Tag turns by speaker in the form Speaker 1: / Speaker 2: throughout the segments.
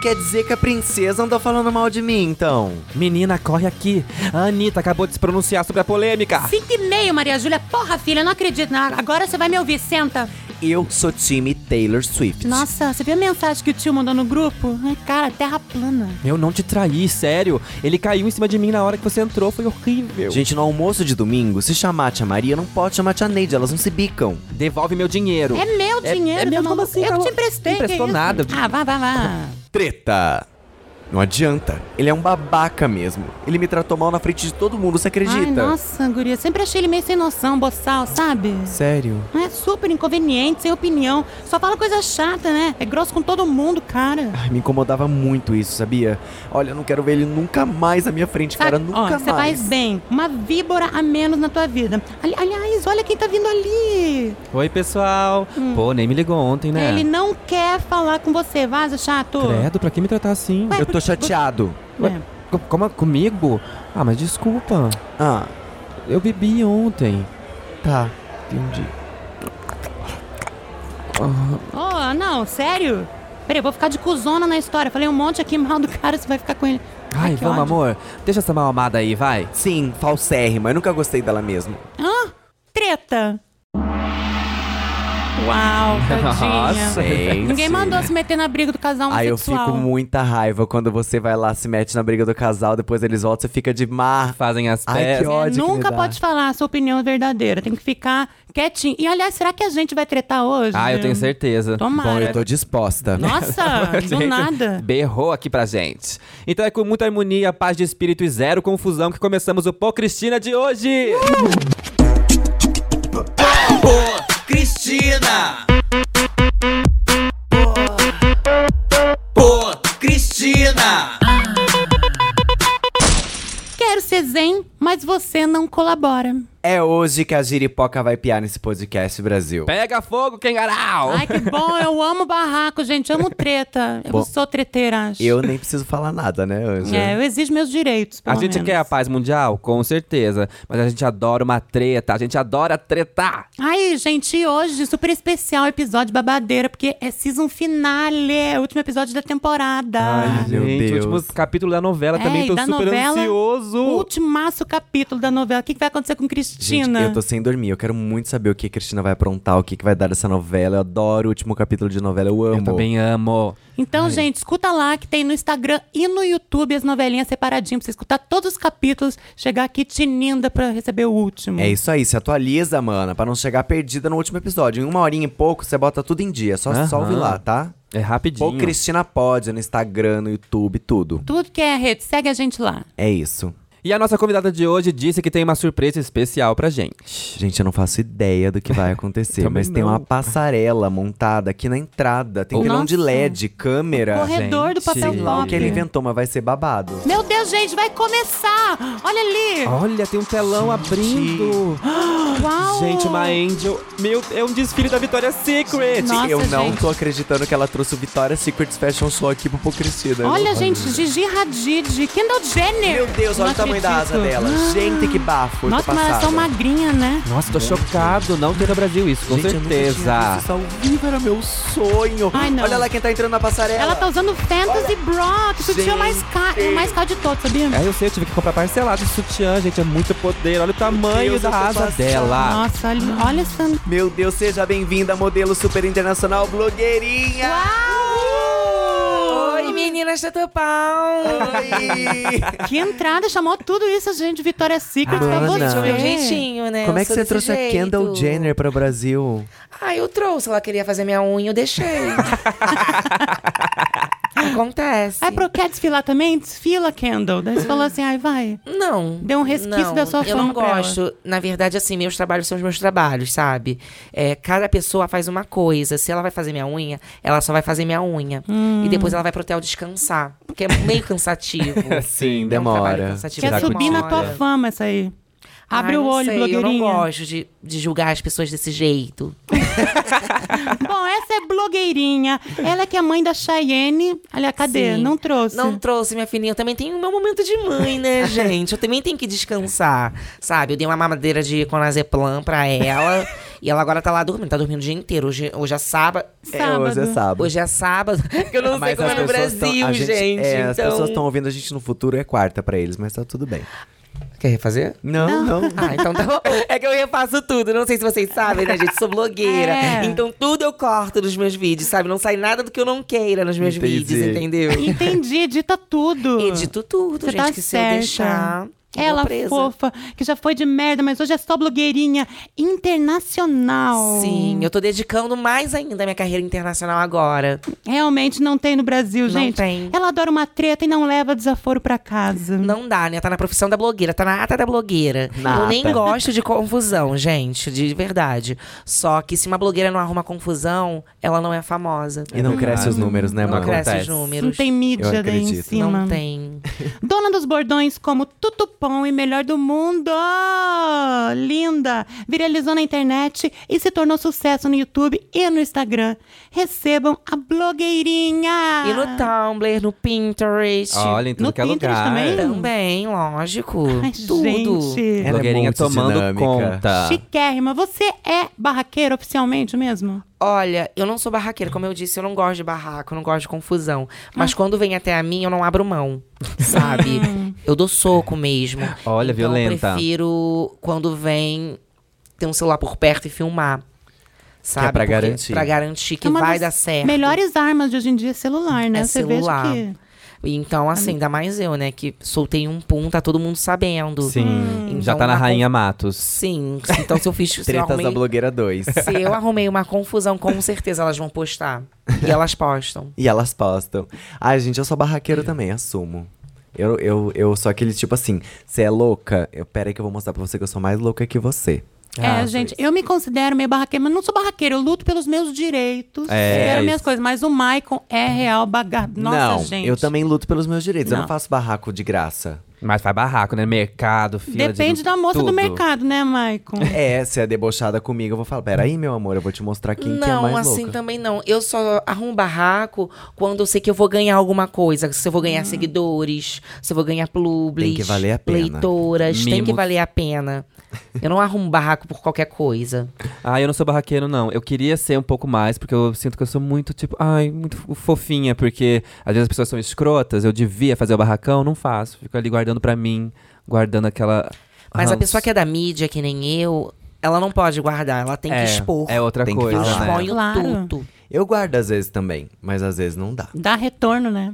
Speaker 1: Quer dizer que a princesa andou falando mal de mim, então?
Speaker 2: Menina, corre aqui. A Anitta acabou de se pronunciar sobre a polêmica.
Speaker 3: Cinco e meio, Maria Júlia. Porra, filha, não acredito. Não. Agora você vai me ouvir, senta.
Speaker 1: Eu sou time Taylor Swift.
Speaker 3: Nossa, você viu a mensagem que o tio mandou no grupo? Ai, cara, terra plana.
Speaker 2: Eu não te traí, sério. Ele caiu em cima de mim na hora que você entrou, foi horrível.
Speaker 1: Gente, no almoço de domingo, se chamar a tia Maria, não pode chamar a tia Neide, elas não se bicam.
Speaker 2: Devolve meu dinheiro.
Speaker 3: É meu dinheiro,
Speaker 2: é meu,
Speaker 3: tá
Speaker 2: como
Speaker 3: maluco?
Speaker 2: assim,
Speaker 3: Eu
Speaker 2: tá
Speaker 3: que te
Speaker 2: louco?
Speaker 3: emprestei. que
Speaker 2: Emprestou
Speaker 3: isso?
Speaker 2: nada.
Speaker 3: Ah, vá, vá, vá.
Speaker 1: Treta! Não adianta. Ele é um babaca mesmo. Ele me tratou mal na frente de todo mundo, você acredita?
Speaker 3: Ai, nossa, guria, sempre achei ele meio sem noção, boçal, sabe?
Speaker 1: Sério?
Speaker 3: É super inconveniente, sem opinião. Só fala coisa chata, né? É grosso com todo mundo, cara.
Speaker 1: Ai, me incomodava muito isso, sabia? Olha, eu não quero ver ele nunca mais na minha frente, cara.
Speaker 3: Sabe?
Speaker 1: Nunca
Speaker 3: Ó,
Speaker 1: mais.
Speaker 3: Você faz bem. Uma víbora a menos na tua vida. Ali- aliás, olha quem tá vindo ali.
Speaker 2: Oi, pessoal.
Speaker 1: Hum.
Speaker 2: Pô, nem me ligou ontem, né?
Speaker 3: Ele não quer falar com você. Vaza, chato.
Speaker 2: Credo, pra que me tratar assim?
Speaker 3: Ué,
Speaker 1: Eu tô chateado.
Speaker 3: É.
Speaker 2: Co- Como comigo? Ah, mas desculpa.
Speaker 1: Ah,
Speaker 2: Eu bebi ontem.
Speaker 1: tá. Entendi.
Speaker 3: Oh, não, sério? Peraí, eu vou ficar de cuzona na história. Falei um monte aqui mal do cara, você vai ficar com ele.
Speaker 2: Ai,
Speaker 3: que
Speaker 2: vamos,
Speaker 3: ódio.
Speaker 2: amor. Deixa essa mal amada aí, vai.
Speaker 1: Sim, falsérrima. Eu nunca gostei dela mesmo.
Speaker 3: Hã? Treta. Uau, tadinha.
Speaker 2: Nossa.
Speaker 1: Gente.
Speaker 3: Ninguém mandou se meter na briga do casal
Speaker 1: assim, né? Aí eu
Speaker 3: homossexual.
Speaker 1: fico muita raiva quando você vai lá, se mete na briga do casal, depois eles voltam, você fica de mar.
Speaker 2: Fazem as
Speaker 1: Ai, que
Speaker 2: peças.
Speaker 1: ódio.
Speaker 3: Você
Speaker 1: que me
Speaker 3: É, nunca
Speaker 1: dá.
Speaker 3: pode falar a sua opinião verdadeira. Tem que ficar quietinho. E aliás, será que a gente vai tretar hoje?
Speaker 2: Ah, eu tenho certeza.
Speaker 3: Tomara.
Speaker 1: Bom, eu tô disposta.
Speaker 3: Nossa, do
Speaker 2: Gente,
Speaker 3: nada.
Speaker 2: Berrou aqui pra gente. Então é com muita harmonia, paz de espírito e zero confusão que começamos o Pô Cristina de hoje.
Speaker 4: Cristina. Pô, Cristina.
Speaker 3: Quero ser zen, mas você não colabora.
Speaker 1: É hoje que a giripoca vai piar nesse podcast, Brasil.
Speaker 2: Pega fogo, Kengarau!
Speaker 3: Ai, que bom, eu amo barraco, gente, amo treta. Eu
Speaker 1: Bom,
Speaker 3: sou treteira, acho.
Speaker 1: Eu nem preciso falar nada, né, Anja?
Speaker 3: É, eu exijo meus direitos,
Speaker 2: A
Speaker 3: pelo
Speaker 2: gente
Speaker 3: menos.
Speaker 1: é?
Speaker 2: quer a paz mundial? Com certeza. Mas a gente adora uma treta, a gente adora tretar.
Speaker 3: Ai, gente, e hoje, super especial episódio babadeira, porque é season finale, é o último episódio da temporada.
Speaker 1: Ai, Meu
Speaker 2: Ah, gente,
Speaker 1: Deus.
Speaker 2: o último capítulo da novela também, tô
Speaker 3: e É, da
Speaker 2: super
Speaker 3: novela,
Speaker 2: ansioso.
Speaker 3: O ultimaço capítulo da novela. O que, que vai acontecer com
Speaker 1: Gente,
Speaker 3: Cristina?
Speaker 1: eu tô sem dormir. Eu quero muito saber o que a Cristina vai aprontar, o que, que vai dar essa novela. Eu adoro o último capítulo de novela, eu amo.
Speaker 2: Eu também amo.
Speaker 1: assim,
Speaker 3: Então, gente, escuta lá que tem no Instagram e no YouTube as novelinhas separadinhas pra você escutar todos os capítulos, chegar aqui tininda pra receber o último.
Speaker 1: É isso aí, se atualiza, mana, pra não chegar perdida no último episódio. Em uma horinha e pouco, você bota tudo em dia. Só
Speaker 2: Aham.
Speaker 1: só ouvir lá, tá?
Speaker 2: É rapidinho.
Speaker 1: Pô, Cristina Pod, no Instagram, no YouTube, tudo.
Speaker 3: Tudo que é rede, segue a gente lá.
Speaker 1: É isso.
Speaker 2: E a nossa convidada de hoje disse que tem uma surpresa especial pra gente.
Speaker 1: Gente, eu não faço ideia do que vai acontecer,
Speaker 2: Também
Speaker 1: mas tem
Speaker 2: não.
Speaker 1: uma passarela montada aqui na entrada. Tem pilão de
Speaker 3: Nossa.
Speaker 1: LED, câmera.
Speaker 3: Corredor do
Speaker 2: gente.
Speaker 3: papel
Speaker 1: Sei lá o
Speaker 3: pop.
Speaker 1: que ele inventou, mas vai ser babado.
Speaker 3: Meu Deus, gente, vai começar! Olha ali!
Speaker 2: Olha, tem um telão abrindo.
Speaker 3: Uau!
Speaker 2: Gente, uma Angel. Meu, é um desfile da Vitória Secret.
Speaker 3: Nossa,
Speaker 1: eu não
Speaker 3: gente.
Speaker 1: tô acreditando que ela trouxe o Vitória Secret Fashion Show aqui pro Pocristina.
Speaker 3: Olha, gente, Gigi Hadid, Kendall Jenner!
Speaker 1: Meu Deus, olha
Speaker 3: Não
Speaker 1: o tamanho da asa
Speaker 3: acredito. Ah.
Speaker 1: dela. Gente, que bafo. eu tô
Speaker 3: Nossa, mas é elas
Speaker 1: passada.
Speaker 3: são magrinhas, né?
Speaker 2: Nossa, tô chocado. Não tem no Brasil isso, com
Speaker 1: Gente, eu nunca tinha visto
Speaker 2: certeza.
Speaker 1: Isso ao vivo era meu sonho.
Speaker 3: Ai, não.
Speaker 1: Olha lá quem tá entrando na passarela.
Speaker 3: Ela tá usando Fantasy Bra, que sutiã mais caro, é o mais caro de todos, sabia?
Speaker 2: É, eu sei, eu tive que comprar parcelado esse sutiã, gente. É muito poder. Olha o tamanho
Speaker 1: Deus, eu tô
Speaker 2: da asa
Speaker 1: passada.
Speaker 2: dela.
Speaker 3: Nossa, olha, olha essa.
Speaker 1: Meu Deus, seja bem-vinda, modelo super internacional blogueirinha. Uau!
Speaker 5: Oi, meninas do pau!
Speaker 1: Oi!
Speaker 3: Que entrada, chamou tudo isso, gente. Vitória Secret pra
Speaker 1: Mana.
Speaker 3: você.
Speaker 1: Deixa eu ver
Speaker 5: Meu jeitinho, né?
Speaker 1: Como
Speaker 5: Eu
Speaker 1: é que
Speaker 5: sou
Speaker 1: você
Speaker 5: desse
Speaker 1: trouxe a
Speaker 5: jeito.
Speaker 1: Kendall Jenner para o Brasil?
Speaker 5: Ah, eu trouxe. Ela queria fazer minha unha, eu deixei. Acontece.
Speaker 3: Aí É pro, quer desfilar também? Desfila, Kendall. Daí você falou assim, ai, vai.
Speaker 5: Não.
Speaker 3: Deu um resquício
Speaker 5: não,
Speaker 3: da sua
Speaker 5: Eu
Speaker 3: fama
Speaker 5: não
Speaker 3: pra ela.
Speaker 5: gosto. Na verdade, assim, meus trabalhos são os meus trabalhos, sabe? É, cada pessoa faz uma coisa. Se ela vai fazer minha unha, ela só vai fazer minha unha. E
Speaker 3: Hum.
Speaker 5: depois ela vai pro hotel descansar. Porque é meio cansativo.
Speaker 1: Sim,
Speaker 5: É um trabalho
Speaker 1: demora.
Speaker 5: cansativo,
Speaker 3: Quer
Speaker 2: Tirar
Speaker 3: subir na tua
Speaker 5: demora.
Speaker 3: fama essa aí. Abre
Speaker 5: Ai,
Speaker 3: o
Speaker 5: não
Speaker 3: olho,
Speaker 5: sei,
Speaker 3: blogueirinha.
Speaker 5: Eu não gosto de, de julgar as pessoas desse jeito.
Speaker 3: Bom, essa é blogueirinha. Ela que é mãe da Cheyenne. Aliás, cadê?
Speaker 5: Sim.
Speaker 3: Não trouxe.
Speaker 5: Não trouxe, minha filhinha. Eu também tenho o meu momento de mãe, né, gente? Eu também tenho que descansar, sabe? Eu dei uma mamadeira de Conazepam pra ela. e ela agora tá lá dormindo. Tá dormindo o dia inteiro. Hoje, hoje é sábado.
Speaker 3: Sábado.
Speaker 1: É, hoje é sábado.
Speaker 5: Hoje é sábado. que Eu não sei
Speaker 1: Mas
Speaker 5: como
Speaker 1: as
Speaker 5: é no
Speaker 1: pessoas tão-
Speaker 5: Brasil,
Speaker 1: a
Speaker 5: gente.
Speaker 1: É,
Speaker 5: então...
Speaker 1: As pessoas estão ouvindo a gente no futuro, é quarta pra eles, mas tá tudo bem.
Speaker 5: Quer refazer?
Speaker 1: Não, não.
Speaker 5: Ah, então tá bom. É que eu refaço tudo. Não sei se vocês sabem, né, gente? Sou blogueira.
Speaker 3: É.
Speaker 5: Então tudo eu corto nos meus vídeos, sabe? Não sai nada do que eu não queira nos meus
Speaker 1: Entendi.
Speaker 5: vídeos, entendeu?
Speaker 3: Entendi, edita tudo.
Speaker 5: Edito tudo,
Speaker 3: Você
Speaker 5: gente,
Speaker 3: tá
Speaker 5: que
Speaker 3: certa.
Speaker 5: se eu deixar. eu
Speaker 3: Ela
Speaker 5: vou presa.
Speaker 3: fofa, que já foi de merda, mas hoje é só blogueirinha internacional.
Speaker 5: Sim, eu tô dedicando mais ainda a minha carreira internacional agora.
Speaker 3: Realmente não tem no Brasil,
Speaker 5: Não
Speaker 3: gente.
Speaker 5: tem.
Speaker 3: Ela adora uma treta e não leva desaforo pra casa.
Speaker 5: Não dá, né? Tá na profissão da blogueira, tá na ata da blogueira.
Speaker 1: Na
Speaker 5: eu nem
Speaker 1: ata.
Speaker 5: gosto de confusão, gente, de verdade. Só que se uma blogueira não arruma confusão, ela não é famosa.
Speaker 1: E não cresce os números, né,
Speaker 5: Não
Speaker 1: mano?
Speaker 5: cresce
Speaker 2: acontece.
Speaker 5: os números.
Speaker 3: Não tem mídia
Speaker 1: Eu
Speaker 3: daí em
Speaker 1: acredito.
Speaker 3: cima.
Speaker 5: Não tem.
Speaker 3: Dona dos bordões como Tutupom e Melhor do Mundo! Linda! Viralizou na internet e se tornou sucesso no YouTube e no Instagram. Recebam a blogueirinha!
Speaker 5: E no Tumblr, no Pinterest.
Speaker 2: Olha, em tudo
Speaker 3: No
Speaker 2: que é
Speaker 3: Pinterest
Speaker 2: lugar.
Speaker 3: também?
Speaker 5: Também, lógico.
Speaker 3: Ai,
Speaker 5: Tudo.
Speaker 3: gente!
Speaker 1: Ela é
Speaker 2: Blogueirinha
Speaker 1: muito
Speaker 2: tomando
Speaker 1: dinâmica.
Speaker 2: conta.
Speaker 3: Chiquérrima, você é barraqueira oficialmente mesmo?
Speaker 5: Olha, eu não sou barraqueira. Como eu disse, eu não gosto de barraco, eu não gosto de confusão.
Speaker 3: Ah.
Speaker 5: Mas quando vem até a mim, eu não abro mão, sabe? eu dou soco mesmo.
Speaker 2: Olha,
Speaker 5: Então, Eu
Speaker 2: violenta.
Speaker 5: prefiro quando vem ter um celular por perto e
Speaker 2: é
Speaker 5: filmar. Sabe?
Speaker 1: pra
Speaker 5: Porque-
Speaker 1: garantir.
Speaker 5: Pra garantir que
Speaker 3: É uma
Speaker 5: vai
Speaker 3: das
Speaker 5: dar certo.
Speaker 3: Melhores armas de hoje em dia é celular, né?
Speaker 5: É
Speaker 3: você
Speaker 5: celular.
Speaker 3: veja que.
Speaker 5: Então, assim, ainda mais eu, né? Que soltei um pum, tá todo mundo sabendo.
Speaker 2: Sim. Já
Speaker 3: Hum.
Speaker 5: Então,
Speaker 2: tá na
Speaker 5: uma con-
Speaker 2: Rainha Matos.
Speaker 5: Sim. Então, se eu fiz. se eu
Speaker 1: Tretas
Speaker 5: arrumei,
Speaker 1: da blogueira 2.
Speaker 5: se eu arrumei uma confusão, com certeza elas vão postar. E elas postam.
Speaker 1: e elas postam. Ai, gente, eu sou barraqueiro também, assumo. Eu, eu, eu sou aquele tipo assim, você é louca? Eu, pera aí que eu vou mostrar pra você que eu sou mais louca que você.
Speaker 2: Ah,
Speaker 3: é, gente, eu me considero meio barraqueira, mas não sou barraqueira, eu luto pelos meus direitos,
Speaker 2: É, é
Speaker 3: quero minhas
Speaker 2: isso.
Speaker 3: coisas, mas o Maicon é real bagado. Nossa,
Speaker 1: não,
Speaker 3: gente.
Speaker 1: eu também luto pelos meus direitos. Eu
Speaker 3: Não.
Speaker 1: não faço barraco de graça.
Speaker 2: Mas faz barraco, né? Mercado, fila de
Speaker 3: Depende da moça
Speaker 2: tudo.
Speaker 3: do mercado, né, Maicon?
Speaker 1: É, se é debochada comigo, eu vou falar, peraí, meu amor, eu vou te mostrar quem que é
Speaker 5: não,
Speaker 1: mais
Speaker 5: assim
Speaker 1: louca.
Speaker 5: também não. Eu só arrumo barraco quando eu sei que eu vou ganhar alguma coisa. Se eu vou ganhar seguidores, se eu vou ganhar publis.
Speaker 1: Ah. Tem que valer a pena.
Speaker 5: Leitoras, tem que
Speaker 2: Mimos.
Speaker 5: valer a pena. Eu não arrumo barraco por qualquer coisa.
Speaker 2: Ah, eu não sou barraqueiro, não. Eu queria ser um pouco mais, porque eu sinto que eu sou muito, tipo, ai, muito fo- fofinha, porque às vezes as pessoas são escrotas, eu devia fazer o barracão, não faço. Fico ali guardando pra mim, guardando aquela.
Speaker 5: Mas a pessoa que é da mídia, que nem eu, ela não pode guardar. Ela tem que expor.
Speaker 2: É outra
Speaker 1: Tem que
Speaker 2: coisa.
Speaker 5: eu
Speaker 1: falar,
Speaker 2: né?
Speaker 5: exponho
Speaker 3: Claro.
Speaker 5: tudo.
Speaker 1: Eu guardo às vezes também, mas às vezes não dá.
Speaker 3: Dá retorno, né?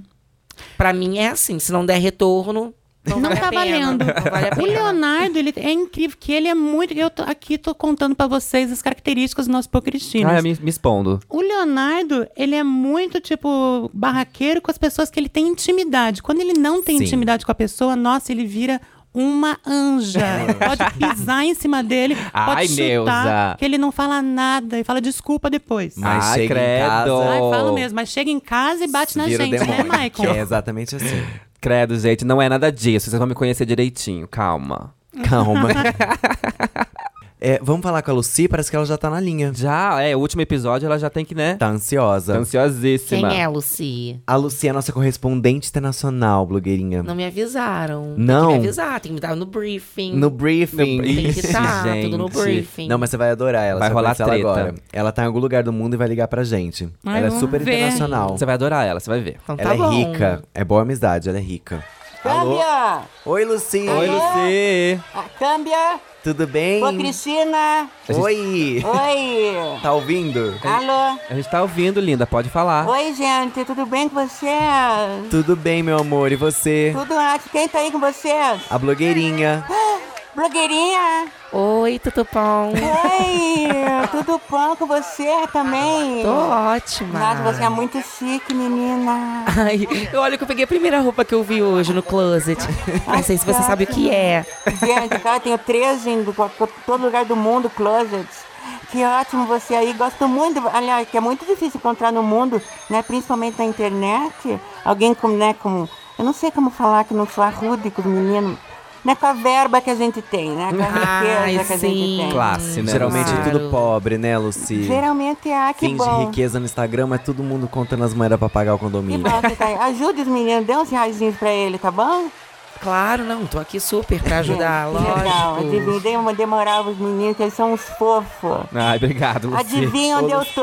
Speaker 5: Pra mim é assim. Se não der retorno, não,
Speaker 3: Não
Speaker 5: vale
Speaker 3: tá
Speaker 5: a pena.
Speaker 3: valendo.
Speaker 5: Não vale a
Speaker 3: O
Speaker 5: pena.
Speaker 3: Leonardo, ele é incrível, que ele é muito. Eu tô- aqui tô contando pra vocês as características do nosso Pocristino.
Speaker 2: Ai, eu me, me expondo.
Speaker 3: O Leonardo, ele é muito, tipo, barraqueiro com as pessoas que ele tem intimidade. Quando ele não tem
Speaker 1: Sim.
Speaker 3: intimidade com a pessoa, nossa, ele vira uma anja. pode pisar em cima dele, pode
Speaker 2: Ai,
Speaker 3: chutar,
Speaker 2: Neuza.
Speaker 3: que ele não fala nada e fala desculpa depois.
Speaker 1: Mas
Speaker 2: Ai,
Speaker 1: chega em casa-
Speaker 2: credo.
Speaker 3: Ai, falo mesmo, mas chega em casa e bate na
Speaker 1: Vira o
Speaker 3: gente, né,
Speaker 1: demônio. É
Speaker 3: Michael?
Speaker 1: exatamente assim.
Speaker 2: Credo, gente, não é nada disso. Vocês vão me conhecer direitinho, calma.
Speaker 1: Calma. É, vamos falar com a Lucy, parece que ela já tá na linha.
Speaker 2: Já, é, o último episódio ela já tem que, né?
Speaker 1: Tá ansiosa.
Speaker 2: Tá ansiosíssima.
Speaker 5: Quem é, Lucy?
Speaker 1: A Lucy é a nossa correspondente internacional, blogueirinha.
Speaker 5: Não me avisaram. Tem
Speaker 1: Não.
Speaker 5: que me avisar, tem que me dar no briefing.
Speaker 1: No briefing.
Speaker 2: No briefing.
Speaker 5: Tem que
Speaker 2: Ixi,
Speaker 5: estar, tudo no
Speaker 2: gente.
Speaker 5: briefing.
Speaker 1: Não, mas você vai adorar ela.
Speaker 2: Vai
Speaker 1: você vai
Speaker 2: rolar
Speaker 1: conhecer ela
Speaker 2: treta.
Speaker 1: agora. Ela tá em algum lugar do mundo e vai ligar pra gente.
Speaker 3: Ai,
Speaker 1: ela é
Speaker 3: vamos
Speaker 1: super
Speaker 3: ver.
Speaker 1: internacional.
Speaker 2: Você vai adorar ela, você vai ver.
Speaker 5: Então tá
Speaker 1: Ela é
Speaker 5: bom.
Speaker 1: rica. É boa amizade, ela é rica. Alô?
Speaker 6: Câmbia!
Speaker 1: Oi, Lucy.
Speaker 2: Oi, Lucy!
Speaker 6: A Câmbia!
Speaker 1: Tudo bem?
Speaker 6: Ô, Cristina!
Speaker 1: Oi.
Speaker 6: Oi!
Speaker 1: Tá ouvindo?
Speaker 6: Alô?
Speaker 2: A gente tá ouvindo, linda, pode falar.
Speaker 6: Oi, gente, tudo bem com você?
Speaker 1: Tudo bem, meu amor. E você?
Speaker 6: Tudo ótimo. Quem tá aí com você?
Speaker 1: A blogueirinha.
Speaker 6: Blogueirinha!
Speaker 5: Oi, Tutupom.
Speaker 6: Oi! tudo bom com você também?
Speaker 5: Tô ótima.
Speaker 6: Nossa, você é muito chique, menina.
Speaker 5: Ai, olha que eu peguei a primeira roupa que eu vi hoje no closet. Não sei se você sabe o que é.
Speaker 6: Gente, cara, eu tenho 13 em todo lugar do mundo, closets. Que ótimo você aí. Gosto muito, aliás, que é muito difícil encontrar no mundo, né? Principalmente na internet. Alguém com, né, como. Eu não sei como falar que não sou rude com os meninos. né, com a verba que a gente tem, né? Com a riqueza
Speaker 5: Ai,
Speaker 6: que a gente
Speaker 5: sim.
Speaker 6: tem.
Speaker 2: Classe, né?
Speaker 1: Geralmente
Speaker 5: Claro.
Speaker 1: tudo pobre, né, Luci?
Speaker 6: Geralmente, ah, que
Speaker 1: Finge
Speaker 6: bom.
Speaker 1: riqueza no Instagram, mas todo mundo contando as moedas pra pagar o
Speaker 6: Que
Speaker 1: condomínio.
Speaker 6: bom que tá aí. Ajude os meninos, dê uns reaisinhos pra ele, tá bom?
Speaker 5: Claro, não, tô aqui super pra ajudar,
Speaker 6: Legal,
Speaker 5: lógico.
Speaker 6: adivinha, dei uma demorava os meninos, que eles são uns fofos.
Speaker 2: Ai, obrigado, Luci.
Speaker 6: Adivinha onde eu tô?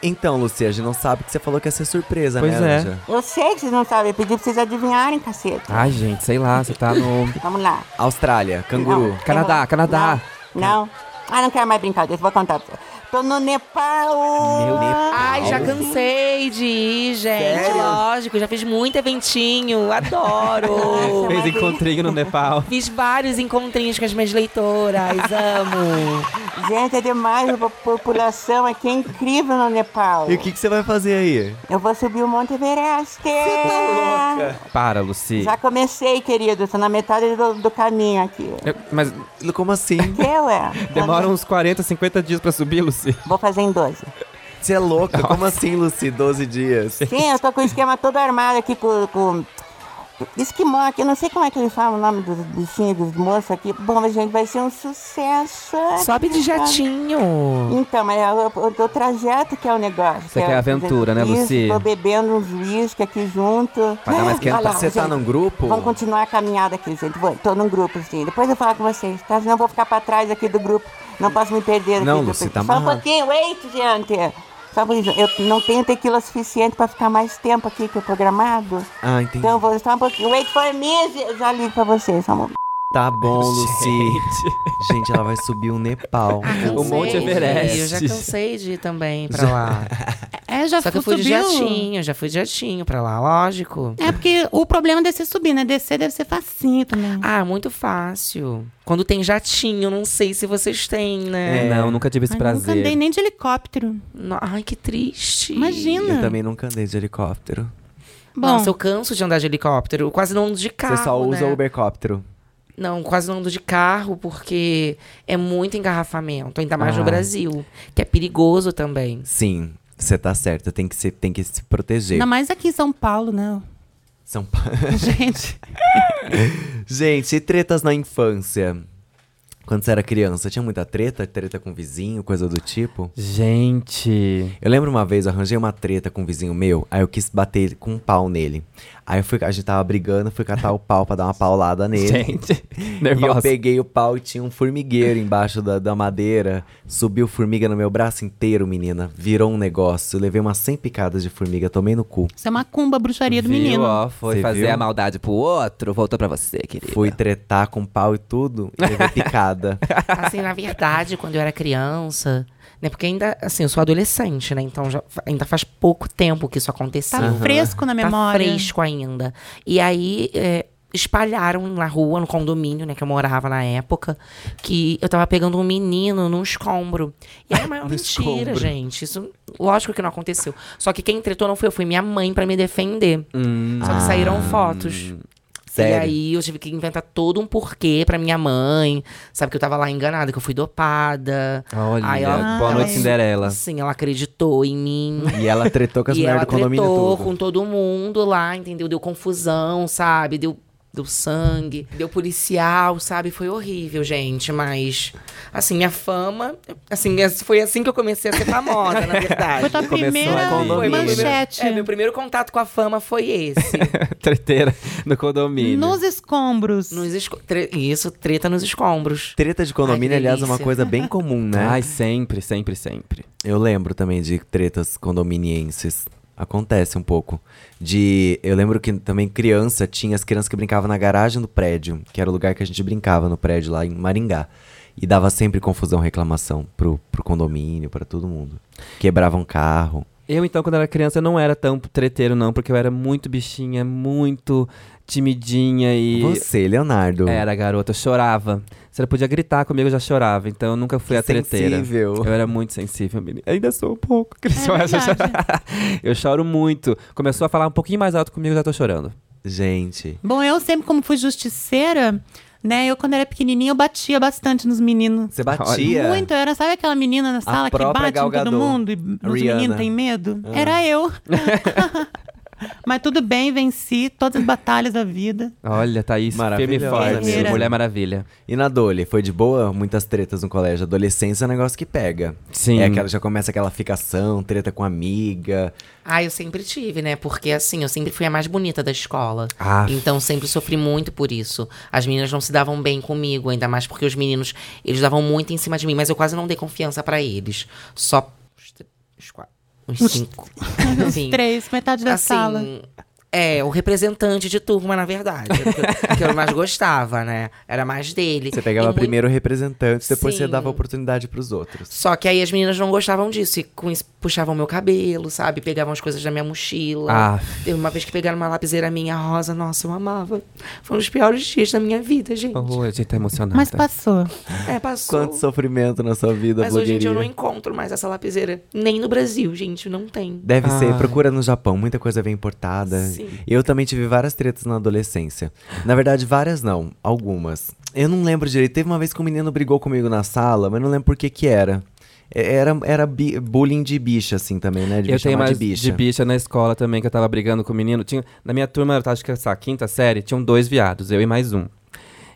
Speaker 1: Então, Luci, a gente não sabe que você falou que ia ser surpresa,
Speaker 2: Pois
Speaker 1: né,
Speaker 2: é.
Speaker 1: Anja?
Speaker 6: Eu sei que vocês não sabem, eu pedi pra vocês adivinharem, caceta.
Speaker 2: Ai, gente, sei lá, você tá no.
Speaker 6: Vamos lá.
Speaker 1: Austrália, canguru.
Speaker 6: Não.
Speaker 2: Canadá, Canadá.
Speaker 6: Não. não. Ah, não quero mais brincar disso, vou contar pra vocês. Tô no Nepal!
Speaker 1: Meu Nepal.
Speaker 5: Ai, já cansei de ir, gente. Lógico, já fiz muito eventinho, adoro.
Speaker 2: Fez encontrinho no Nepal.
Speaker 5: fiz vários encontrinhos com as minhas leitoras, amo.
Speaker 6: Gente, é demais, a população aqui é incrível no Nepal.
Speaker 1: E o que, que você vai fazer aí?
Speaker 6: Eu vou subir o Monte Everest. Você tá louca?
Speaker 2: Para, Luci.
Speaker 6: Já comecei, querido, tô na metade do, do caminho aqui.
Speaker 2: Eu- Mas
Speaker 1: Como assim?
Speaker 6: Que ué?
Speaker 2: demora um- uns 40, 50 dias pra subir, Luci.
Speaker 6: É. Vou fazer em 12.
Speaker 1: Você é louca? Como assim, Luci? 12 dias.
Speaker 6: Sim, eu tô com o esquema todo armado aqui com. com... Esquimó aqui, eu não sei como é que eles falam o nome dos bichinhos, dos moços aqui. Bom, mas gente, vai ser um sucesso.
Speaker 5: Sobe de jatinho.
Speaker 6: Então, mas é o, o, o trajeto que é o negócio.
Speaker 2: Você quer
Speaker 6: é-
Speaker 2: aventura, né,
Speaker 6: Isso,
Speaker 2: Lucy?
Speaker 6: Tô bebendo uns uísque aqui junto.
Speaker 1: Pagar mais que
Speaker 6: Olha lá,
Speaker 1: Você tá
Speaker 6: gente,
Speaker 1: num grupo?
Speaker 6: Vamos continuar a caminhada aqui, gente. Vou, tô num grupo, sim. Depois eu falo com vocês, tá? Senão eu vou ficar pra trás aqui do grupo. Não posso me perder
Speaker 1: Não,
Speaker 6: aqui. do
Speaker 1: Lucy,
Speaker 6: grupo.
Speaker 1: tá
Speaker 6: Só um
Speaker 1: amarrado.
Speaker 6: pouquinho, wait, gente. Só por isso, eu não tenho tequila suficiente pra ficar mais tempo aqui que o programado.
Speaker 1: Ah, entendi.
Speaker 6: Então eu vou só um pouquinho. Wait for me, já- já ligo pra vocês. Só um momento.
Speaker 1: Tá bom, Luci. Gente, ela vai subir o Nepal.
Speaker 2: O Monte
Speaker 5: Cansei Um de ir,
Speaker 2: Everest.
Speaker 5: Eu já cansei de ir também pra lá.
Speaker 3: É, já
Speaker 5: Só que eu fui
Speaker 3: subiu.
Speaker 5: de jatinho, já fui de jatinho pra lá, lógico.
Speaker 3: É porque o problema é descer e subir, né? Descer deve ser facinho também.
Speaker 5: Ah, muito fácil. Quando tem jatinho, não sei se vocês têm, né?
Speaker 2: É, não, nunca tive esse
Speaker 3: Ai,
Speaker 2: prazer.
Speaker 3: Nunca andei nem de helicóptero.
Speaker 5: No- Ai, que triste.
Speaker 3: Imagina.
Speaker 1: Eu também nunca andei de helicóptero.
Speaker 3: Bom,
Speaker 5: Nossa, eu canso de andar de helicóptero. Eu quase não ando de carro.
Speaker 1: você só usa
Speaker 5: né?
Speaker 1: o Ubercóptero.
Speaker 5: Não, quase não ando de carro, porque é muito engarrafamento, ainda mais
Speaker 1: Ah.
Speaker 5: no Brasil, que é perigoso também.
Speaker 1: Sim, você tá certa. Tem que se, tem que se proteger.
Speaker 3: ainda mais aqui em São Paulo, né?
Speaker 1: São Paulo.
Speaker 3: Gente,
Speaker 1: Gente, e tretas na infância? Quando você era criança, tinha muita treta? Treta com vizinho, coisa do tipo?
Speaker 2: Gente.
Speaker 1: Eu lembro uma vez, eu arranjei uma treta com um vizinho meu, aí eu quis bater com um pau nele. Aí eu fui, a gente tava brigando, fui catar o pau pra dar uma paulada nele.
Speaker 2: Gente.
Speaker 1: E eu
Speaker 2: Nervosa.
Speaker 1: peguei o pau e tinha um formigueiro embaixo da, da madeira. Subiu formiga no meu braço inteiro, menina. Virou um negócio. Eu levei umas 100 picadas de formiga, tomei no cu.
Speaker 3: isso é uma cumba, bruxaria do
Speaker 2: Viu, Ah,
Speaker 3: menino.
Speaker 2: ó, foi
Speaker 1: Você
Speaker 2: fazer
Speaker 1: viu?
Speaker 2: a maldade pro outro, voltou pra você, querida.
Speaker 1: Fui tretar com pau e tudo, e levei picada.
Speaker 5: Assim, na verdade, quando eu era criança, né? Porque ainda, assim, eu sou adolescente, né? Então já, fa- ainda faz pouco tempo que isso aconteceu.
Speaker 3: Tá fresco na
Speaker 5: Tá
Speaker 3: memória.
Speaker 5: fresco ainda. E aí é, espalharam na rua, no condomínio, né, que eu morava na época, que eu tava pegando um menino num escombro. E era a maior mentira,
Speaker 1: escombro.
Speaker 5: gente. Isso, lógico que não aconteceu. Só que quem tretou não foi eu, foi minha mãe pra me defender. Só que saíram fotos.
Speaker 1: sério?
Speaker 5: E aí eu tive que inventar todo um porquê pra minha mãe. Sabe que eu tava lá enganada, que eu fui dopada.
Speaker 2: Olha,
Speaker 5: Aí ela-
Speaker 2: boa noite,
Speaker 3: ela-
Speaker 2: Cinderela.
Speaker 5: Sim, ela acreditou em mim
Speaker 1: E ela tretou com as
Speaker 5: e
Speaker 1: mulheres
Speaker 5: ela
Speaker 1: do condomínio
Speaker 5: tretou
Speaker 1: tudo.
Speaker 5: com todo mundo lá, entendeu? Deu confusão, sabe? Deu, deu sangue, deu policial, sabe? Foi horrível, gente. Mas, assim, a fama... Assim, essa- foi assim que eu comecei a ser famosa, na verdade.
Speaker 3: Foi tua
Speaker 2: Começou
Speaker 3: primeira
Speaker 2: ali.
Speaker 5: Foi meu primeiro-
Speaker 3: manchete.
Speaker 5: É, meu primeiro contato com a fama foi esse.
Speaker 2: Treteira no condomínio.
Speaker 3: Nos escombros.
Speaker 5: Nos esco- tre- Isso, treta nos escombros.
Speaker 1: Treta de condomínio,
Speaker 5: Ai, que
Speaker 1: aliás, é uma
Speaker 5: delícia.
Speaker 1: coisa bem comum, né?
Speaker 2: Ai, sempre, sempre, sempre.
Speaker 1: Eu lembro também de tretas condominienses. Acontece um pouco. De. Eu lembro que também criança tinha as crianças que brincavam na garagem do prédio, que era o lugar que a gente brincava no prédio lá em Maringá. E dava sempre confusão, reclamação pro, pro condomínio, pra todo mundo. Quebravam carro.
Speaker 2: Eu, então, quando era criança, eu não era tão treteiro, não, porque eu era muito bichinha, muito timidinha e. É,
Speaker 1: Você, Leonardo.
Speaker 2: Era garota, eu chorava. Você podia gritar comigo, eu já chorava. Então eu nunca fui
Speaker 1: Que
Speaker 2: a treteira.
Speaker 1: sensível.
Speaker 2: Eu era muito sensível, menina. Ainda sou um pouco. Cristian, eu, já-
Speaker 3: É verdade.
Speaker 2: eu choro muito. Começou a falar um pouquinho mais alto comigo, eu já tô chorando.
Speaker 1: Gente.
Speaker 3: Bom, eu sempre, como fui justiceira, né? Eu, quando era pequenininha, eu batia bastante nos meninos.
Speaker 1: Você batia.
Speaker 3: Muito, eu era, sabe aquela menina na sala que
Speaker 1: É. própria
Speaker 3: bate
Speaker 1: Gal
Speaker 3: em todo
Speaker 1: Gadot.
Speaker 3: mundo e os
Speaker 1: Rihanna.
Speaker 3: meninos têm medo? Era eu. Mas tudo bem, venci todas as batalhas da vida.
Speaker 2: Olha, Thaís, firme e
Speaker 1: Maravilhosa,
Speaker 2: forte.
Speaker 3: amiga.
Speaker 2: Mulher Maravilha.
Speaker 1: E na Dole, foi de boa? Muitas tretas no colégio. Adolescência é um negócio que pega.
Speaker 2: Sim.
Speaker 1: É aquela, já começa aquela ficação, treta com amiga.
Speaker 5: Ah, eu sempre tive, né? Porque assim, eu sempre fui a mais bonita da escola.
Speaker 2: Ah.
Speaker 5: Então sempre sofri muito por isso. As meninas não se davam bem comigo, ainda mais porque os meninos, eles davam muito em cima de mim, mas eu quase não dei confiança pra eles. Só os, tr- os quatro, os cinco.
Speaker 3: Os
Speaker 5: Sim. Assim,
Speaker 3: três, metade da sala.
Speaker 5: É, o representante de turma, na verdade. Era o que eu- que eu mais gostava, né? Era mais dele.
Speaker 1: Você pegava
Speaker 5: E mui-
Speaker 1: primeiro o representante, depois você
Speaker 5: É Sim.
Speaker 1: dava oportunidade pros outros.
Speaker 5: Só que aí as meninas não gostavam disso. E com isso puxavam meu cabelo, sabe? Pegavam as coisas da minha mochila.
Speaker 2: Ah.
Speaker 5: Teve uma vez que pegaram uma lapiseira minha rosa. Nossa, eu amava. Foi um dos piores dias da minha vida, gente.
Speaker 2: Oh, a gente tá emocionada.
Speaker 3: Mas passou.
Speaker 5: É, passou.
Speaker 1: Quanto sofrimento na sua vida,
Speaker 5: Mas hoje em
Speaker 1: blogueirinha.
Speaker 5: dia eu não encontro mais essa lapiseira. Nem no Brasil, gente. Não tem.
Speaker 1: Deve ser,
Speaker 2: Ai.
Speaker 1: procura no Japão, muita coisa vem importada.
Speaker 5: Ah. Sim.
Speaker 1: Eu também tive várias tretas na adolescência. Na verdade, várias não, algumas. Eu não lembro direito. Teve uma vez que um menino brigou comigo na sala, mas não lembro por que que era. É- Era, era bi- bullying de bicha, assim, também, né? De me
Speaker 2: eu tenho
Speaker 1: chamar
Speaker 2: mais
Speaker 1: de bicha.
Speaker 2: na escola também, que eu tava brigando com o menino. Tinha, na minha turma, eu tava, acho que essa quinta série, tinham dois viados, eu e mais um.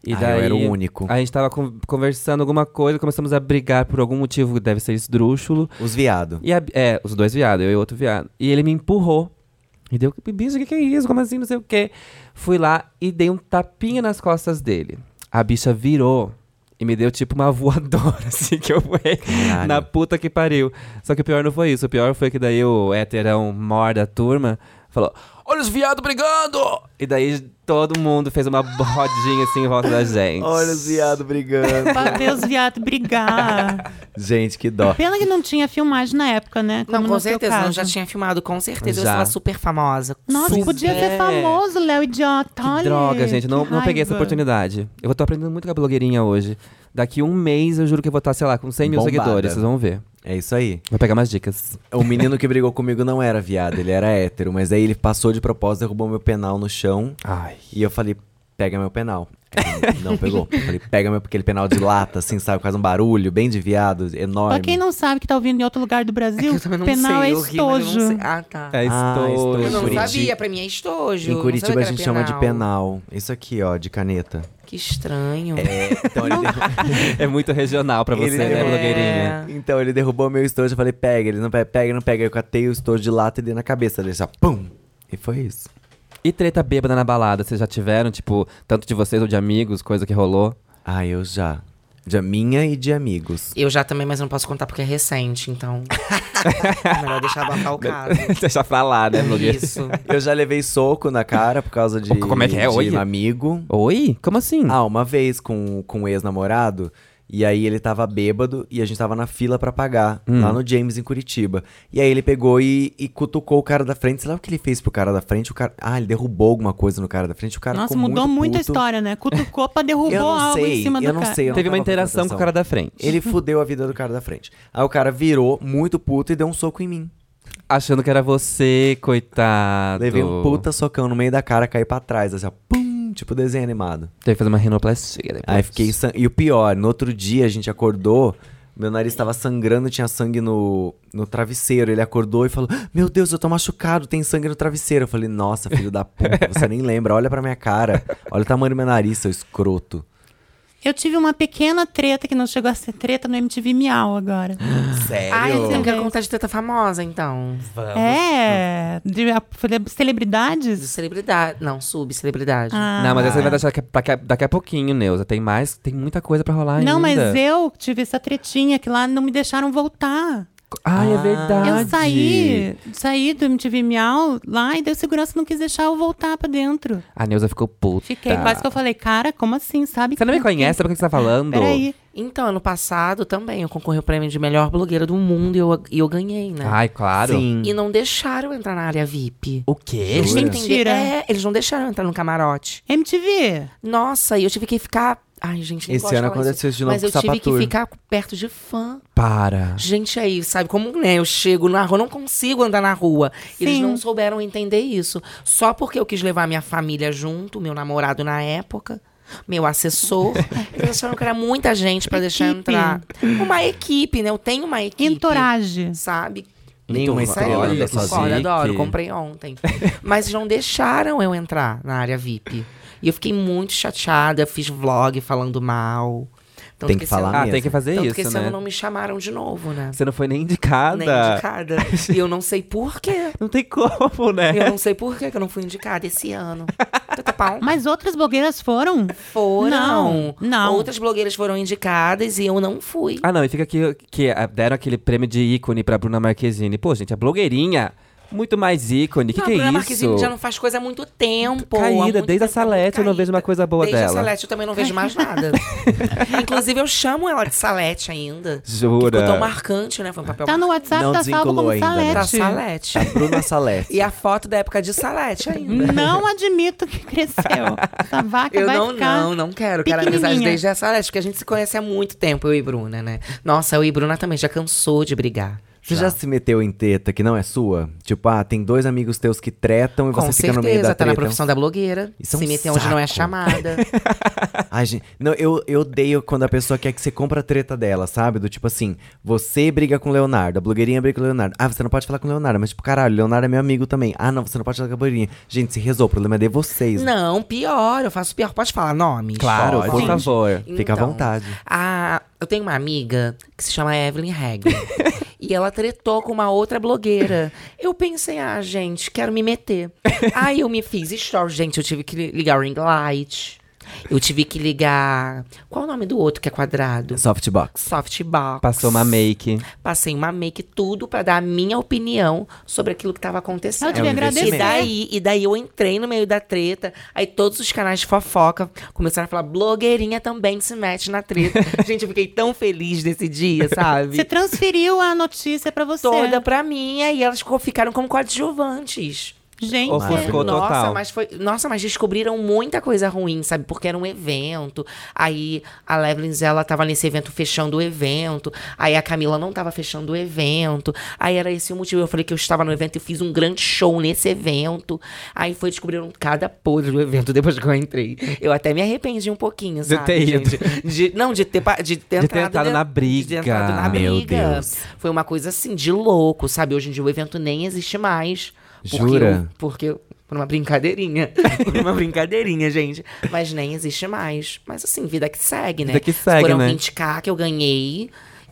Speaker 2: E
Speaker 1: Ah, eu era o único.
Speaker 2: A gente tava con- conversando alguma coisa, começamos a brigar por algum motivo, deve ser esdrúxulo.
Speaker 1: Os viado.
Speaker 2: E a- é, os dois viados, eu e outro viado. E ele me empurrou. E deu, bicho, o que, que é isso? Como assim? Não sei o quê. Fui lá e dei um tapinha nas costas dele. A bicha virou e me deu tipo uma voadora, assim, que eu fui na puta que pariu. Só que o pior não foi isso. O pior foi que daí o héterão mor da turma falou: Olha os viados brigando! E daí todo mundo fez uma rodinha assim em volta da gente.
Speaker 1: Olha os viado brigando.
Speaker 3: Pra ver os viados brigar.
Speaker 1: Gente, que dó.
Speaker 3: Pena que não tinha filmagem na época, né? Como
Speaker 5: Não,
Speaker 3: no
Speaker 5: com
Speaker 3: teu
Speaker 5: certeza. Não,
Speaker 3: caso.
Speaker 5: já tinha filmado, com certeza. Eu
Speaker 2: Já.
Speaker 5: sou uma super famosa.
Speaker 3: Nossa,
Speaker 2: Pois
Speaker 3: podia
Speaker 2: é.
Speaker 3: ser famoso, Léo Idiota.
Speaker 2: Que
Speaker 3: olha,
Speaker 2: droga, gente. Não,
Speaker 3: que
Speaker 2: não peguei essa
Speaker 3: raiva.
Speaker 2: oportunidade. Eu vou estar aprendendo muito com a blogueirinha hoje. Daqui um mês eu juro que eu vou estar, sei lá, com 100 mil
Speaker 1: Bombada.
Speaker 2: seguidores. Vocês vão ver.
Speaker 1: É isso aí.
Speaker 2: Vou pegar umas dicas.
Speaker 1: O menino que brigou comigo não era viado, ele era hétero, mas aí ele passou de propósito, derrubou meu penal no chão.
Speaker 2: Ai.
Speaker 1: E eu falei, pega meu penal. Ele Não pegou. Eu falei, pega meu, aquele penal de lata, assim, sabe? Faz um barulho bem de viado, enorme.
Speaker 3: Pra quem não sabe que tá ouvindo em outro lugar do Brasil,
Speaker 5: É Eu também não
Speaker 3: penal
Speaker 5: sei.
Speaker 3: é
Speaker 5: eu ri, mas eu não
Speaker 3: estojo.
Speaker 5: sei. Ah, tá.
Speaker 2: É
Speaker 1: Ah,
Speaker 2: estou.
Speaker 1: estou-
Speaker 5: Eu não
Speaker 1: Curiti-
Speaker 5: sabia, pra mim é estojo. eu
Speaker 1: Em
Speaker 5: não
Speaker 1: Curitiba
Speaker 5: sabia
Speaker 1: a
Speaker 5: que era
Speaker 1: gente chama de penal. Isso aqui, ó, de caneta.
Speaker 5: Que estranho.
Speaker 1: Então ele,
Speaker 2: É muito regional pra você,
Speaker 1: Ele
Speaker 2: né,
Speaker 1: é.
Speaker 2: blogueirinha?
Speaker 1: derru- então ele derrubou meu estojo, eu falei, pega, ele não pega, pega, não pega. Eu catei o estojo de lata e dei na cabeça dele, só pum! E foi isso.
Speaker 2: E treta bêbada na balada, vocês já tiveram? Tipo, tanto de vocês ou de amigos, coisa que rolou?
Speaker 1: Ah, eu já. De minha e de amigos.
Speaker 5: Eu já também, mas eu não posso contar porque é recente, então. Melhor deixar abafar o caso.
Speaker 2: Deixa pra lá, né, blogueira?
Speaker 5: Isso.
Speaker 1: Eu já levei soco na cara por causa de,
Speaker 2: Como é que é?
Speaker 1: de
Speaker 2: Oi?
Speaker 1: um amigo.
Speaker 2: Oi? Como assim?
Speaker 1: Ah, uma vez com, com um ex-namorado. E aí ele tava bêbado e a gente tava na fila pra pagar,
Speaker 2: Hum.
Speaker 1: lá no James, em Curitiba. E aí ele pegou e, e cutucou o cara da frente. Sei lá o que ele fez pro cara da frente. O cara... Ah, ele derrubou alguma coisa no cara da frente. O cara
Speaker 3: Nossa,
Speaker 1: ficou
Speaker 3: mudou
Speaker 1: muito
Speaker 3: muito a
Speaker 1: puto.
Speaker 3: história, né? Cutucou pra derrubou
Speaker 1: Eu não
Speaker 3: algo
Speaker 1: sei,
Speaker 3: em cima
Speaker 1: eu
Speaker 3: do
Speaker 1: não
Speaker 3: cara.
Speaker 1: sei. Eu não
Speaker 2: Teve uma
Speaker 1: tava prestando
Speaker 2: interação com o
Speaker 1: atenção.
Speaker 2: cara da frente.
Speaker 1: Ele fudeu a vida do cara da frente. Aí o cara virou muito puto e deu um soco em mim.
Speaker 2: Achando que era você, coitado.
Speaker 1: Levei um puta socão no meio da cara, caí pra trás, assim, ó, pum, tipo desenho animado.
Speaker 2: Teve que fazer uma rinoplastia depois.
Speaker 1: Aí fiquei san... E o pior, no outro dia a gente acordou, meu nariz tava sangrando, tinha sangue no, no travesseiro. Ele acordou e falou: "Ah, Meu Deus, eu tô machucado, tem sangue no travesseiro. Eu falei, nossa, filho da puta, você nem lembra, olha pra minha cara. Olha o tamanho do meu nariz, seu escroto.
Speaker 3: Eu tive uma pequena treta que não chegou a ser treta no MTV Miau agora.
Speaker 5: Tá
Speaker 1: Sério?
Speaker 5: Ai, você não quer
Speaker 3: Gente.
Speaker 5: então, contar de teta famosa, então.
Speaker 3: É, de a- cele-
Speaker 5: De
Speaker 3: celebridades?
Speaker 5: celebridade. Não, sub-celebridade.
Speaker 2: Não, mas essa
Speaker 5: Ah.
Speaker 2: vai deixar que- é pra que- daqui a pouquinho, Neuza. Tem mais, tem muita coisa pra rolar ainda.
Speaker 3: Não, mas eu tive essa tretinha que lá não me deixaram voltar.
Speaker 2: Ai,
Speaker 5: Ah.
Speaker 2: é verdade.
Speaker 3: Eu saí, saí do MTV Miau lá e daí o segurança não quis deixar eu voltar pra dentro.
Speaker 2: A Neuza ficou puta.
Speaker 3: Fiquei quase que eu falei, cara, como assim, sabe?
Speaker 2: Tá. Você não me conhece? Sabe o que você tá falando?
Speaker 3: Peraí.
Speaker 5: Então, ano passado também eu concorri ao prêmio de melhor blogueira do mundo e eu, e eu ganhei, né?
Speaker 2: Ai, claro.
Speaker 1: Ah, Sim.
Speaker 5: E não deixaram eu entrar na área VIP.
Speaker 2: O quê?
Speaker 5: Eles não
Speaker 3: Jura?
Speaker 5: entenderam.
Speaker 3: Mentira.
Speaker 5: É, eles não deixaram eu entrar no camarote.
Speaker 3: MTV,
Speaker 5: Nossa, e eu tive que ficar. Ai, gente, não
Speaker 1: Esse
Speaker 5: gosto de
Speaker 1: ano
Speaker 5: falar
Speaker 1: aconteceu
Speaker 5: isso,
Speaker 1: de novo
Speaker 5: Mas
Speaker 1: com
Speaker 5: eu
Speaker 1: o
Speaker 5: tive que
Speaker 1: Sapatour.
Speaker 5: ficar perto de fã.
Speaker 2: Para.
Speaker 5: Gente, aí, sabe como, né? Eu chego na rua, eu não consigo andar na rua. Eles
Speaker 3: Sim.
Speaker 5: não souberam entender isso. Só porque eu quis levar minha família junto, meu namorado na época, meu assessor. eles acharam que era muita gente pra deixar eu
Speaker 3: Equipe.
Speaker 5: entrar. Uma equipe, né? Eu tenho uma equipe.
Speaker 3: Entourage.
Speaker 5: Sabe? Então,
Speaker 1: Nenhuma
Speaker 5: Isso aí,
Speaker 1: estrela
Speaker 5: olha
Speaker 1: anda
Speaker 5: que foda,
Speaker 1: sozinha.
Speaker 5: adoro,
Speaker 2: que-
Speaker 5: comprei ontem. Mas não deixaram eu entrar na área VIP. E eu fiquei muito chateada, fiz vlog falando mal. Então, Tanto
Speaker 1: Tem que
Speaker 5: esse ano-
Speaker 1: falar
Speaker 2: Ah,
Speaker 1: mesmo.
Speaker 2: tem que fazer
Speaker 5: Tanto que
Speaker 2: isso,
Speaker 5: esse
Speaker 2: né?
Speaker 5: ano não me chamaram de novo, né?
Speaker 2: Você não foi nem indicada.
Speaker 5: Nem indicada. e eu não sei por quê.
Speaker 2: Não tem como,
Speaker 5: Eu
Speaker 2: né?
Speaker 5: não sei por quê que eu não fui indicada esse ano. Tutupão.
Speaker 3: Mas outras blogueiras foram.
Speaker 5: Foram.
Speaker 3: Não, não.
Speaker 5: Outras blogueiras foram indicadas e eu não fui.
Speaker 2: Ah, não, e fica aqui que ah, deram aquele prêmio de ícone pra Bruna Marquezine. Pô, gente, a blogueirinha, muito mais ícone. O que,
Speaker 5: não,
Speaker 2: que
Speaker 5: a
Speaker 2: é
Speaker 5: Bruna
Speaker 2: isso?
Speaker 5: Marquezine já não faz coisa há muito tempo.
Speaker 2: Caída,
Speaker 5: há muito
Speaker 2: desde a
Speaker 5: tempo ela é
Speaker 2: Salete eu não
Speaker 5: caída.
Speaker 2: vejo uma coisa boa
Speaker 5: desde
Speaker 2: dela.
Speaker 5: a Salete eu também não vejo mais nada. Inclusive, eu chamo ela de Salete ainda.
Speaker 2: Jura?
Speaker 5: Ficou tão marcante, né? Foi um papel
Speaker 3: Tá no WhatsApp,
Speaker 1: Não
Speaker 3: tá salvo
Speaker 1: desvinculou
Speaker 3: como
Speaker 1: ainda, né?
Speaker 5: marcante. Tá
Speaker 3: Salete.
Speaker 5: Salete.
Speaker 1: Bruna Salete.
Speaker 5: E a foto da época de Salete ainda.
Speaker 3: Não admito que cresceu. Essa vaca
Speaker 5: Eu
Speaker 3: vai
Speaker 5: não,
Speaker 3: ficar.
Speaker 5: não, não quero. Quero amizade
Speaker 3: pequenininha.
Speaker 5: desde a Salete, porque a gente se conhece há muito tempo, eu e Bruna, né? Nossa, eu e Bruna também já cansou de brigar.
Speaker 1: Você já se meteu em treta que não é sua? Tipo, ah, tem dois amigos teus que tretam e
Speaker 5: Com
Speaker 1: você fica
Speaker 5: certeza,
Speaker 1: no meio da
Speaker 5: tá na
Speaker 1: treta.
Speaker 5: profissão da blogueira.
Speaker 1: Isso é
Speaker 5: se
Speaker 1: um
Speaker 5: meter onde não é
Speaker 1: saco.
Speaker 5: chamada.
Speaker 1: Ai, gente, não, eu, eu odeio quando a pessoa quer que você compra a treta dela, sabe? Do tipo assim, você briga com o Leonardo, a blogueirinha briga com o Leonardo. Ah, você não pode falar com o Leonardo, mas tipo, caralho, o Leonardo é meu amigo também. Ah, não, você não pode falar com a blogueirinha. Gente, se rezou, o problema é de vocês.
Speaker 5: Não, pior, eu faço pior. Pode falar nomes?
Speaker 2: Claro,
Speaker 5: Pode.
Speaker 2: por favor.
Speaker 1: Fica à
Speaker 5: Então,
Speaker 1: vontade.
Speaker 5: A, eu tenho uma amiga que se chama Evelyn Hegel. e ela tretou com uma outra blogueira. Eu pensei, ah, gente, quero me meter. Aí eu me fiz stories, gente. Eu tive que li- ligar o ring light. Eu tive que ligar. Qual o nome do outro que é quadrado?
Speaker 1: Softbox.
Speaker 5: Softbox.
Speaker 2: Passou uma make.
Speaker 5: Passei uma make, tudo pra dar a minha opinião sobre aquilo que tava acontecendo.
Speaker 3: Ela
Speaker 1: É
Speaker 3: devia
Speaker 1: um
Speaker 3: agradecer.
Speaker 5: E daí, e daí eu entrei no meio da treta. Aí todos os canais de fofoca começaram a falar: blogueirinha também se mete na treta. Gente, eu fiquei tão feliz nesse dia,
Speaker 3: Você tá
Speaker 5: sabe?
Speaker 3: transferiu a notícia pra você.
Speaker 5: Toda pra mim, e aí elas co- ficaram como coadjuvantes.
Speaker 3: Gente,
Speaker 2: Ou foi-
Speaker 1: Maravilhoso.
Speaker 2: ficou
Speaker 5: Nossa,
Speaker 2: total.
Speaker 5: mas foi. Nossa, mas descobriram muita coisa ruim, sabe? Porque era um evento. Aí a Levelins, ela tava nesse evento fechando o evento. Aí a Camila não tava fechando o evento. Aí era esse o motivo. Eu falei que eu estava no evento e fiz um grande show nesse evento. Aí foi descobriram cada podre do evento depois que eu entrei. Eu até me arrependi um pouquinho, sabe?
Speaker 2: ter ido.
Speaker 5: gente? De- não, de ter, pa- de ter
Speaker 2: De ter
Speaker 5: entrado,
Speaker 2: entrado
Speaker 5: dentro-
Speaker 2: na
Speaker 5: De ter
Speaker 2: briga.
Speaker 5: entrado na
Speaker 1: Meu
Speaker 5: briga.
Speaker 1: Deus.
Speaker 5: Foi uma coisa assim, de louco, sabe? Hoje em dia o evento nem existe mais. Porque
Speaker 1: Jura?
Speaker 5: eu- porque eu- por uma brincadeirinha. por uma brincadeirinha, gente. Mas nem existe mais. Mas assim, vida que segue, né?
Speaker 2: Vida que segue,
Speaker 5: Foram
Speaker 2: né?
Speaker 5: 20k que eu ganhei.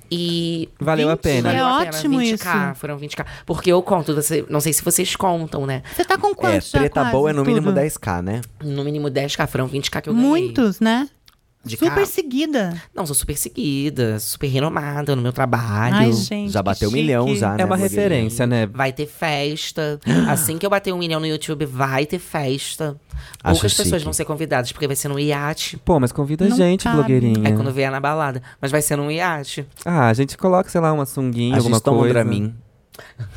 Speaker 5: E.
Speaker 2: Valeu a pena.
Speaker 5: valeu
Speaker 3: É
Speaker 5: a pena,
Speaker 3: ótimo
Speaker 5: 20K, Foram 20k. Porque eu conto, você- não sei se vocês contam, né?
Speaker 3: você tá com
Speaker 1: É,
Speaker 3: quantos já
Speaker 1: treta
Speaker 3: quase,
Speaker 1: boa é no mínimo
Speaker 3: tudo?
Speaker 1: 10k, né?
Speaker 5: No mínimo 10k, foram 20k que eu ganhei.
Speaker 3: Muitos, né?
Speaker 5: De
Speaker 3: Super
Speaker 5: carro.
Speaker 3: seguida.
Speaker 5: Não, sou super seguida, super renomada no meu trabalho.
Speaker 3: Ai, gente.
Speaker 1: Ah, já
Speaker 3: que
Speaker 1: bateu um
Speaker 3: chique.
Speaker 1: milhão já, né?
Speaker 2: É uma
Speaker 1: blogueirinha?
Speaker 2: referência, né?
Speaker 5: Vai ter festa. Assim que eu bater um milhão no YouTube, vai ter festa.
Speaker 1: Acho
Speaker 5: Poucas pessoas
Speaker 1: chique.
Speaker 5: vão ser convidadas, porque vai ser num iate.
Speaker 2: Pô, mas convida a
Speaker 3: Não
Speaker 2: gente,
Speaker 3: cabe.
Speaker 2: blogueirinha.
Speaker 5: É quando vier na balada. Mas vai ser num iate.
Speaker 2: Ah, a gente coloca, sei lá, uma sunguinha,
Speaker 1: A
Speaker 2: alguma
Speaker 1: gente toma um
Speaker 2: coisa.
Speaker 1: Dramin.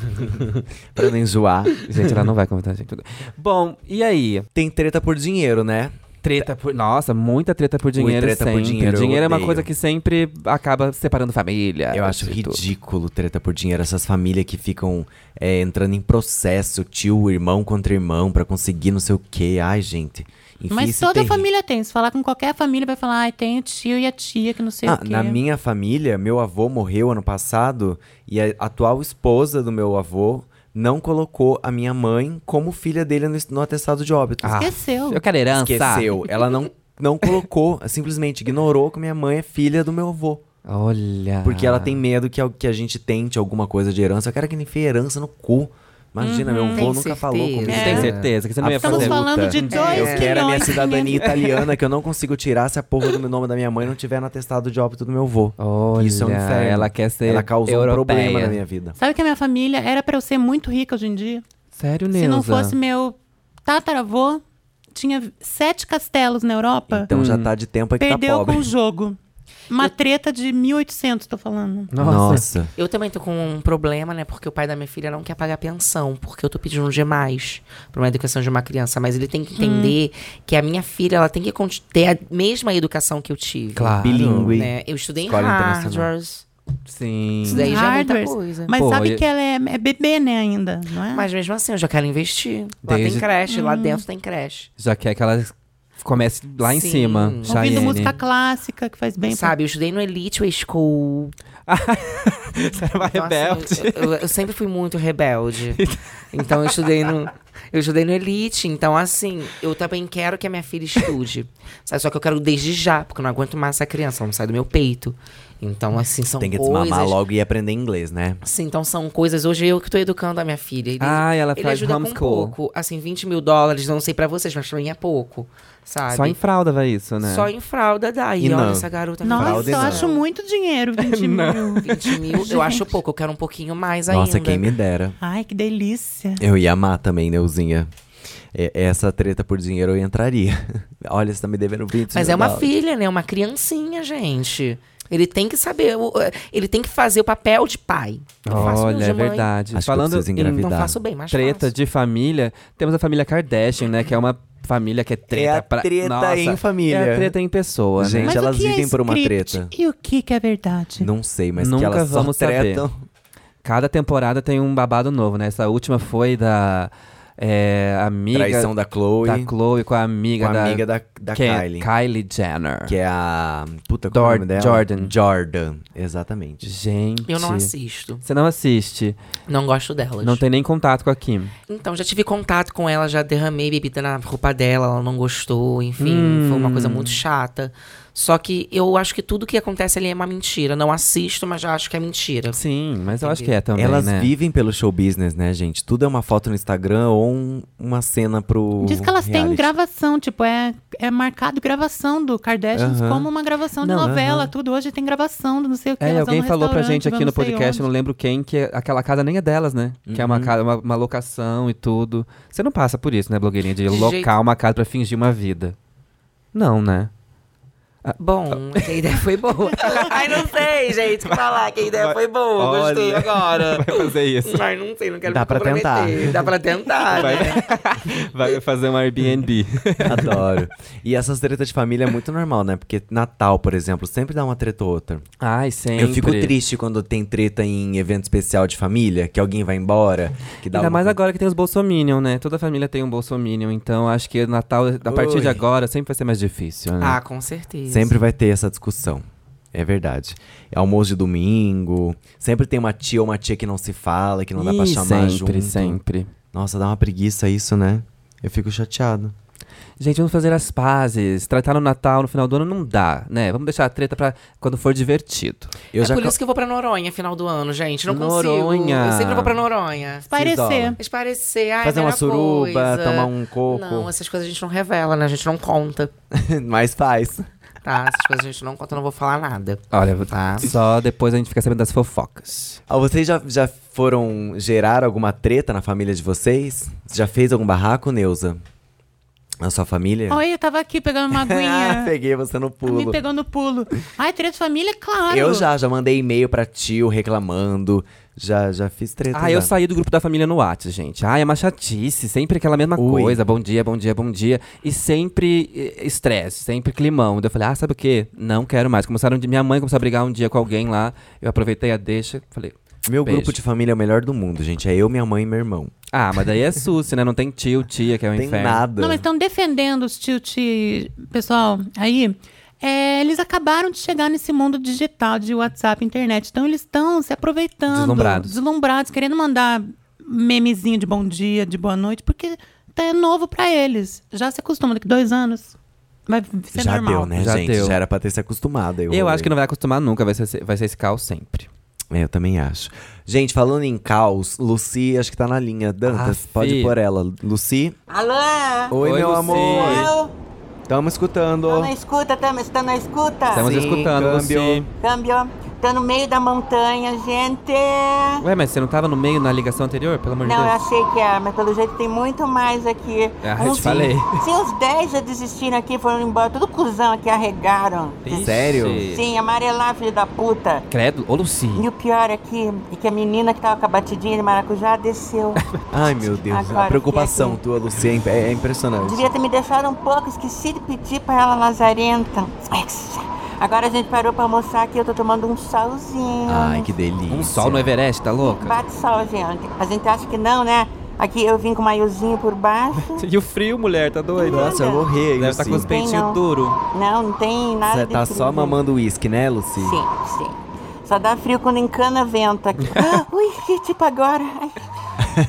Speaker 1: pra não enjoar.
Speaker 2: Gente, ela não vai convidar a gente. tudo. Bom, e aí?
Speaker 1: Tem treta por dinheiro, né?
Speaker 2: Treta por. Nossa, muita treta por dinheiro.
Speaker 1: treta por
Speaker 2: sempre.
Speaker 1: dinheiro, eu
Speaker 2: é uma
Speaker 1: odeio.
Speaker 2: coisa que sempre acaba separando família.
Speaker 1: Eu acho
Speaker 2: e tudo.
Speaker 1: ridículo treta por dinheiro. Essas famílias que ficam é, entrando em processo, tio, irmão contra irmão, pra conseguir não sei o quê. Ai, gente. Enfim,
Speaker 3: Mas
Speaker 1: esse
Speaker 3: toda
Speaker 1: terri-
Speaker 3: família tem. Se falar com qualquer família, vai falar, ai, tem o tio e a tia que não sei
Speaker 1: Ah,
Speaker 3: o quê.
Speaker 1: na minha família, meu avô morreu ano passado e a atual esposa do meu avô não colocou a minha mãe como filha dele no, no atestado de óbito.
Speaker 2: Ah,
Speaker 3: Esqueceu.
Speaker 2: Eu quero herança.
Speaker 1: Esqueceu. Ela não, não colocou, simplesmente ignorou que minha mãe é filha do meu avô.
Speaker 2: Olha.
Speaker 1: Porque ela tem medo que, al- que a gente tente alguma coisa de herança. Eu quero que ele enfie herança no cu. Imagina, meu avô
Speaker 5: Tem
Speaker 1: nunca
Speaker 5: certeza.
Speaker 1: falou comigo. É.
Speaker 2: Você tem certeza que você não ia
Speaker 1: Absoluta.
Speaker 2: fazer.
Speaker 3: Uhum. Estamos falando de dois
Speaker 1: Eu quero a minha
Speaker 3: milhões e
Speaker 1: cidadania
Speaker 3: quinhentos.
Speaker 1: italiana que eu não consigo tirar se a porra do meu nome da minha mãe não tiver no atestado de óbito do meu avô.
Speaker 2: Olha,
Speaker 1: Isso é um inferno.
Speaker 2: ela quer ser
Speaker 1: Ela causou um
Speaker 2: europeia.
Speaker 1: problema na minha vida.
Speaker 3: Sabe que a minha família era pra eu ser muito rica hoje em dia?
Speaker 2: Sério, Neuza?
Speaker 3: Se não fosse meu tataravô, tinha sete castelos na Europa.
Speaker 1: Então já tá de tempo é que tá
Speaker 3: perdeu
Speaker 1: pobre.
Speaker 3: com o jogo. Uma treta de 1800, tô falando.
Speaker 2: Nossa.
Speaker 1: Nossa.
Speaker 5: Eu também tô com um problema, né? Porque o pai da minha filha não quer pagar pensão, porque eu tô pedindo demais pra uma educação de uma criança. Mas ele tem que entender que a minha filha, ela tem que conti- ter a mesma educação que eu tive.
Speaker 2: Claro.
Speaker 1: Bilíngue.
Speaker 5: Né? Eu estudei em
Speaker 1: Escola internacional.
Speaker 5: Harvard.
Speaker 2: Sim.
Speaker 5: Isso daí já é muita
Speaker 3: Hardwares.
Speaker 5: coisa.
Speaker 3: Mas
Speaker 2: Pô,
Speaker 3: sabe
Speaker 2: e-
Speaker 3: que ela é, é bebê, né, ainda, não é?
Speaker 5: Mas mesmo assim, eu já quero investir. Lá
Speaker 2: Desde-
Speaker 5: tem creche, lá dentro tem creche.
Speaker 2: Já quer que ela comece lá em
Speaker 5: Sim.
Speaker 2: cima.
Speaker 5: Ouvindo
Speaker 3: Ouvindo
Speaker 2: Cheyenne.
Speaker 3: música clássica, que faz bem. pra-
Speaker 5: Sabe, eu estudei no Elite Way School.
Speaker 2: Você era uma
Speaker 5: Então, assim,
Speaker 2: rebelde.
Speaker 5: eu, eu- eu sempre fui muito rebelde. Então eu estudei no. Eu estudei no Elite, então assim, eu também quero que a minha filha estude. sabe? Só que eu quero desde já, porque eu não aguento mais essa criança, ela não sai do meu peito. Então, assim, são
Speaker 1: Tem que
Speaker 5: coisas.
Speaker 1: desmamar logo e aprender inglês, né?
Speaker 5: Sim, então são coisas. Hoje eu que tô educando a minha filha. Ele,
Speaker 2: Ah, ela
Speaker 5: ele
Speaker 2: faz
Speaker 5: ajuda com
Speaker 2: homeschool.
Speaker 5: pouco. Assim, 20 mil dólares, não sei pra vocês, mas pra mim é pouco. Sabe?
Speaker 2: Só em fralda vai isso, né?
Speaker 5: Só em fralda dá. E,
Speaker 1: E
Speaker 5: olha
Speaker 1: não.
Speaker 5: essa garota.
Speaker 1: Fralda
Speaker 3: Nossa,
Speaker 1: e
Speaker 3: eu
Speaker 1: não.
Speaker 3: acho muito dinheiro, 20 mil.
Speaker 5: 20 mil, eu acho pouco, eu quero um pouquinho mais
Speaker 1: Nossa,
Speaker 5: ainda.
Speaker 1: quem me dera.
Speaker 3: Ai, que delícia.
Speaker 1: Eu ia amar também, Neuzinha. É- Essa treta por dinheiro eu entraria. Olha, você tá me devendo 20
Speaker 5: Mas
Speaker 1: mil
Speaker 5: é uma
Speaker 1: dólares.
Speaker 5: filha, né? Uma criancinha, gente. Ele tem que saber, o- eh, ele tem que fazer o papel de pai. Eu faço meu
Speaker 2: Olha,
Speaker 5: de
Speaker 2: é
Speaker 5: mãe,
Speaker 2: verdade.
Speaker 1: Acho que eu
Speaker 2: Falando
Speaker 1: preciso
Speaker 2: em
Speaker 1: engravidar.
Speaker 5: Não
Speaker 1: Vida.
Speaker 5: faço bem, mas
Speaker 2: treta
Speaker 5: faço.
Speaker 2: de família, temos a família Kardashian, né? Que é uma família que é treta.
Speaker 1: É a
Speaker 2: pra-
Speaker 1: treta
Speaker 2: Nossa,
Speaker 1: em família.
Speaker 2: É a treta em pessoa,
Speaker 1: Gente,
Speaker 2: né?
Speaker 3: Mas
Speaker 1: elas
Speaker 3: o que
Speaker 1: vivem
Speaker 3: é
Speaker 1: por uma
Speaker 3: script
Speaker 1: treta.
Speaker 3: E o que, que é verdade?
Speaker 1: Não sei, mas
Speaker 2: Nunca
Speaker 1: que elas só
Speaker 2: vamos saber.
Speaker 1: tretam.
Speaker 2: Cada temporada tem um babado novo, né? Essa última foi da é, amiga
Speaker 1: Traição da Chloe
Speaker 2: da Chloe com a amiga
Speaker 1: com
Speaker 2: da,
Speaker 1: a amiga da, da
Speaker 2: que é
Speaker 1: Kylie.
Speaker 2: Kylie Jenner.
Speaker 1: Que é a. Puta, qual é o
Speaker 2: Dor-
Speaker 1: nome dela?
Speaker 2: Jordan.
Speaker 1: Jordan, exatamente.
Speaker 2: Gente.
Speaker 5: Eu não assisto.
Speaker 2: Você não assiste.
Speaker 5: Não gosto delas.
Speaker 2: Não tem nem contato com a Kim.
Speaker 5: Então, já tive contato com ela, já derramei bebida na roupa dela, ela não gostou, enfim,
Speaker 2: Hum.
Speaker 5: foi uma coisa muito chata. Só que eu acho que tudo que acontece ali é uma mentira. Não assisto, mas já acho que é mentira.
Speaker 2: Sim, mas eu acho que é também,
Speaker 1: Elas
Speaker 2: né?
Speaker 1: vivem pelo show business, né, gente? Tudo é uma foto no Instagram ou um- uma cena pro.
Speaker 3: Diz que elas têm
Speaker 1: reality.
Speaker 3: gravação, tipo, é, é marcado gravação do Kardashians
Speaker 1: Aham.
Speaker 3: como uma gravação de
Speaker 2: Não,
Speaker 3: novela, tudo. Hoje tem gravação do não sei o que.
Speaker 2: É,
Speaker 3: elas
Speaker 2: alguém
Speaker 3: vão no
Speaker 2: falou pra gente
Speaker 3: restaurante,
Speaker 2: aqui no
Speaker 3: vão não sei
Speaker 2: podcast, eu
Speaker 3: onde.
Speaker 2: não lembro quem, que aquela casa nem é delas, né? Que é uma, casa, uma, uma locação e tudo. Você não passa por isso, né, blogueirinha? De,
Speaker 5: De
Speaker 2: locar
Speaker 5: jeito-
Speaker 2: uma casa pra fingir uma vida. Não, né?
Speaker 5: Bom, que a ideia foi boa. Tá. Ai, não sei, gente, o que falar que a ideia foi boa.
Speaker 2: Olha.
Speaker 5: Gostei agora.
Speaker 2: Vai fazer isso.
Speaker 5: Ai, não sei, não quero
Speaker 1: Dá
Speaker 5: me
Speaker 1: pra
Speaker 5: comprometer.
Speaker 1: tentar.
Speaker 5: Dá pra tentar,
Speaker 2: Vai,
Speaker 5: né?
Speaker 2: vai fazer um Airbnb.
Speaker 1: Adoro. E essas tretas de família é muito normal, né? Porque Natal, por exemplo, sempre dá uma treta ou outra.
Speaker 2: Ai, sempre.
Speaker 1: Eu fico triste quando tem treta em evento especial de família, que alguém vai embora, que dá
Speaker 2: Ainda
Speaker 1: uma-
Speaker 2: mais agora que tem os Bolsominion, né? Toda família tem um Bolsominion, então acho que Natal, a partir de
Speaker 1: Ui.
Speaker 2: agora, sempre vai ser mais difícil, né?
Speaker 5: Ah, com certeza.
Speaker 1: Sempre vai ter essa discussão. É verdade. É almoço de domingo, sempre tem uma tia ou uma tia que não se fala, que não dá pra
Speaker 2: Ih,
Speaker 1: chamar
Speaker 2: sempre,
Speaker 1: junto.
Speaker 2: sempre.
Speaker 1: Nossa, dá uma preguiça isso, né? Eu fico chateado.
Speaker 2: Gente, vamos fazer as pazes. Tratar no Natal, no final do ano, não dá, né? Vamos deixar a treta pra quando for divertido.
Speaker 1: Eu
Speaker 5: é
Speaker 1: já
Speaker 5: por
Speaker 1: ca-
Speaker 5: isso que eu vou pra Noronha final do ano, gente. Não consigo.
Speaker 2: Noronha.
Speaker 5: Eu sempre vou pra Noronha.
Speaker 3: Parecer.
Speaker 5: Esparecer, ai,
Speaker 1: fazer uma
Speaker 5: melhor
Speaker 1: suruba,
Speaker 5: coisa.
Speaker 1: tomar um coco.
Speaker 5: Não, essas coisas a gente não revela, né? A gente não conta.
Speaker 2: assim.
Speaker 1: Mas faz.
Speaker 5: Tá? Essas coisas a gente não conta, eu não vou falar nada.
Speaker 2: Olha, vou-
Speaker 5: Tá?
Speaker 2: só depois a gente fica sabendo das fofocas.
Speaker 1: Ah, vocês já, já foram gerar alguma treta na família de vocês? Já fez algum barraco, Neuza? Na sua família?
Speaker 3: Olha, eu tava aqui pegando uma
Speaker 1: Ah,
Speaker 3: aguinha.
Speaker 1: peguei você no
Speaker 3: me
Speaker 1: né? pulo.
Speaker 3: pegou no pulo. Ai, treta de família, claro.
Speaker 1: Eu já, já mandei e-mail pra tio reclamando. Já, já fiz treta.
Speaker 2: Ah, eu
Speaker 1: já.
Speaker 2: saí do grupo da família no Whats, gente. Ah, é uma chatice, sempre aquela mesma
Speaker 1: Ui.
Speaker 2: coisa. Bom dia, bom dia, bom dia. E sempre eh, estresse, sempre climão. Daí eu falei, ah, sabe o quê? Não quero mais. Começaram de... Minha mãe começou a brigar um dia com alguém lá. Eu aproveitei a deixa, falei...
Speaker 1: Meu
Speaker 2: Beijo.
Speaker 1: grupo de família é o melhor do mundo, gente. É eu, minha mãe e meu irmão.
Speaker 2: Ah, mas daí é susto, né? Não tem tio, tia, que é o
Speaker 1: Não tem
Speaker 2: inferno.
Speaker 1: nada.
Speaker 3: Não, mas estão defendendo os tio-ti, pessoal, aí. É, eles acabaram de chegar nesse mundo digital de WhatsApp, internet. Então eles estão se aproveitando.
Speaker 2: Deslumbrados.
Speaker 3: Deslumbrados, querendo mandar memezinho de bom dia, de boa noite, porque tá- é novo pra eles. Já se acostuma, daqui dois anos vai ser
Speaker 1: já
Speaker 3: é normal.
Speaker 1: deu, né,
Speaker 2: Já
Speaker 1: gente?
Speaker 2: deu.
Speaker 1: Já era pra ter se acostumado. aí o
Speaker 2: Eu
Speaker 1: rolê.
Speaker 2: acho que não vai acostumar nunca, vai ser, vai ser esse caos sempre.
Speaker 1: É, eu também acho. Gente, falando em caos, Lucy acho que tá na linha. Dantas,
Speaker 2: Ah,
Speaker 1: pode
Speaker 2: fi.
Speaker 1: pôr ela. Lucy?
Speaker 6: Alô?
Speaker 1: Oi,
Speaker 2: Oi,
Speaker 1: meu
Speaker 2: Lucy.
Speaker 1: amor.
Speaker 6: Alô?
Speaker 1: Tamo escutando.
Speaker 6: Tá na escuta, tá, mas tá na escuta?
Speaker 2: Estamos
Speaker 1: Sim,
Speaker 2: escutando,
Speaker 1: câmbio.
Speaker 2: Lucy.
Speaker 6: Câmbio. Tá no meio da montanha, gente.
Speaker 2: Ué, mas você não tava no meio na ligação anterior? Pelo amor de
Speaker 6: Não, eu
Speaker 2: Deus.
Speaker 6: achei que era, mas pelo jeito tem muito mais aqui.
Speaker 2: Ah, eu te falei.
Speaker 6: Se os 10 já desistiram aqui, foram embora, tudo cuzão aqui, arregaram.
Speaker 2: Ixi.
Speaker 1: Sério?
Speaker 6: Sim, amarelar, filho da puta.
Speaker 2: Credo, ô Lucy.
Speaker 6: E o pior aqui é que a menina que tava com a batidinha de maracujá desceu.
Speaker 1: Ai, meu Deus.
Speaker 6: Agora,
Speaker 1: a preocupação
Speaker 3: assim.
Speaker 6: fiquei
Speaker 1: tua, Lucy, é imp- é, é impressionante.
Speaker 6: Devia ter me deixado um pouco, esqueci de pedir pra ela lazarenta. Agora a gente parou pra almoçar aqui, eu tô tomando um solzinho.
Speaker 1: Ai, que delícia.
Speaker 2: Um sol no um Everest, tá louca?
Speaker 6: Bate sol, gente. A gente acha que não, né? Aqui eu vim com o maiozinho por baixo.
Speaker 2: E o frio, mulher, tá doido?
Speaker 1: Nossa, eu vou rir,
Speaker 2: Deve
Speaker 1: Lucy.
Speaker 2: estar com os
Speaker 6: Tem
Speaker 2: peitinhos
Speaker 6: não.
Speaker 2: duros.
Speaker 6: Não, não tem nada
Speaker 1: Você
Speaker 6: de
Speaker 1: tá
Speaker 6: frio,
Speaker 1: só
Speaker 6: né?
Speaker 1: mamando uísque, né, Lucy?
Speaker 6: Sim, sim. Só dá frio quando encana vento aqui. Ah, ui, que tipo agora? Ai,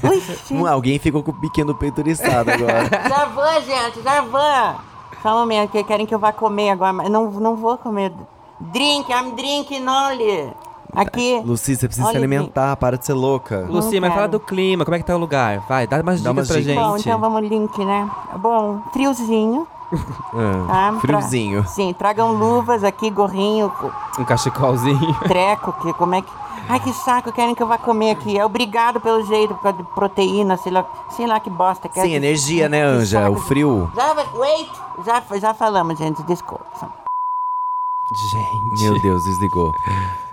Speaker 6: Ui,
Speaker 1: Hum,
Speaker 6: gente.
Speaker 1: alguém ficou com o biquinho do peito eriçado agora.
Speaker 6: já vou, gente, já vou. Só um momento, que querem que eu vá comer agora. mas Não, não vou comer. Drink, I'm drinking only. Aqui.
Speaker 1: Lucy, você precisa
Speaker 6: Olha
Speaker 1: se
Speaker 6: aqui.
Speaker 1: alimentar, para de ser louca.
Speaker 2: Lucy, mas
Speaker 6: quero.
Speaker 2: fala do clima, como é que tá o lugar? Vai, dá umas
Speaker 1: Dá
Speaker 2: dicas
Speaker 1: umas
Speaker 2: pra
Speaker 1: dicas.
Speaker 6: Bom,
Speaker 2: gente.
Speaker 6: então vamos link, né? Bom, friozinho, tá?
Speaker 1: Ah,
Speaker 6: Tra-
Speaker 1: friozinho.
Speaker 6: Sim, tragam luvas aqui, gorrinho, co-
Speaker 2: Um cachecolzinho.
Speaker 6: treco, que como é que... Ai, que saco, querem que eu vá comer aqui. É obrigado pelo jeito, por causa de proteína, sei lá, sei lá que bosta. que é
Speaker 1: Sem
Speaker 6: que-
Speaker 1: energia, né,
Speaker 6: que
Speaker 1: Anja?
Speaker 6: saco,
Speaker 1: O frio.
Speaker 6: Já, wait, já, já falamos, gente, desculpa.
Speaker 2: Gente.
Speaker 1: Meu Deus, desligou.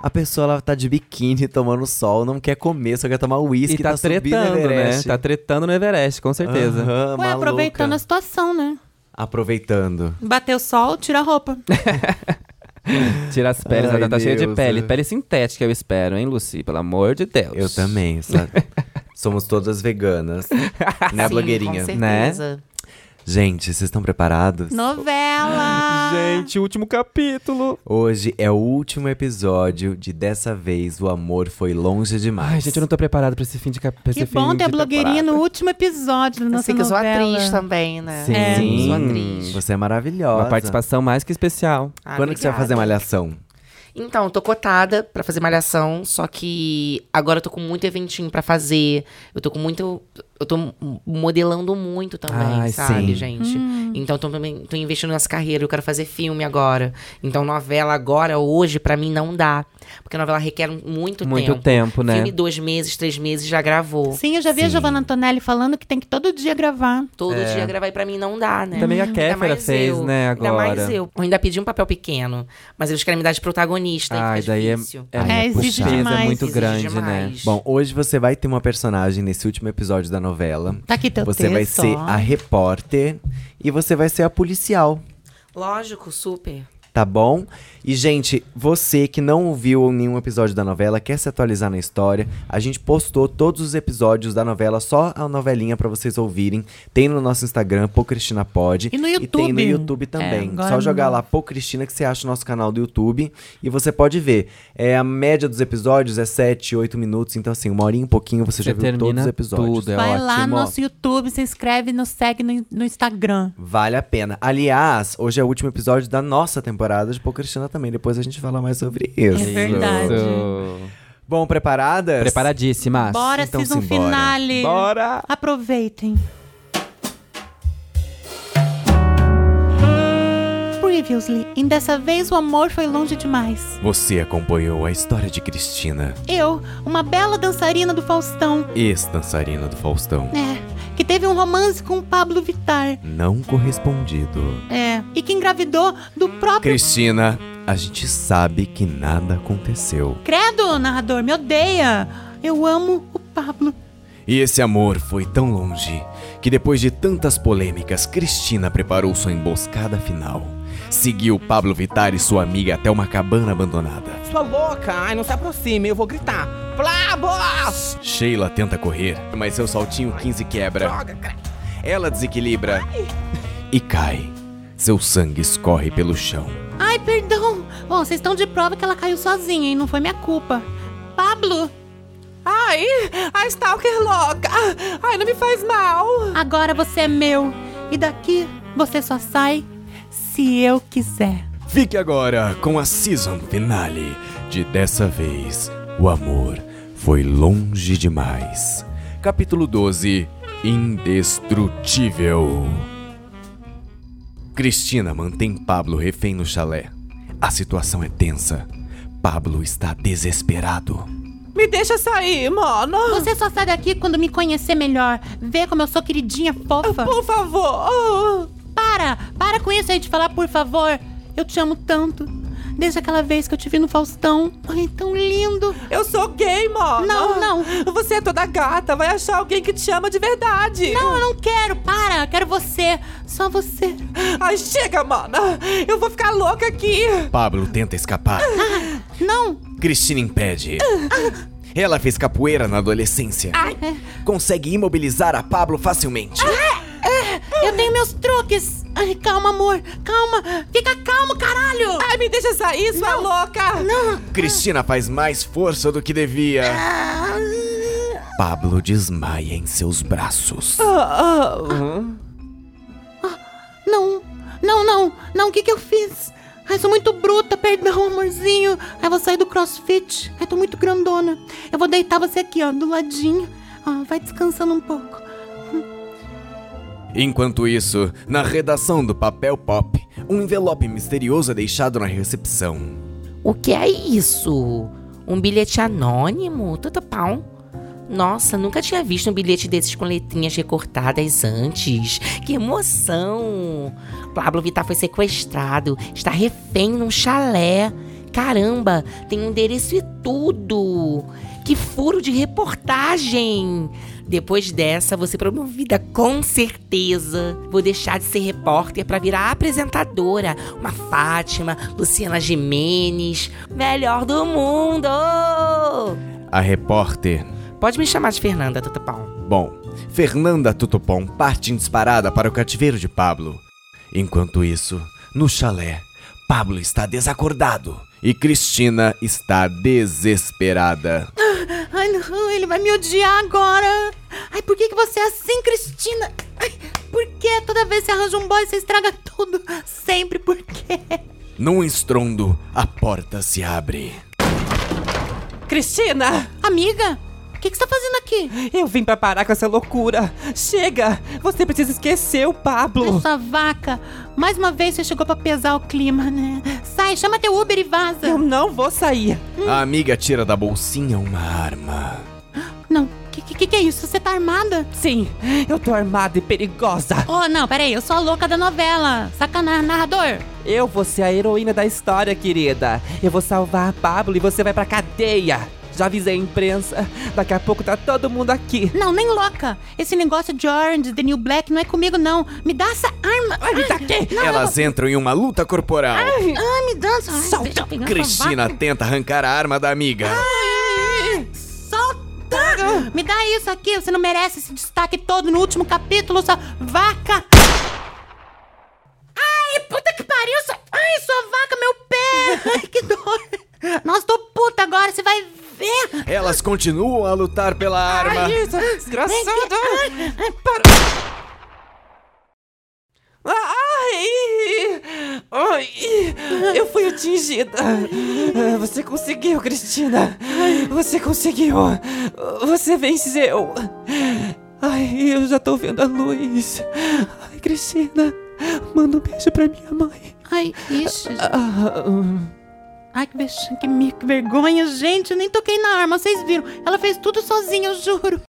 Speaker 1: A pessoa, ela tá de biquíni, tomando sol, não quer comer, só quer tomar
Speaker 2: E
Speaker 1: uísque
Speaker 2: tá,
Speaker 1: subindo
Speaker 2: tretando, né?
Speaker 1: Everest.
Speaker 2: Tá tretando no Everest, com certeza.
Speaker 1: Aham,
Speaker 3: Ué,
Speaker 1: maluca.
Speaker 3: aproveitando a situação, né?
Speaker 1: Aproveitando.
Speaker 3: Bateu sol, tira a roupa.
Speaker 2: Tira as peles,
Speaker 1: Ai,
Speaker 2: ela tá cheia de
Speaker 1: Deus,
Speaker 2: pele.
Speaker 1: né?
Speaker 2: Pele sintética, eu espero, hein, Lucy? Pelo amor de Deus.
Speaker 1: Eu também, sabe? Somos todas veganas. né, blogueirinha?
Speaker 5: Sim, com
Speaker 2: né?
Speaker 5: certeza.
Speaker 1: Gente, vocês estão preparados?
Speaker 3: Novela!
Speaker 2: É Gente, último capítulo.
Speaker 1: Hoje é o último episódio de Dessa Vez o Amor Foi Longe Demais.
Speaker 2: Ai, gente, eu não tô preparado pra esse fim de capítulo.
Speaker 3: Que bom ter a blogueirinha no último episódio da nossa
Speaker 5: Assim que eu sou
Speaker 3: novela.
Speaker 5: atriz também, né?
Speaker 1: Sim,
Speaker 3: É.
Speaker 5: Sou atriz.
Speaker 1: você é maravilhosa.
Speaker 2: Uma participação mais que especial.
Speaker 5: Ah,
Speaker 1: Quando que você vai fazer
Speaker 5: obrigada.
Speaker 1: malhação?
Speaker 5: Então, eu tô cotada pra fazer malhação, só que agora eu tô com muito eventinho pra fazer. Eu tô com muito. Eu tô m- modelando muito também,
Speaker 2: Ai,
Speaker 5: sabe,
Speaker 1: sim.
Speaker 5: gente? Então, eu tô, também- tô investindo nessa carreira. Eu quero fazer filme agora. Então, novela agora, hoje, pra mim não dá. Porque novela requer muito,
Speaker 2: Muito
Speaker 5: tempo.
Speaker 2: tempo, né?
Speaker 5: Filme, dois meses, três meses, já gravou.
Speaker 3: Sim, eu já vi a
Speaker 1: Sim.
Speaker 3: Giovanna Antonelli falando que tem que todo dia gravar.
Speaker 5: Todo dia gravar e pra mim não dá, né?
Speaker 2: É. Também a
Speaker 5: Ainda
Speaker 2: Kéfera
Speaker 5: mais
Speaker 2: fez, né,
Speaker 5: Ainda mais
Speaker 2: agora.
Speaker 5: eu. Eu ainda pedi um papel pequeno, mas eles querem me dar de protagonista.
Speaker 2: Ai,
Speaker 5: e fica
Speaker 2: daí é,
Speaker 5: difícil.
Speaker 2: é,
Speaker 1: Ai,
Speaker 2: é
Speaker 1: é
Speaker 2: puxado.
Speaker 1: exige
Speaker 3: demais.
Speaker 2: é muito
Speaker 5: Exige
Speaker 2: grande, né?
Speaker 5: demais.
Speaker 1: Bom, hoje você vai ter uma personagem nesse último episódio da novela.
Speaker 3: Tá aqui teu
Speaker 1: Você vai
Speaker 3: texto,
Speaker 1: ser
Speaker 3: ó.
Speaker 1: a repórter e você vai ser a policial.
Speaker 5: Lógico, super.
Speaker 1: Tá bom? E, gente, você que não ouviu nenhum episódio da novela, quer se atualizar na história, a gente postou todos os episódios da novela, só a novelinha pra vocês ouvirem. Tem no nosso Instagram, Pocristina Pod.
Speaker 3: E no
Speaker 1: E tem no
Speaker 3: YouTube.
Speaker 1: YouTube também.
Speaker 3: É, agora
Speaker 1: só jogar
Speaker 3: não.
Speaker 1: lá Pocristina que você acha o nosso canal do YouTube. E você pode ver. É, a média dos episódios é 7, 8 minutos. Então, assim, uma horinha e pouquinho você, já
Speaker 2: Você
Speaker 1: viu todos os
Speaker 2: termina
Speaker 1: episódios.
Speaker 2: tudo, é
Speaker 3: vai lá
Speaker 2: ótimo.
Speaker 3: no nosso YouTube, se inscreve, nos segue no, no Instagram.
Speaker 1: Vale a pena. Aliás, hoje é o último episódio da nossa temporada de Pocristina também. Depois a gente fala mais sobre isso.
Speaker 3: É verdade.
Speaker 1: Bom, preparadas?
Speaker 2: Preparadíssimas.
Speaker 3: Bora,
Speaker 1: então
Speaker 3: season
Speaker 1: simbora.
Speaker 3: finale.
Speaker 2: Bora!
Speaker 3: Aproveitem. Previously, em dessa vez o amor foi longe demais.
Speaker 1: Você acompanhou a história de Cristina,
Speaker 3: Eu, uma bela dançarina do Faustão,
Speaker 1: ex-dançarina do Faustão,
Speaker 3: é, que teve um romance com o Pablo Vittar,
Speaker 1: não correspondido.
Speaker 3: é, e que engravidou do próprio.
Speaker 1: Cristina, a gente sabe que nada aconteceu.
Speaker 3: Credo, narrador, me odeia! Eu amo o Pablo.
Speaker 1: E esse amor foi tão longe que depois de tantas polêmicas, Cristina preparou sua emboscada final. Seguiu Pablo Vittar e sua amiga até uma cabana abandonada.
Speaker 7: Sua louca! Ai, não se aproxime, eu vou gritar. Plabos!
Speaker 1: Sheila tenta correr, mas seu saltinho 15 quebra.
Speaker 7: Droga, cara.
Speaker 1: Ela desequilibra e cai. Seu sangue escorre pelo chão.
Speaker 3: Ai, perdão! Bom, vocês estão de prova que ela caiu sozinha, hein? Não foi minha culpa. Pablo,
Speaker 7: Ai, a Stalker louca! Ai, não me faz mal!
Speaker 3: agora você é meu. E daqui você só sai se eu quiser.
Speaker 1: Fique agora com a season finale de Dessa Vez o Amor Foi Longe Demais. Capítulo 12 Indestrutível. Cristina mantém Pablo refém no chalé. A situação é tensa. Pablo está desesperado.
Speaker 7: Me deixa sair, mano!
Speaker 3: Você só sai daqui quando me conhecer melhor. Vê como eu sou queridinha fofa.
Speaker 7: Por favor!
Speaker 3: Para! Para com isso aí de falar, por favor. Eu te amo tanto. Desde aquela vez que eu te vi no Faustão. Ai, tão lindo.
Speaker 7: Eu sou gay, mano!
Speaker 3: Não, não.
Speaker 7: Você é toda gata, vai achar alguém que te ama de verdade!
Speaker 3: Não, eu não quero. Para. eu Quero você. Só você.
Speaker 7: Ai, chega, mano! Eu vou ficar louca aqui!
Speaker 1: Pablo tenta escapar.
Speaker 3: Não.
Speaker 1: Cristina impede. Ela fez capoeira na adolescência.
Speaker 3: É,
Speaker 1: Consegue imobilizar a Pablo facilmente.
Speaker 3: Eu tenho meus truques. Ai, calma, amor. Calma. Fica calmo, caralho.
Speaker 7: Ai, me deixa sair, sua louca!
Speaker 1: Cristina faz mais força do que devia. Pablo desmaia em seus braços.
Speaker 3: Não, não, não. Não, o que que eu fiz? Ai, sou muito bruta, perdão, amorzinho. Ai, vou sair do crossfit. Ai, tô muito grandona. Eu vou deitar você aqui, ó, do ladinho. Ó, vai descansando um pouco.
Speaker 1: Enquanto isso, na redação do Papel Pop, um envelope misterioso é deixado na recepção.
Speaker 5: O que é isso? Um bilhete anônimo? Tudo pau. Nossa, nunca tinha visto um bilhete desses com letrinhas recortadas antes. Que emoção! Pablo Vittar foi sequestrado, está refém num chalé. Caramba, tem um endereço e tudo! Que furo de reportagem! Depois dessa, você promovida com certeza. Vou deixar de ser repórter pra virar apresentadora. Uma Fátima, Luciana Jimenez, melhor do mundo!
Speaker 1: A repórter
Speaker 5: Pode me chamar de Fernanda, Tutupão.
Speaker 1: Bom, Fernanda Tutupom parte em disparada para o cativeiro de Pablo. Enquanto isso, no chalé, Pablo está desacordado e Cristina está desesperada.
Speaker 3: Ai, não, ele vai me odiar agora. Ai, por que, que você é assim, Cristina? Ai, por que toda vez que arranja um boy, você estraga tudo? Sempre por quê?
Speaker 1: Num estrondo, a porta se abre.
Speaker 7: Cristina!
Speaker 3: Amiga, o que, que você tá fazendo aqui?
Speaker 7: Eu vim pra parar com essa loucura! Chega! Você precisa esquecer o Pablo!
Speaker 3: Essa vaca. Mais uma vez você chegou pra pesar o clima, né? Sai, chama teu Uber e vaza.
Speaker 7: Eu não vou sair!
Speaker 1: A amiga tira da bolsinha uma arma.
Speaker 3: Não, o que, que, que é isso? Você tá armada?
Speaker 7: Sim, eu tô armada e perigosa!
Speaker 3: Oh, não, peraí, eu sou a louca da novela. Sacanagem, narrador.
Speaker 7: Eu vou ser a heroína da história, querida. Eu vou salvar Pablo e você vai pra cadeia. Já avisei a imprensa. Daqui a pouco tá todo mundo aqui.
Speaker 3: Não, nem louca. Esse negócio de Orange, The New Black, não é comigo, não. Me dá essa arma.
Speaker 7: Ai, me dá aqui!
Speaker 1: Elas entram em uma luta corporal.
Speaker 3: Ah, me dá essa
Speaker 7: Solta,
Speaker 3: Deixa eu pegar essa
Speaker 1: Cristina
Speaker 3: vaca.
Speaker 1: tenta arrancar a arma da amiga.
Speaker 3: Solta! Me dá isso aqui. Você não merece esse destaque todo no último capítulo, sua vaca. Ai, puta que pariu. Sua... Ai, sua vaca, meu pé. Ai, que dor. Nossa, tô puta agora. Você vai ver.
Speaker 1: Elas continuam a lutar pela arma.
Speaker 7: Ai, isso é desgraçado! Para! Ai! Ai! Eu fui atingida! Ah, Você conseguiu, Cristina! Você conseguiu! Você venceu! Ai, eu já tô vendo a luz! Ai, Cristina! Manda um beijo pra minha mãe!
Speaker 3: Ai, ixi.
Speaker 7: Ah, hum.
Speaker 3: Ai, que, vex... que, mi- que vergonha, gente. Eu nem toquei na arma, vocês viram. Ela fez tudo sozinha, eu juro.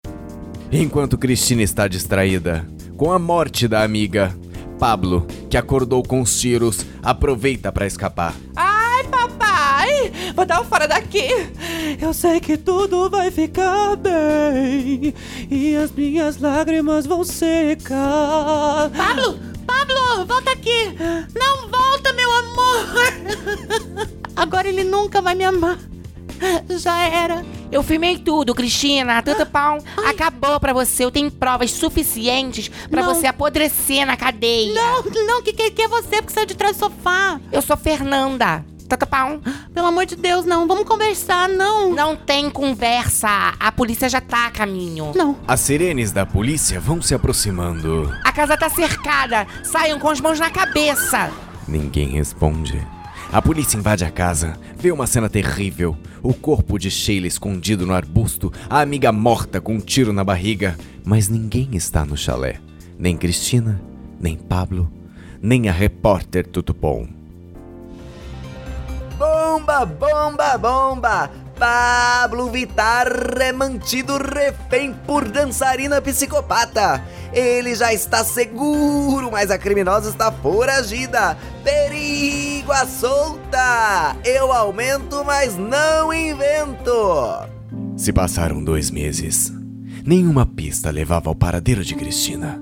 Speaker 1: Enquanto Cristina está distraída com a morte da amiga, Pablo, que acordou com os tiros, aproveita para escapar.
Speaker 7: Ai, papai! Vou dar um fora daqui! Eu sei que tudo vai ficar bem e as minhas lágrimas vão secar.
Speaker 3: Pablo! Pablo, volta aqui! Não volta, meu amor! Agora ele nunca vai me amar. Já era.
Speaker 5: Eu filmei tudo, Cristina. Tanta pau. Acabou pra você. Eu tenho provas suficientes pra
Speaker 3: Não.
Speaker 5: você apodrecer na cadeia.
Speaker 3: Não, Oh, não, que, que, que é você porque saiu de trás do sofá?
Speaker 5: Eu sou Fernanda. Tanta pau.
Speaker 3: Pelo amor de Deus, não. Vamos conversar, não.
Speaker 5: Não tem conversa. A polícia já tá a caminho.
Speaker 3: Não.
Speaker 1: As sirenes da polícia vão se aproximando.
Speaker 5: A casa tá cercada. Saiam com as mãos na cabeça.
Speaker 1: Ninguém responde. A polícia invade a casa, vê uma cena terrível: o corpo de Sheila escondido no arbusto, a amiga morta com um tiro na barriga. Mas ninguém está no chalé: nem Cristina, nem Pablo, nem a repórter Tutupom. Bomba, bomba, bomba! Pablo Vittar é mantido refém por dançarina psicopata. Ele já está seguro, mas a criminosa está foragida. Perigo à solta! Eu aumento, mas não invento! Se passaram dois meses. Nenhuma pista levava ao paradeiro de Cristina.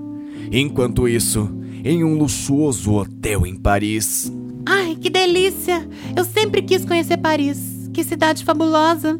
Speaker 1: Enquanto isso, em um luxuoso hotel em Paris,
Speaker 3: Ai, que delícia! Eu sempre quis conhecer Paris. Que cidade fabulosa.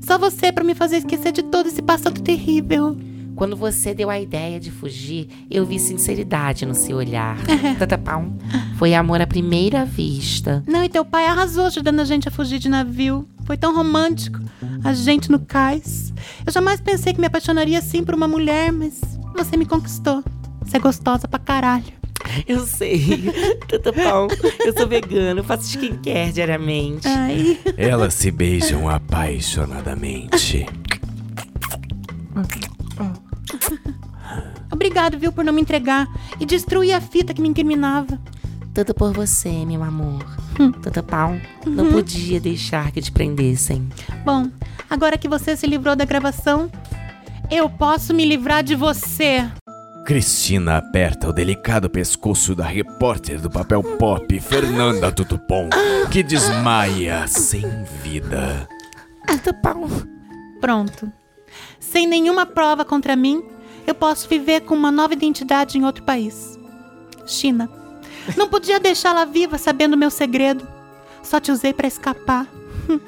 Speaker 3: Só você pra me fazer esquecer de todo esse passado terrível.
Speaker 5: Quando você deu a ideia de fugir, eu vi sinceridade no seu olhar. Tatapão. Foi amor à primeira vista.
Speaker 3: Não, e teu pai arrasou ajudando a gente a fugir de navio. Foi tão romântico. A gente no cais. Eu jamais pensei que me apaixonaria assim por uma mulher, mas você me conquistou. Você é gostosa pra caralho.
Speaker 5: Eu sei. Tatapão. Eu sou vegano, faço skincare diariamente.
Speaker 3: Ai.
Speaker 1: Elas se beijam apaixonadamente.
Speaker 3: Obrigado, viu, por não me entregar e destruir a fita que me incriminava.
Speaker 5: Tudo por você, meu amor.
Speaker 1: Hum.
Speaker 5: Tatapão.
Speaker 1: Uhum.
Speaker 5: Não podia deixar que te prendessem.
Speaker 3: Bom, agora que você se livrou da gravação, eu posso me livrar de você.
Speaker 1: Cristina aperta o delicado pescoço da repórter do papel pop, Fernanda Tutupom, que desmaia sem vida.
Speaker 5: Tatapão.
Speaker 3: Pronto. Sem nenhuma prova contra mim, eu posso viver com uma nova identidade em outro país. China. Não podia deixá-la viva sabendo meu segredo. Só te usei pra escapar.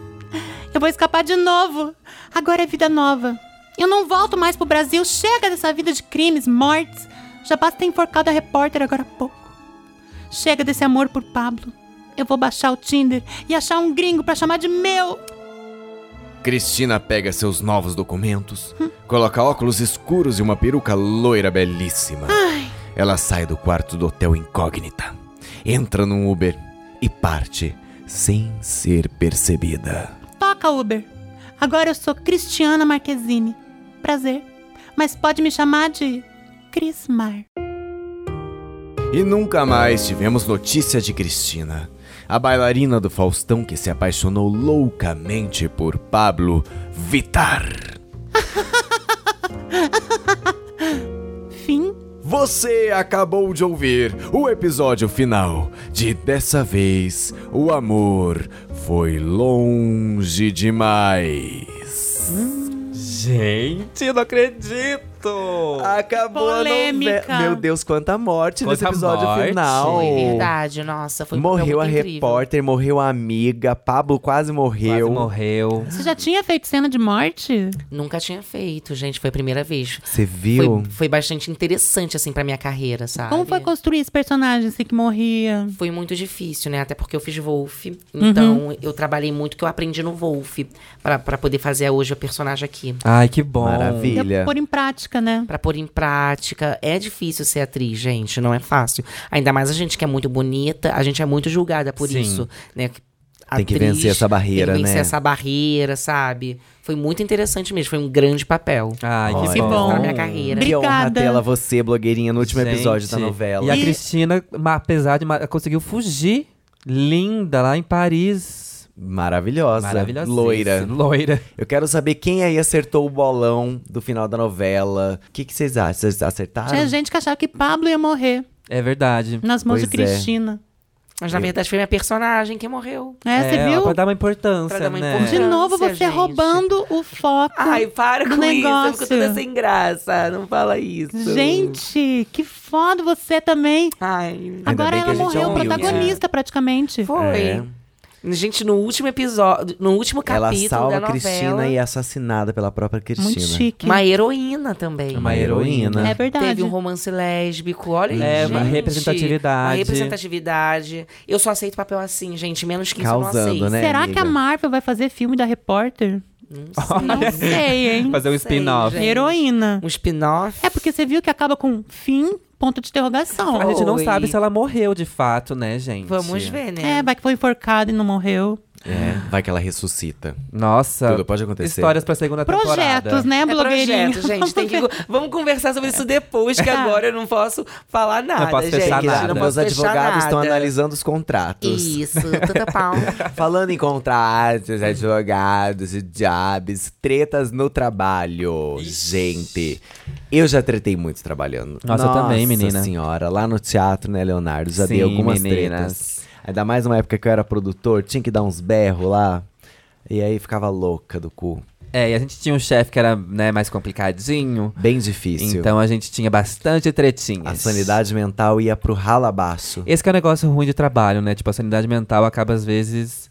Speaker 3: Eu vou escapar de novo. Agora é vida nova. Eu não volto mais pro Brasil. Chega dessa vida de crimes, mortes. Já basta ter enforcado a repórter agora há pouco. Chega desse amor por Pablo. Eu vou baixar o Tinder e achar um gringo pra chamar de meu.
Speaker 1: Cristina pega seus novos documentos, coloca óculos escuros e uma peruca loira belíssima. Ela sai do quarto do hotel incógnita, entra num Uber e parte sem ser percebida.
Speaker 3: Toca, Uber. Agora eu sou Cristiana Marquezine. Prazer. Mas pode me chamar de Cris Mar.
Speaker 1: E nunca mais tivemos notícia de Cristina. A bailarina do Faustão que se apaixonou loucamente por Pablo Vitar.
Speaker 3: Fim.
Speaker 1: Você acabou de ouvir o episódio final de Dessa vez o amor foi longe demais.
Speaker 7: Gente, eu não acredito!
Speaker 1: Acabou a
Speaker 3: Polêmica.
Speaker 1: novela. Meu Deus, quanta morte nesse
Speaker 7: Quanta
Speaker 1: episódio
Speaker 7: morte.
Speaker 1: final.
Speaker 5: Foi verdade, nossa. Foi um papel
Speaker 1: morreu a
Speaker 5: muito incrível.
Speaker 1: repórter, morreu a amiga, Pablo quase
Speaker 7: Quase
Speaker 1: morreu.
Speaker 7: morreu.
Speaker 3: Você já tinha feito cena de morte?
Speaker 5: Nunca tinha feito, gente. Foi a primeira vez.
Speaker 1: Você viu?
Speaker 5: Foi, foi bastante interessante, assim, pra minha carreira, sabe?
Speaker 3: Como foi construir esse personagem assim que morria?
Speaker 5: Foi muito difícil, né? Até porque eu fiz Wolf.
Speaker 1: Uhum.
Speaker 5: Então, eu trabalhei muito que eu aprendi no Wolf. Pra pra poder fazer hoje a personagem aqui.
Speaker 2: Ai, que bom.
Speaker 1: Maravilha.
Speaker 3: Deu
Speaker 1: Filha.
Speaker 3: pra pôr em prática, né?
Speaker 5: Pra pôr em prática. É difícil ser atriz, gente. Não é fácil. Ainda mais a gente que é muito bonita. A gente é muito julgada por
Speaker 2: Sim.
Speaker 5: isso, né?
Speaker 1: Tem que
Speaker 5: Atriz,
Speaker 1: vencer essa barreira,
Speaker 5: Tem que vencer
Speaker 1: né?
Speaker 5: essa barreira, sabe? Foi muito interessante mesmo. Foi um grande papel.
Speaker 2: Ai, que,
Speaker 1: Que
Speaker 2: bom.
Speaker 5: Na minha carreira.
Speaker 1: Que honra
Speaker 3: Obrigada.
Speaker 1: tela você, blogueirinha, no último
Speaker 2: Gente,
Speaker 1: episódio da novela.
Speaker 2: E a
Speaker 3: E-
Speaker 2: Cristina, ma- apesar de ma- conseguiu fugir, linda, lá em Paris.
Speaker 1: Maravilhosa.
Speaker 2: Maravilhosa.
Speaker 1: Loira.
Speaker 2: Loira.
Speaker 1: Eu quero saber quem aí acertou o bolão do final da novela. O que, que vocês acham? Vocês acertaram?
Speaker 3: Tinha gente que achava que Pablo ia morrer
Speaker 2: É verdade.
Speaker 3: nas mãos
Speaker 1: Pois
Speaker 3: de
Speaker 1: é.
Speaker 3: Cristina.
Speaker 5: Mas, na verdade, foi minha personagem que morreu.
Speaker 3: É, você
Speaker 2: ó,
Speaker 3: viu?
Speaker 2: Pra dar uma importância,
Speaker 5: Pra dar uma
Speaker 2: né?
Speaker 3: De
Speaker 5: importância.
Speaker 3: novo
Speaker 5: Câncer,
Speaker 3: você
Speaker 5: gente.
Speaker 3: roubando o foco.
Speaker 5: Ai, para
Speaker 3: do
Speaker 5: com isso. é Eu
Speaker 3: negócio.
Speaker 5: fico toda sem graça. Não fala isso.
Speaker 3: Gente, que foda você também.
Speaker 5: Ai.
Speaker 1: Ainda
Speaker 3: Agora
Speaker 1: bem que
Speaker 3: ela
Speaker 1: a gente é
Speaker 3: morreu,
Speaker 1: humilde.
Speaker 3: protagonista praticamente.
Speaker 5: Foi.
Speaker 1: É.
Speaker 5: Gente, no último episódio, no último
Speaker 1: Ela
Speaker 5: capítulo
Speaker 1: salva
Speaker 5: da
Speaker 1: a
Speaker 5: novela,
Speaker 1: Cristina e é assassinada pela própria
Speaker 3: Muito
Speaker 1: Cristina.
Speaker 3: chique.
Speaker 5: uma heroína também.
Speaker 1: Uma heroína.
Speaker 3: É verdade.
Speaker 5: Teve um romance lésbico, olha
Speaker 2: É,
Speaker 5: gente.
Speaker 2: uma representatividade.
Speaker 5: Uma representatividade. Eu só aceito papel assim, gente. Menos que isso eu não
Speaker 1: Causando,
Speaker 5: aceito.
Speaker 1: né?
Speaker 3: Será que a
Speaker 1: amiga?
Speaker 3: Marvel vai fazer filme da repórter? Não sei, hein?
Speaker 2: Fazer um
Speaker 5: Sei,
Speaker 2: spin-off.
Speaker 5: gente.
Speaker 3: Heroína.
Speaker 5: Um spin-off.
Speaker 3: É porque você viu que acaba com fim, ponto de interrogação.
Speaker 2: A gente não
Speaker 5: Oi.
Speaker 2: sabe se ela morreu de fato, né, gente?
Speaker 5: Vamos ver, né?
Speaker 3: É, vai que foi enforcado e não morreu.
Speaker 1: É, vai que ela ressuscita.
Speaker 2: Nossa.
Speaker 1: Tudo pode acontecer.
Speaker 2: Histórias pra segunda temporada.
Speaker 3: Projetos, né,
Speaker 5: É
Speaker 3: blogueirinha?
Speaker 5: projeto, gente. Tem que... Vamos conversar sobre isso depois,
Speaker 3: É.
Speaker 5: que agora eu não posso falar nada,
Speaker 2: Não posso
Speaker 5: gente.
Speaker 2: fechar
Speaker 5: Eu
Speaker 2: nada.
Speaker 5: Não
Speaker 1: Meus
Speaker 5: posso fechar
Speaker 1: advogados estão
Speaker 5: nada.
Speaker 1: analisando os contratos.
Speaker 5: Isso, tanta pau.
Speaker 1: Falando em contratos, advogados, jobs, tretas no trabalho. Gente, eu já tretei muito trabalhando.
Speaker 2: Nossa, eu também, menina.
Speaker 1: senhora, lá no teatro, né, Leonardo? Já dei
Speaker 2: Sim,
Speaker 1: algumas
Speaker 2: meninas.
Speaker 1: tretas. Ainda mais uma época que eu era produtor, tinha que dar uns berros lá. E aí ficava louca do cu.
Speaker 2: É, e a gente tinha um chefe que era né, mais complicadinho.
Speaker 1: Bem difícil.
Speaker 2: Então a gente tinha bastante tretinhas.
Speaker 1: A sanidade mental ia pro ralabaço.
Speaker 2: Esse que é o negócio ruim de trabalho, né? Tipo, a sanidade mental acaba, às vezes,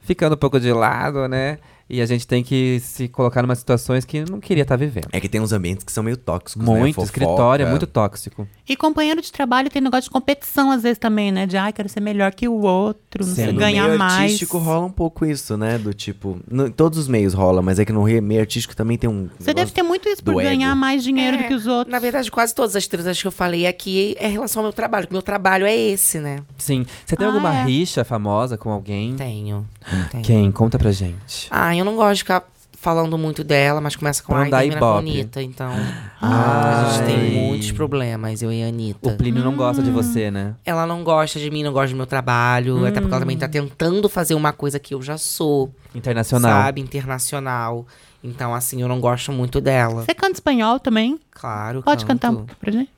Speaker 2: ficando um pouco de lado, né? E a gente tem que se colocar em umas situações que não queria estar vivendo.
Speaker 1: É que tem uns ambientes que são meio tóxicos, né?
Speaker 2: Muito,
Speaker 1: Fofoca.
Speaker 2: escritório é muito tóxico.
Speaker 3: E companheiro de trabalho tem negócio de competição às vezes também, né? De, ai, quero ser melhor que o outro, não
Speaker 1: É,
Speaker 3: sei,
Speaker 1: no
Speaker 3: ganhar
Speaker 1: meio
Speaker 3: mais.
Speaker 1: artístico rola um pouco isso, né? Do tipo. no- em todos os meios rola, mas é que no re- meio artístico também tem um.
Speaker 3: Você deve ter muito isso por
Speaker 1: do ego.
Speaker 3: ganhar mais dinheiro
Speaker 5: É,
Speaker 3: do que os outros.
Speaker 5: Na verdade, quase todas as tretas que eu falei aqui é em relação ao meu trabalho. que Meu trabalho é esse, né?
Speaker 2: Sim. Você tem
Speaker 3: Ah,
Speaker 2: alguma
Speaker 3: é.
Speaker 2: rixa famosa com alguém?
Speaker 5: Tenho. Tenho.
Speaker 2: Quem? Conta pra gente.
Speaker 5: Ah, eu não gosto de ficar falando muito dela, mas começa com
Speaker 2: Pra não
Speaker 5: a e
Speaker 2: dar
Speaker 5: termina com
Speaker 2: ibope.
Speaker 5: Anitta. Então,
Speaker 2: Ah,
Speaker 5: a gente tem
Speaker 2: Ai.
Speaker 5: muitos problemas, eu e a Anitta.
Speaker 2: O Plínio não gosta de você, né?
Speaker 5: Ela não gosta de mim, não gosta do meu trabalho. Até porque ela também
Speaker 2: Hum.
Speaker 5: tá tentando fazer uma coisa que eu já sou,
Speaker 2: Internacional.
Speaker 5: sabe? Internacional. Então, assim, eu não gosto muito dela.
Speaker 3: Você canta espanhol também?
Speaker 5: Claro.
Speaker 3: Pode
Speaker 5: canto.
Speaker 3: cantar um pouco pra gente?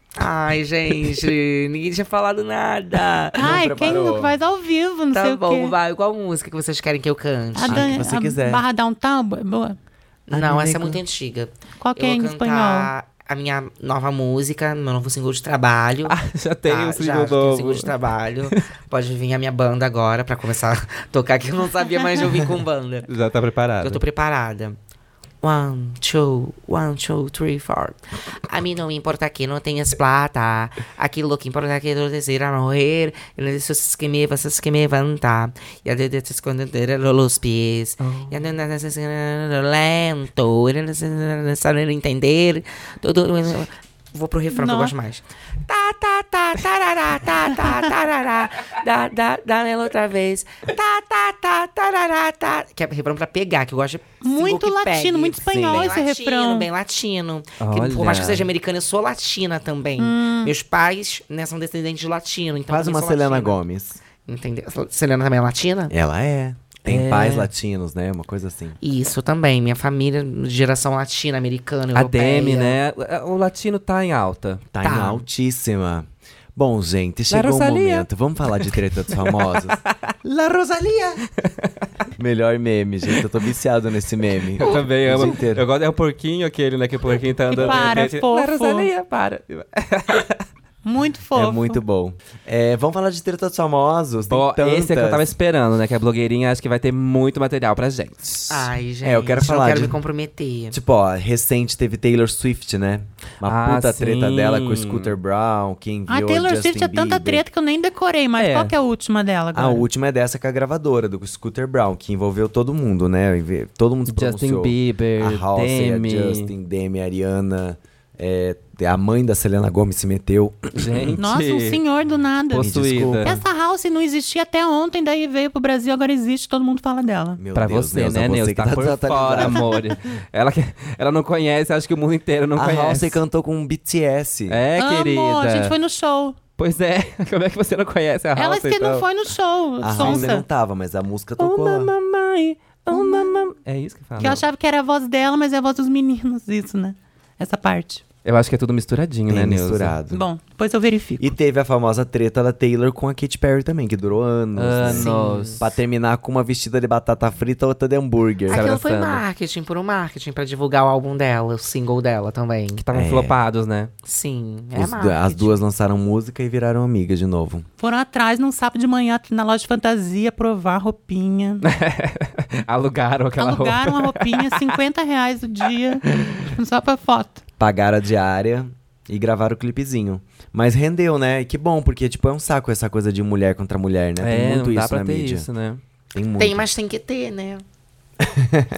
Speaker 5: Ai, gente, ninguém tinha falado nada.
Speaker 3: Ai, quem não faz ao vivo, Ah, não sei
Speaker 5: Tá
Speaker 3: o quê. Ah,
Speaker 5: bom, vai. Qual música que vocês querem que eu cante?
Speaker 3: A, dan-
Speaker 1: que você
Speaker 3: a
Speaker 1: quiser.
Speaker 3: barra downtown, bo- É boa.
Speaker 5: não, essa é muito antiga.
Speaker 3: Qual que é
Speaker 5: eu
Speaker 3: em
Speaker 5: vou
Speaker 3: espanhol?
Speaker 5: cantar a minha nova música, meu novo single de trabalho.
Speaker 2: Ah, já tem
Speaker 5: Tá,
Speaker 2: o
Speaker 5: já,
Speaker 2: single
Speaker 5: já tem um
Speaker 2: novo.
Speaker 5: single de trabalho. Pode vir a minha banda agora pra começar a tocar, que eu não sabia mais de ouvir com banda.
Speaker 2: Já tá preparado.
Speaker 5: Eu tô preparada. One, two, one, two, three, four. A mim não me importa que não tenhas plata. Aquilo que importa é que eu deseja morrer. E não deixes que me faças que me levantar. E a dedo se esconder los pés. E a dedo lento. E não se- saber entender. Tudo. Vou pro refrão que eu
Speaker 3: Nossa.
Speaker 5: gosto mais. Tá, tá, tá, tarará, tá, tá, tarará. Dá, dá, dá nela outra vez. Tá, tá, tá, tarará, tá. Que é refrão pra pegar, que eu gosto de single
Speaker 3: Muito
Speaker 5: que
Speaker 3: latino,
Speaker 5: pegue.
Speaker 3: muito espanhol
Speaker 5: Bem
Speaker 3: esse
Speaker 5: latino,
Speaker 3: refrão.
Speaker 5: Bem latino.
Speaker 2: Olha.
Speaker 5: Que, por mais que eu seja americana, eu sou latina também. Meus pais né, são descendentes de latino. Então
Speaker 1: Quase
Speaker 5: também
Speaker 1: uma
Speaker 5: sou
Speaker 1: Selena
Speaker 5: latina.
Speaker 3: né?
Speaker 1: Gomes.
Speaker 5: Entendeu? Selena também é latina?
Speaker 1: Ela é. Tem
Speaker 2: É.
Speaker 1: pais latinos, né? Uma coisa assim.
Speaker 5: Isso também. Minha família, de geração latina, americana,
Speaker 2: A
Speaker 5: europeia.
Speaker 2: Demi, né? O latino tá em alta.
Speaker 1: Tá, em
Speaker 5: Tá.
Speaker 1: altíssima. Bom, gente, chegou o
Speaker 2: Rosalía.
Speaker 1: momento. Vamos falar de treta dos famosos? La Rosalia! Melhor meme, gente. Eu tô viciado nesse meme.
Speaker 2: Eu também
Speaker 1: O dia
Speaker 2: amo.
Speaker 1: inteiro.
Speaker 2: Eu gosto é o porquinho aquele, né? Que o porquinho tá andando. de
Speaker 3: para,
Speaker 2: repente,
Speaker 3: fofo.
Speaker 2: "Lá, Rosalia, para.
Speaker 3: Muito fofo.
Speaker 1: É muito bom. É, vamos falar de treta dos famosos. Tem
Speaker 2: Ó, esse é que eu
Speaker 1: tantas.
Speaker 2: tava esperando, né? Que a blogueirinha acho que vai ter muito material pra gente.
Speaker 5: Ai, gente.
Speaker 1: É, eu quero falar
Speaker 5: Não quero
Speaker 1: de-
Speaker 5: me comprometer.
Speaker 1: Tipo, ó, recente teve Taylor Swift, né? Uma
Speaker 2: Ah,
Speaker 1: puta treta
Speaker 2: sim.
Speaker 1: dela com o Scooter Brown, que enviou
Speaker 3: A Taylor
Speaker 1: Justin
Speaker 3: Swift é tanta
Speaker 1: Bieber.
Speaker 3: treta que eu nem decorei, mas
Speaker 2: É.
Speaker 3: qual que é a última dela agora?
Speaker 1: A última é dessa com a gravadora, do Scooter Brown, que envolveu todo mundo, né? Enve- Todo mundo se
Speaker 2: Justin
Speaker 1: pronunciou.
Speaker 2: Bieber,
Speaker 1: a Halsey,
Speaker 2: Demi.
Speaker 1: a Justin, Demi, a Ariana, é, a mãe da Selena Gomez se meteu.
Speaker 2: Gente.
Speaker 3: Nossa, um senhor do nada.
Speaker 1: Posso-
Speaker 2: Possuída.
Speaker 1: desculpa.
Speaker 3: Essa house não existia até ontem, daí veio pro Brasil, agora existe, todo mundo fala dela.
Speaker 1: Meu
Speaker 2: Pra
Speaker 1: Deus,
Speaker 2: você,
Speaker 1: Neuza,
Speaker 2: né,
Speaker 1: você
Speaker 2: Neuza?
Speaker 1: que
Speaker 2: Tá, por
Speaker 1: desatualizada.
Speaker 2: fora, amor. Ela, que- ela não conhece, acho que o mundo inteiro não
Speaker 1: a
Speaker 2: conhece.
Speaker 1: Halsey cantou com um BTS.
Speaker 2: É,
Speaker 3: Amor,
Speaker 2: querida.
Speaker 3: a gente foi no show.
Speaker 2: Pois é, como é que você não conhece a Halsey,
Speaker 3: Ela que
Speaker 2: então?
Speaker 3: não foi no show,
Speaker 1: A Halsey não
Speaker 7: tá,
Speaker 3: sonsa.
Speaker 1: tava, mas a música
Speaker 2: Oh,
Speaker 1: tocou lá.
Speaker 2: mamãe, oh, mamãe. É isso que fala.
Speaker 3: Que eu achava que era a voz dela, mas é a voz dos meninos, isso, né? Essa parte.
Speaker 2: Eu acho que é tudo misturadinho,
Speaker 1: Tem
Speaker 2: né, Neuza?
Speaker 1: misturado.
Speaker 3: Bom, depois eu verifico.
Speaker 1: E teve a famosa treta da Taylor com a Katy Perry também, que durou anos. né?
Speaker 2: Anos.
Speaker 1: Pra terminar com uma vestida de batata frita outra de hambúrguer.
Speaker 2: Aquela-
Speaker 5: Aquilo foi
Speaker 2: abraçando.
Speaker 5: marketing, puro marketing, pra divulgar o álbum dela, o single dela também.
Speaker 2: Que estavam
Speaker 1: É.
Speaker 2: flopados, né?
Speaker 5: Sim, é
Speaker 1: Os-
Speaker 5: marketing.
Speaker 1: as duas lançaram música e viraram amigas de novo.
Speaker 3: Foram atrás num sábado de manhã na loja de fantasia provar roupinha.
Speaker 2: Alugaram aquela
Speaker 3: Alugaram
Speaker 2: roupa.
Speaker 3: uma roupinha, 50 reais o dia, só pra foto.
Speaker 1: Pagaram a diária e gravaram o clipezinho. Mas rendeu, né? E que bom, porque tipo, é um saco essa coisa de mulher contra mulher, né?
Speaker 2: É,
Speaker 1: Tem muito
Speaker 2: não dá
Speaker 1: isso
Speaker 2: pra
Speaker 1: na
Speaker 2: ter
Speaker 1: mídia.
Speaker 2: isso, né?
Speaker 1: Tem muito.
Speaker 5: Tem, mas tem que ter, né?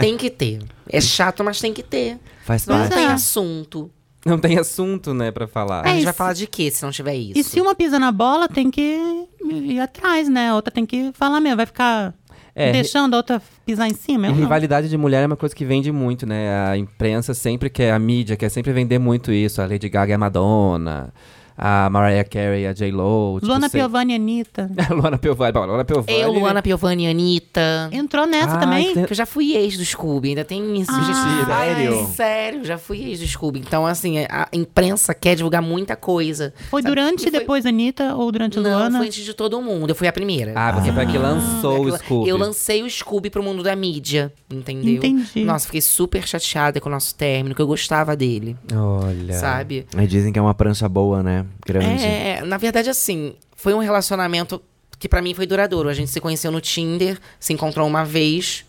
Speaker 5: tem que ter. É chato, mas tem que ter.
Speaker 1: Faz
Speaker 5: Senão não
Speaker 1: parte.
Speaker 3: Mas
Speaker 5: tem
Speaker 3: é.
Speaker 5: assunto.
Speaker 2: Não tem assunto, né, pra falar.
Speaker 5: A gente
Speaker 3: e
Speaker 5: vai
Speaker 3: se-
Speaker 5: falar de quê se não tiver isso?
Speaker 3: E se uma pisa na bola, tem que ir atrás, né? A outra tem que falar mesmo. Vai ficar
Speaker 2: É,
Speaker 3: deixando a outra pisar em cima?
Speaker 2: E
Speaker 3: Eu não.
Speaker 2: rivalidade de mulher é uma coisa que vende muito, né? A imprensa sempre quer, a mídia quer sempre vender muito isso. A Lady Gaga é a Madonna, a Mariah Carey, a J-Lo. Tipo,
Speaker 3: Luana
Speaker 2: sempre-
Speaker 3: Piovani e Anitta.
Speaker 2: A Luana Piovani. Bom, a Luana Piovani.
Speaker 5: É Eu, Luana Piovani e Anitta.
Speaker 3: Entrou nessa
Speaker 2: Ah,
Speaker 3: também?
Speaker 2: tem-
Speaker 5: Que eu já fui ex do Scooby, ainda tem isso, gente.
Speaker 1: Ai, sério?
Speaker 5: Ai, sério, já fui ex do Scooby. Então, assim, a imprensa quer divulgar muita coisa.
Speaker 3: Foi durante e depois Anitta ou durante
Speaker 5: Não,
Speaker 3: Luana?
Speaker 5: foi antes de todo mundo. Eu fui a primeira.
Speaker 2: Ah, você foi a que lançou o
Speaker 5: Eu-
Speaker 2: Scooby.
Speaker 5: Ah, Eu lancei o Scooby pro mundo da mídia, entendeu?
Speaker 3: Entendi.
Speaker 5: Nossa, fiquei super chateada com o nosso término, que eu gostava dele,
Speaker 2: Olha.
Speaker 5: sabe?
Speaker 1: Mas dizem que é uma prancha boa, né? Grande.
Speaker 5: É, na verdade, assim, foi um relacionamento que pra mim foi duradouro. A gente se conheceu no Tinder, se encontrou uma vez.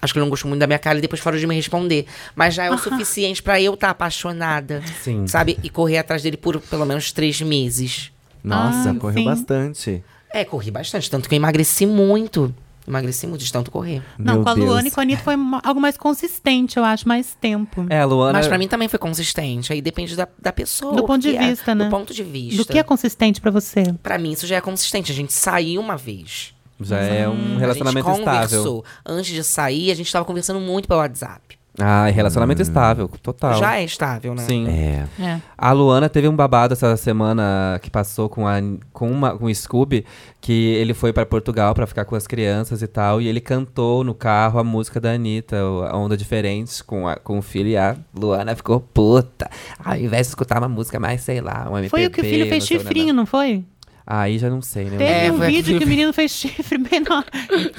Speaker 5: Acho que ele não gostou muito da minha cara e depois parou de me responder. Mas já é o suficiente pra eu estar apaixonada.
Speaker 2: Sim.
Speaker 5: Sabe? E correr atrás dele por pelo menos três meses.
Speaker 1: Nossa,
Speaker 3: Ah,
Speaker 1: correu
Speaker 3: sim.
Speaker 1: bastante.
Speaker 5: É, corri bastante. Tanto que eu emagreci muito. Emagreci muito de tanto correr.
Speaker 3: Não,
Speaker 1: Meu
Speaker 3: com a
Speaker 1: Deus.
Speaker 3: Luana e com a Anitta foi ma- algo mais consistente, eu acho, mais tempo.
Speaker 2: É, a Luana.
Speaker 5: Mas pra mim também foi consistente. Aí depende da, da pessoa.
Speaker 3: Do
Speaker 5: o
Speaker 3: ponto de
Speaker 5: que é-
Speaker 3: vista, né?
Speaker 5: Do ponto de vista.
Speaker 3: Do que é consistente pra você?
Speaker 5: Pra mim, isso já é consistente. A gente saiu uma vez.
Speaker 2: já é um relacionamento
Speaker 5: Hum, a gente
Speaker 2: estável.
Speaker 5: conversou. Antes de sair, a gente tava conversando muito pelo WhatsApp.
Speaker 2: Ai, Ah, é relacionamento estável, total.
Speaker 5: Já é estável, né?
Speaker 2: Sim.
Speaker 1: Hum. É.
Speaker 3: É.
Speaker 2: A Luana teve um babado essa semana que passou com, a, com, uma, com o Scooby, que ele foi pra Portugal pra ficar com as crianças e tal, e ele cantou no carro a música da Anitta, o- a Onda Diferente, com, a- com o filho, e a Luana ficou puta. Ao invés de escutar uma música mais, sei lá, um MPB,
Speaker 3: Foi o que o filho fez
Speaker 2: não sei o
Speaker 3: chifrinho, não foi?
Speaker 2: nanã. Aí já não sei, né?
Speaker 3: Teve
Speaker 5: É,
Speaker 3: um
Speaker 5: foi
Speaker 3: vídeo
Speaker 5: aquilo.
Speaker 3: que o menino fez chifre bem na...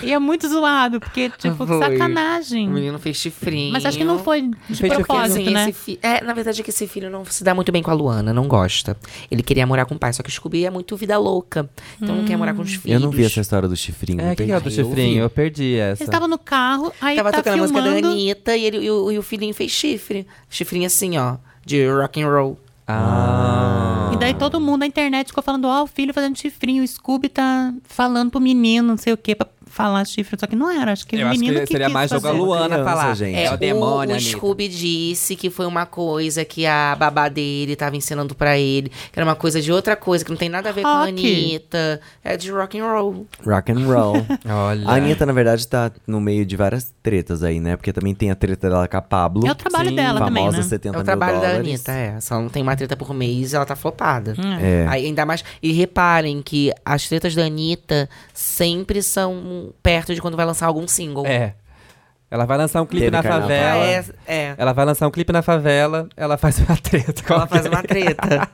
Speaker 3: E é muito zoado, porque, tipo,
Speaker 5: Foi.
Speaker 3: sacanagem.
Speaker 5: O menino fez chifrinho.
Speaker 3: Mas acho que não foi de
Speaker 2: Fez
Speaker 5: Porque,
Speaker 3: propósito,
Speaker 5: assim,
Speaker 3: né?
Speaker 5: esse fi- É, na verdade é que esse filho não se dá muito bem com a Luana, não gosta. Ele queria morar com o pai, só que o Scooby é muito vida louca. Então não quer morar com
Speaker 3: Hum.
Speaker 5: os filhos.
Speaker 1: Eu não vi essa história do chifrinho.
Speaker 2: É, que é o do
Speaker 1: perdi.
Speaker 2: chifrinho? Eu perdi essa.
Speaker 3: Eles estavam no carro, aí
Speaker 5: Tava
Speaker 3: tá
Speaker 5: tocando a música
Speaker 3: filmando.
Speaker 5: da Anitta e, ele, e, o, e o filhinho fez chifre. Chifrinho assim, ó, de rock and roll.
Speaker 2: Ah.
Speaker 3: E daí todo mundo na internet ficou falando, ó, o filho fazendo chifrinho, o Scooby tá falando pro menino, não sei o quê, pra falar chifre. Só que não era, acho que
Speaker 2: Eu
Speaker 3: o
Speaker 2: acho
Speaker 3: menino
Speaker 2: que seria
Speaker 3: quis
Speaker 2: mais jogar
Speaker 3: fazer.
Speaker 2: Luana
Speaker 1: Criança,
Speaker 2: pra lá.
Speaker 1: gente.
Speaker 2: É o demônio,
Speaker 5: o, o
Speaker 2: Anitta.
Speaker 5: Scooby disse que foi uma coisa que a babá dele tava ensinando pra ele, que era uma coisa de outra coisa, que não tem nada a ver com a
Speaker 3: Rock.
Speaker 5: Anitta. É de rock and roll.
Speaker 1: Rock and roll.
Speaker 2: Olha.
Speaker 1: A Anitta, na verdade, tá no meio de várias tretas aí, né? Porque também tem a treta dela com a Pablo.
Speaker 3: É o trabalho
Speaker 2: Sim,
Speaker 3: dela
Speaker 1: famosa
Speaker 3: também, né?
Speaker 1: 70
Speaker 5: É o
Speaker 1: mil
Speaker 5: trabalho da
Speaker 1: dólares.
Speaker 5: Anitta, é. Se ela não tem uma treta por mês, ela tá flopada.
Speaker 1: É.
Speaker 5: Aí, ainda mais. E reparem que as tretas da Anitta sempre são perto de quando vai lançar algum single.
Speaker 2: É. Ela vai lançar um clipe
Speaker 1: Teve
Speaker 2: na
Speaker 1: carnaval.
Speaker 5: Ah,
Speaker 2: favela.
Speaker 5: é, é.
Speaker 2: Ela vai lançar um clipe na favela, ela faz uma treta.
Speaker 5: Ela faz uma treta.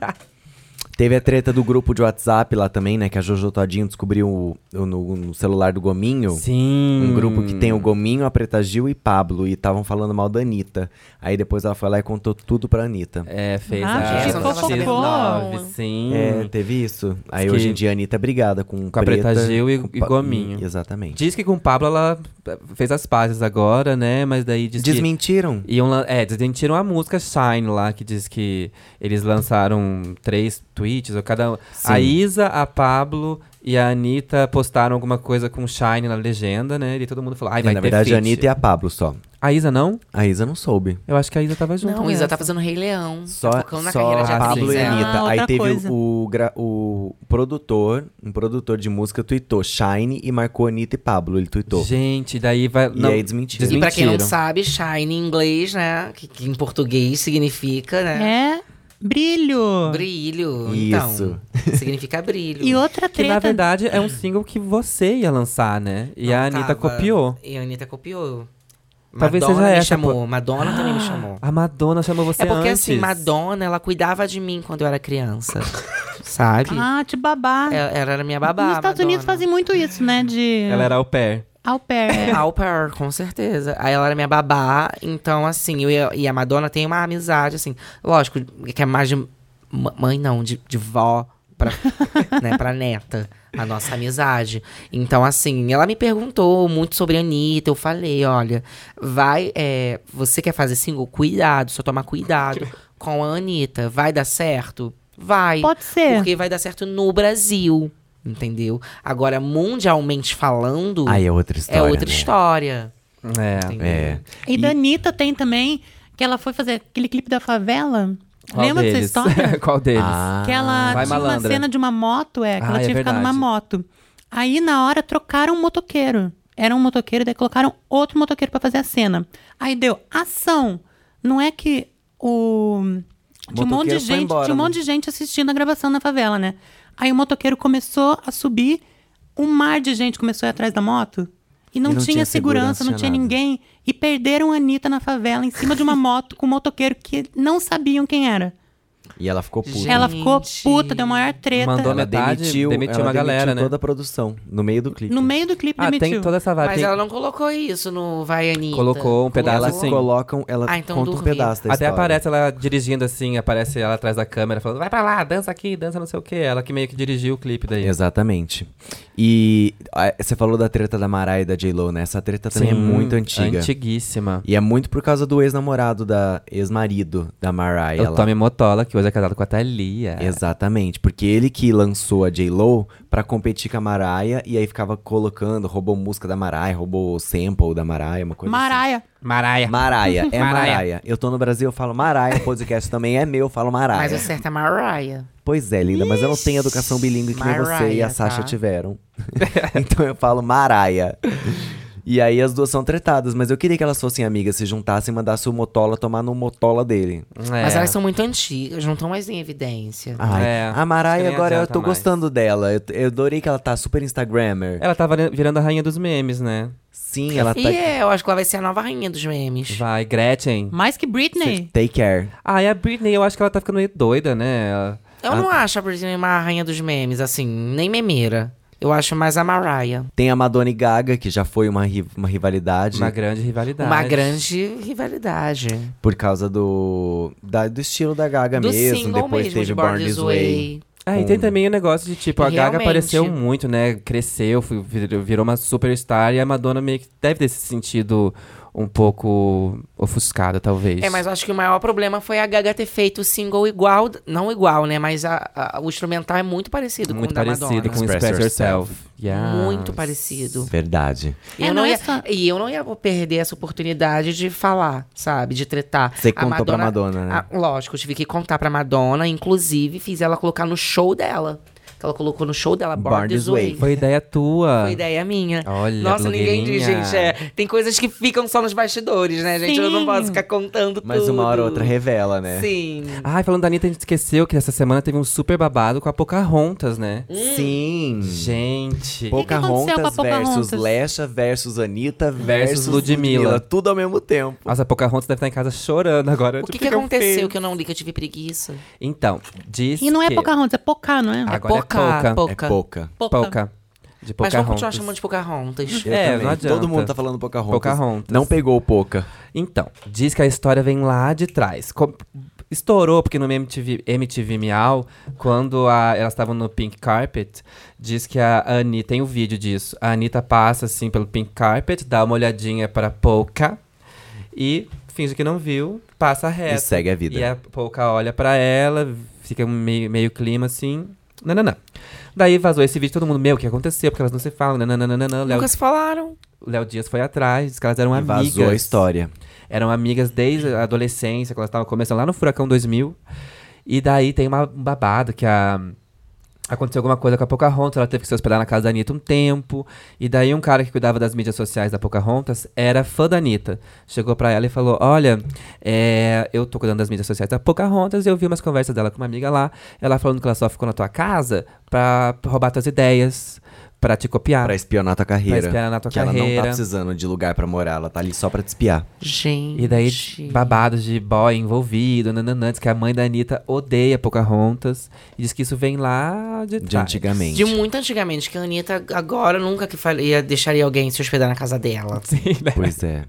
Speaker 1: Teve a treta do grupo de WhatsApp lá também, né? Que a Jojo Todinho descobriu o- o- no, no celular do Gominho.
Speaker 2: Sim.
Speaker 1: Um grupo que tem o Gominho, a Preta Gil e Pablo. E estavam falando mal da Anitta. Aí depois ela foi lá e contou tudo pra Anitta.
Speaker 2: É, fez
Speaker 3: Ah,
Speaker 2: a
Speaker 5: gente, fofocou.
Speaker 2: X9, sim.
Speaker 1: É, teve isso. Aí
Speaker 2: Hum. Que-
Speaker 1: hoje em dia a Anitta é brigada com,
Speaker 2: Com a Preta Gil e- e
Speaker 1: Pa-
Speaker 2: Gominho.
Speaker 1: Exatamente.
Speaker 2: Diz que com o Pablo ela eh, fez as pazes agora, né? Mas daí diz que-
Speaker 1: Desmentiram?
Speaker 2: Iam lan- é, desmentiram a música Shine lá, que diz que eles lançaram três tweets, ou cada um.
Speaker 1: Sim.
Speaker 2: A Isa, a Pablo e a Anitta postaram alguma coisa com Shine na legenda, né? E todo mundo falou, ai, vai
Speaker 1: É, na
Speaker 2: ter
Speaker 1: verdade,
Speaker 2: feat.
Speaker 1: a Anitta e a Pablo só.
Speaker 2: A Isa não?
Speaker 1: A Isa não soube.
Speaker 2: Eu acho que a Isa tava junto.
Speaker 5: Não,
Speaker 2: nessa.
Speaker 5: Isa tá fazendo Rei Leão.
Speaker 1: Só,
Speaker 5: tá focando na
Speaker 1: só
Speaker 5: carreira de atriz.
Speaker 1: Pablo e
Speaker 5: né?
Speaker 1: Anitta.
Speaker 3: Ah,
Speaker 1: Aí
Speaker 3: outra
Speaker 1: teve
Speaker 3: coisa.
Speaker 1: o, gra- o produtor, um produtor de música, tweetou Shine e marcou Anitta e Pablo. Ele tweetou.
Speaker 2: Gente, daí vai.
Speaker 1: E aí desmentiram.
Speaker 5: E pra quem não
Speaker 2: desmentiram.
Speaker 5: sabe, shine em inglês, né? Que, que em português significa, né?
Speaker 3: É, brilho.
Speaker 5: Brilho.
Speaker 1: Isso.
Speaker 5: Então, significa brilho.
Speaker 3: É. E outra
Speaker 2: Que na
Speaker 3: treta...
Speaker 2: verdade é um single que você ia lançar, né? E
Speaker 5: Não
Speaker 2: a Anitta
Speaker 5: tava.
Speaker 2: copiou.
Speaker 5: E a Anitta copiou.
Speaker 2: Talvez
Speaker 5: Madonna
Speaker 2: seja
Speaker 5: me
Speaker 2: essa,
Speaker 5: chamou.
Speaker 2: pô.
Speaker 5: Madonna também me chamou.
Speaker 2: A Madonna chamou você
Speaker 5: É porque
Speaker 2: antes.
Speaker 5: assim, Madonna, ela cuidava de mim quando eu era criança. sabe?
Speaker 3: Ah, de babar.
Speaker 5: Ela, é ela era minha babá.
Speaker 3: Nos Estados Unidos
Speaker 5: Madonna.
Speaker 3: fazem muito isso, né? De
Speaker 2: Ela era au pair.
Speaker 3: au pair. é.
Speaker 5: Au pair, com certeza. Aí ela era minha babá, então assim, eu e a- e a Madonna tem uma amizade, assim, lógico, que é mais de m- mãe, não, de, de vó pra, né, pra neta, a nossa amizade. Então, assim, ela me perguntou muito sobre a Anitta, eu falei, olha, vai, é, você quer fazer single? Cuidado, só tomar cuidado com a Anitta, vai dar certo? Vai.
Speaker 3: Pode ser.
Speaker 5: Porque vai dar certo no Brasil, entendeu? Agora, mundialmente falando,
Speaker 1: Aí é outra história.
Speaker 5: é outra
Speaker 1: né?
Speaker 5: história.
Speaker 2: É.
Speaker 1: É.
Speaker 3: E da Anitta tem também, que ela foi fazer aquele clipe da favela.
Speaker 2: Qual
Speaker 3: Lembra
Speaker 2: deles?
Speaker 3: dessa história?
Speaker 2: Qual deles?
Speaker 1: Ah,
Speaker 3: Que ela
Speaker 2: Vai
Speaker 3: tinha uma
Speaker 2: malandra.
Speaker 3: cena de uma moto, é, que
Speaker 2: Ah,
Speaker 3: ela
Speaker 2: é
Speaker 3: tinha ficado numa
Speaker 2: verdade.
Speaker 3: moto. Aí, na hora, trocaram um motoqueiro. Era um motoqueiro, daí colocaram outro motoqueiro pra fazer a cena. Aí deu ação. Não é que o. Tinha um, monte de
Speaker 1: Motoqueiro foi
Speaker 3: gente,
Speaker 1: embora,
Speaker 3: tinha um
Speaker 1: né?
Speaker 3: monte de gente assistindo a gravação na favela, né? Aí o motoqueiro começou a subir, um mar de gente começou a ir atrás da moto. E não,
Speaker 1: E não
Speaker 3: tinha,
Speaker 1: tinha segurança,
Speaker 3: segurança, não tinha
Speaker 1: nada.
Speaker 3: ninguém. E perderam a Anitta na favela, em cima de uma moto, com um motoqueiro que não sabiam quem era.
Speaker 7: E ela ficou puta.
Speaker 5: Gente.
Speaker 3: Ela ficou puta, deu maior treta.
Speaker 2: Mandou
Speaker 7: ela
Speaker 2: metade,
Speaker 7: demitiu,
Speaker 2: demitiu
Speaker 7: ela
Speaker 2: uma galera, né?
Speaker 7: toda a produção, no meio do clipe.
Speaker 3: No meio do clipe
Speaker 2: Ah,
Speaker 3: demitiu.
Speaker 2: tem toda essa vibe.
Speaker 5: Mas
Speaker 2: tem-
Speaker 5: ela não colocou isso no Vai Anitta.
Speaker 2: Colocou um pedaço
Speaker 5: Colocou.
Speaker 7: Elas
Speaker 2: assim.
Speaker 7: colocam, ela
Speaker 5: Ah, então
Speaker 7: conta um
Speaker 5: dormi.
Speaker 7: pedaço da
Speaker 2: Até
Speaker 7: história.
Speaker 2: aparece ela dirigindo assim, aparece ela atrás da câmera falando, vai pra lá, dança aqui, dança não sei o que. Ela que meio que dirigiu o clipe daí.
Speaker 7: Exatamente. E ah, você falou da treta da Mariah e da J-Lo, né? Essa treta também é muito antiga.
Speaker 2: Antiguíssima.
Speaker 7: E é muito por causa do ex-namorado da ex-marido da Mariah.
Speaker 2: O
Speaker 7: lá.
Speaker 2: Tommy Motola, que hoje é casado com a Thalia.
Speaker 7: Exatamente, porque ele que lançou a J-Lo pra competir com a Mariah e aí ficava colocando, roubou música da Mariah, roubou sample da Mariah, uma coisa
Speaker 3: Maraia.
Speaker 2: Maraia.
Speaker 7: assim. Mariah, é
Speaker 2: Mariah.
Speaker 7: Mariah. Eu tô no Brasil, eu falo Mariah, o podcast também é meu, eu falo Mariah.
Speaker 5: Mas o certo é Mariah.
Speaker 7: Pois é, linda, mas eu não tenho educação bilíngue que nem você e a
Speaker 5: Mariah,
Speaker 7: Sasha
Speaker 5: tá?
Speaker 7: tiveram. então eu falo Mariah. E aí as duas são tretadas, mas eu queria que elas fossem amigas, se juntassem e mandassem o Motola tomar no Motola dele.
Speaker 2: É.
Speaker 5: Mas elas são muito antigas, não estão mais em evidência.
Speaker 7: Ai,
Speaker 2: É,
Speaker 7: a
Speaker 2: acho que
Speaker 7: Mariah
Speaker 2: nem
Speaker 7: agora eu
Speaker 2: adianta
Speaker 7: tô
Speaker 2: mais.
Speaker 7: gostando dela. Eu, eu adorei que ela tá super Instagrammer.
Speaker 2: Ela tava virando a rainha dos memes, né?
Speaker 7: Sim, ela tá.
Speaker 5: E é, eu acho que ela vai ser a nova rainha dos memes.
Speaker 2: Vai, Gretchen.
Speaker 3: Mais que Britney.
Speaker 7: Take care.
Speaker 2: Ah, e a Britney, eu acho que ela tá ficando meio doida, né? Ela-
Speaker 5: Eu não acho a Britney uma rainha dos memes, assim, nem memeira. Eu acho mais a Mariah.
Speaker 7: Tem a Madonna e Gaga, que já foi uma, ri- uma rivalidade
Speaker 2: Uma grande rivalidade.
Speaker 5: Uma grande rivalidade.
Speaker 7: por causa do. da- do estilo da Gaga
Speaker 5: Do
Speaker 7: mesmo.
Speaker 5: single
Speaker 7: Depois
Speaker 5: mesmo
Speaker 7: teve
Speaker 5: de
Speaker 7: Born
Speaker 5: Born
Speaker 7: This
Speaker 5: This
Speaker 7: Way.
Speaker 5: Way.
Speaker 2: Ah, e tem também o negócio de, tipo, a Gaga
Speaker 5: Realmente.
Speaker 2: apareceu muito, né? Cresceu, foi- vir- virou uma superstar. E a Madonna meio que deve ter se sentido um pouco ofuscada, talvez.
Speaker 5: É, mas eu acho que o maior problema foi a Gaga ter feito o single igual, não igual, né? Mas a- a- o instrumental é muito parecido
Speaker 2: Muito
Speaker 5: com o da
Speaker 2: parecido
Speaker 5: Madonna. né?
Speaker 2: com Express,
Speaker 7: Express
Speaker 2: Yourself. Yes.
Speaker 5: Muito parecido.
Speaker 7: Verdade.
Speaker 3: É,
Speaker 5: E eu não
Speaker 3: não é
Speaker 5: ia,
Speaker 3: só-
Speaker 5: E eu não ia perder essa oportunidade de falar, sabe? De tretar.
Speaker 7: Você
Speaker 5: A
Speaker 7: contou pra Madonna, né?
Speaker 5: Ah, lógico, eu tive que contar pra Madonna. Inclusive, fiz ela colocar no show dela. Que ela colocou no show dela, Born, This Way.
Speaker 2: Foi ideia tua.
Speaker 5: Foi ideia minha.
Speaker 2: Olha,
Speaker 5: Nossa, ninguém diz,
Speaker 2: blogueirinha.
Speaker 5: gente. é, tem coisas que ficam só nos bastidores, né, gente? Eu não
Speaker 3: Sim.
Speaker 5: posso ficar contando
Speaker 7: Mas
Speaker 5: tudo.
Speaker 7: uma hora ou outra revela, né?
Speaker 5: Sim.
Speaker 2: Ai, falando da Anitta, a gente esqueceu que essa semana teve um super babado com a Pocahontas, né?
Speaker 5: Hum.
Speaker 7: Sim.
Speaker 2: Gente.
Speaker 3: que aconteceu com a
Speaker 7: Pocahontas versus
Speaker 3: Pocahontas?
Speaker 7: Lecha versus Anitta
Speaker 2: Versus
Speaker 7: versus
Speaker 2: Ludmilla.
Speaker 7: Ludmilla. Tudo ao mesmo tempo.
Speaker 2: Nossa, a Pocahontas deve estar em casa chorando agora.
Speaker 5: O
Speaker 2: tipo,
Speaker 5: que, que
Speaker 2: fica
Speaker 5: aconteceu
Speaker 2: feio.
Speaker 5: que eu não li, que eu tive preguiça?
Speaker 2: Então, diz
Speaker 3: E não é
Speaker 2: que...
Speaker 3: Pocahontas, é Pocá, não é?
Speaker 2: Agora é
Speaker 5: Poca,
Speaker 2: Poca.
Speaker 7: É
Speaker 5: Poca.
Speaker 7: pouca.
Speaker 2: Poca. De
Speaker 5: Mas vamos continuar
Speaker 2: Pocahontas.
Speaker 5: chamando de Pocahontas.
Speaker 7: Eu
Speaker 2: É,
Speaker 7: também.
Speaker 2: não adianta.
Speaker 7: Todo mundo tá falando Pocahontas.
Speaker 2: Pocahontas.
Speaker 7: Não pegou o Poca.
Speaker 2: Então, diz que a história vem lá de trás. Co- Estourou, porque no MTV, MTV Miau, quando a- elas estavam no Pink Carpet, diz que a Anitta, tem um vídeo disso, a Anitta passa assim pelo Pink Carpet, dá uma olhadinha pra Polka e finge que não viu, passa reto.
Speaker 7: E segue a vida.
Speaker 2: É, E a Polka olha pra ela, fica um meio, meio clima assim, não, não, não. Daí vazou esse vídeo, todo mundo, meu, o que aconteceu? Porque elas não se falam, não, não, não, não, não. Léo-
Speaker 5: Nunca se falaram.
Speaker 2: Léo Dias foi atrás, disse que elas eram
Speaker 7: E
Speaker 2: amigas
Speaker 7: vazou a história.
Speaker 2: eram amigas desde a adolescência, que elas estavam começando lá no Furacão 2000. E daí tem uma um babado que a aconteceu alguma coisa com a Pocahontas, ela teve que se hospedar na casa da Anitta um tempo. E daí um cara que cuidava das mídias sociais da Pocahontas era fã da Anitta. Chegou pra ela e falou: Olha, é, eu tô cuidando das mídias sociais da Pocahontas e eu vi umas conversas dela com uma amiga lá, ela falando que ela só ficou na tua casa pra roubar tuas ideias, pra te copiar.
Speaker 7: Pra espionar tua carreira.
Speaker 2: Pra espionar na tua
Speaker 7: que ela não
Speaker 2: carreira.
Speaker 7: tá precisando de lugar pra morar, ela tá ali só pra te espiar.
Speaker 5: Gente.
Speaker 2: E daí, babados de boy envolvido, nananã, diz que a mãe da Anitta odeia Pocahontas. E diz que isso vem lá Tá. de
Speaker 7: De
Speaker 2: trás.
Speaker 7: antigamente.
Speaker 5: De um muito antigamente, que a Anitta agora nunca que faria, deixaria alguém se hospedar na casa dela.
Speaker 2: Sim, né?
Speaker 7: Pois é.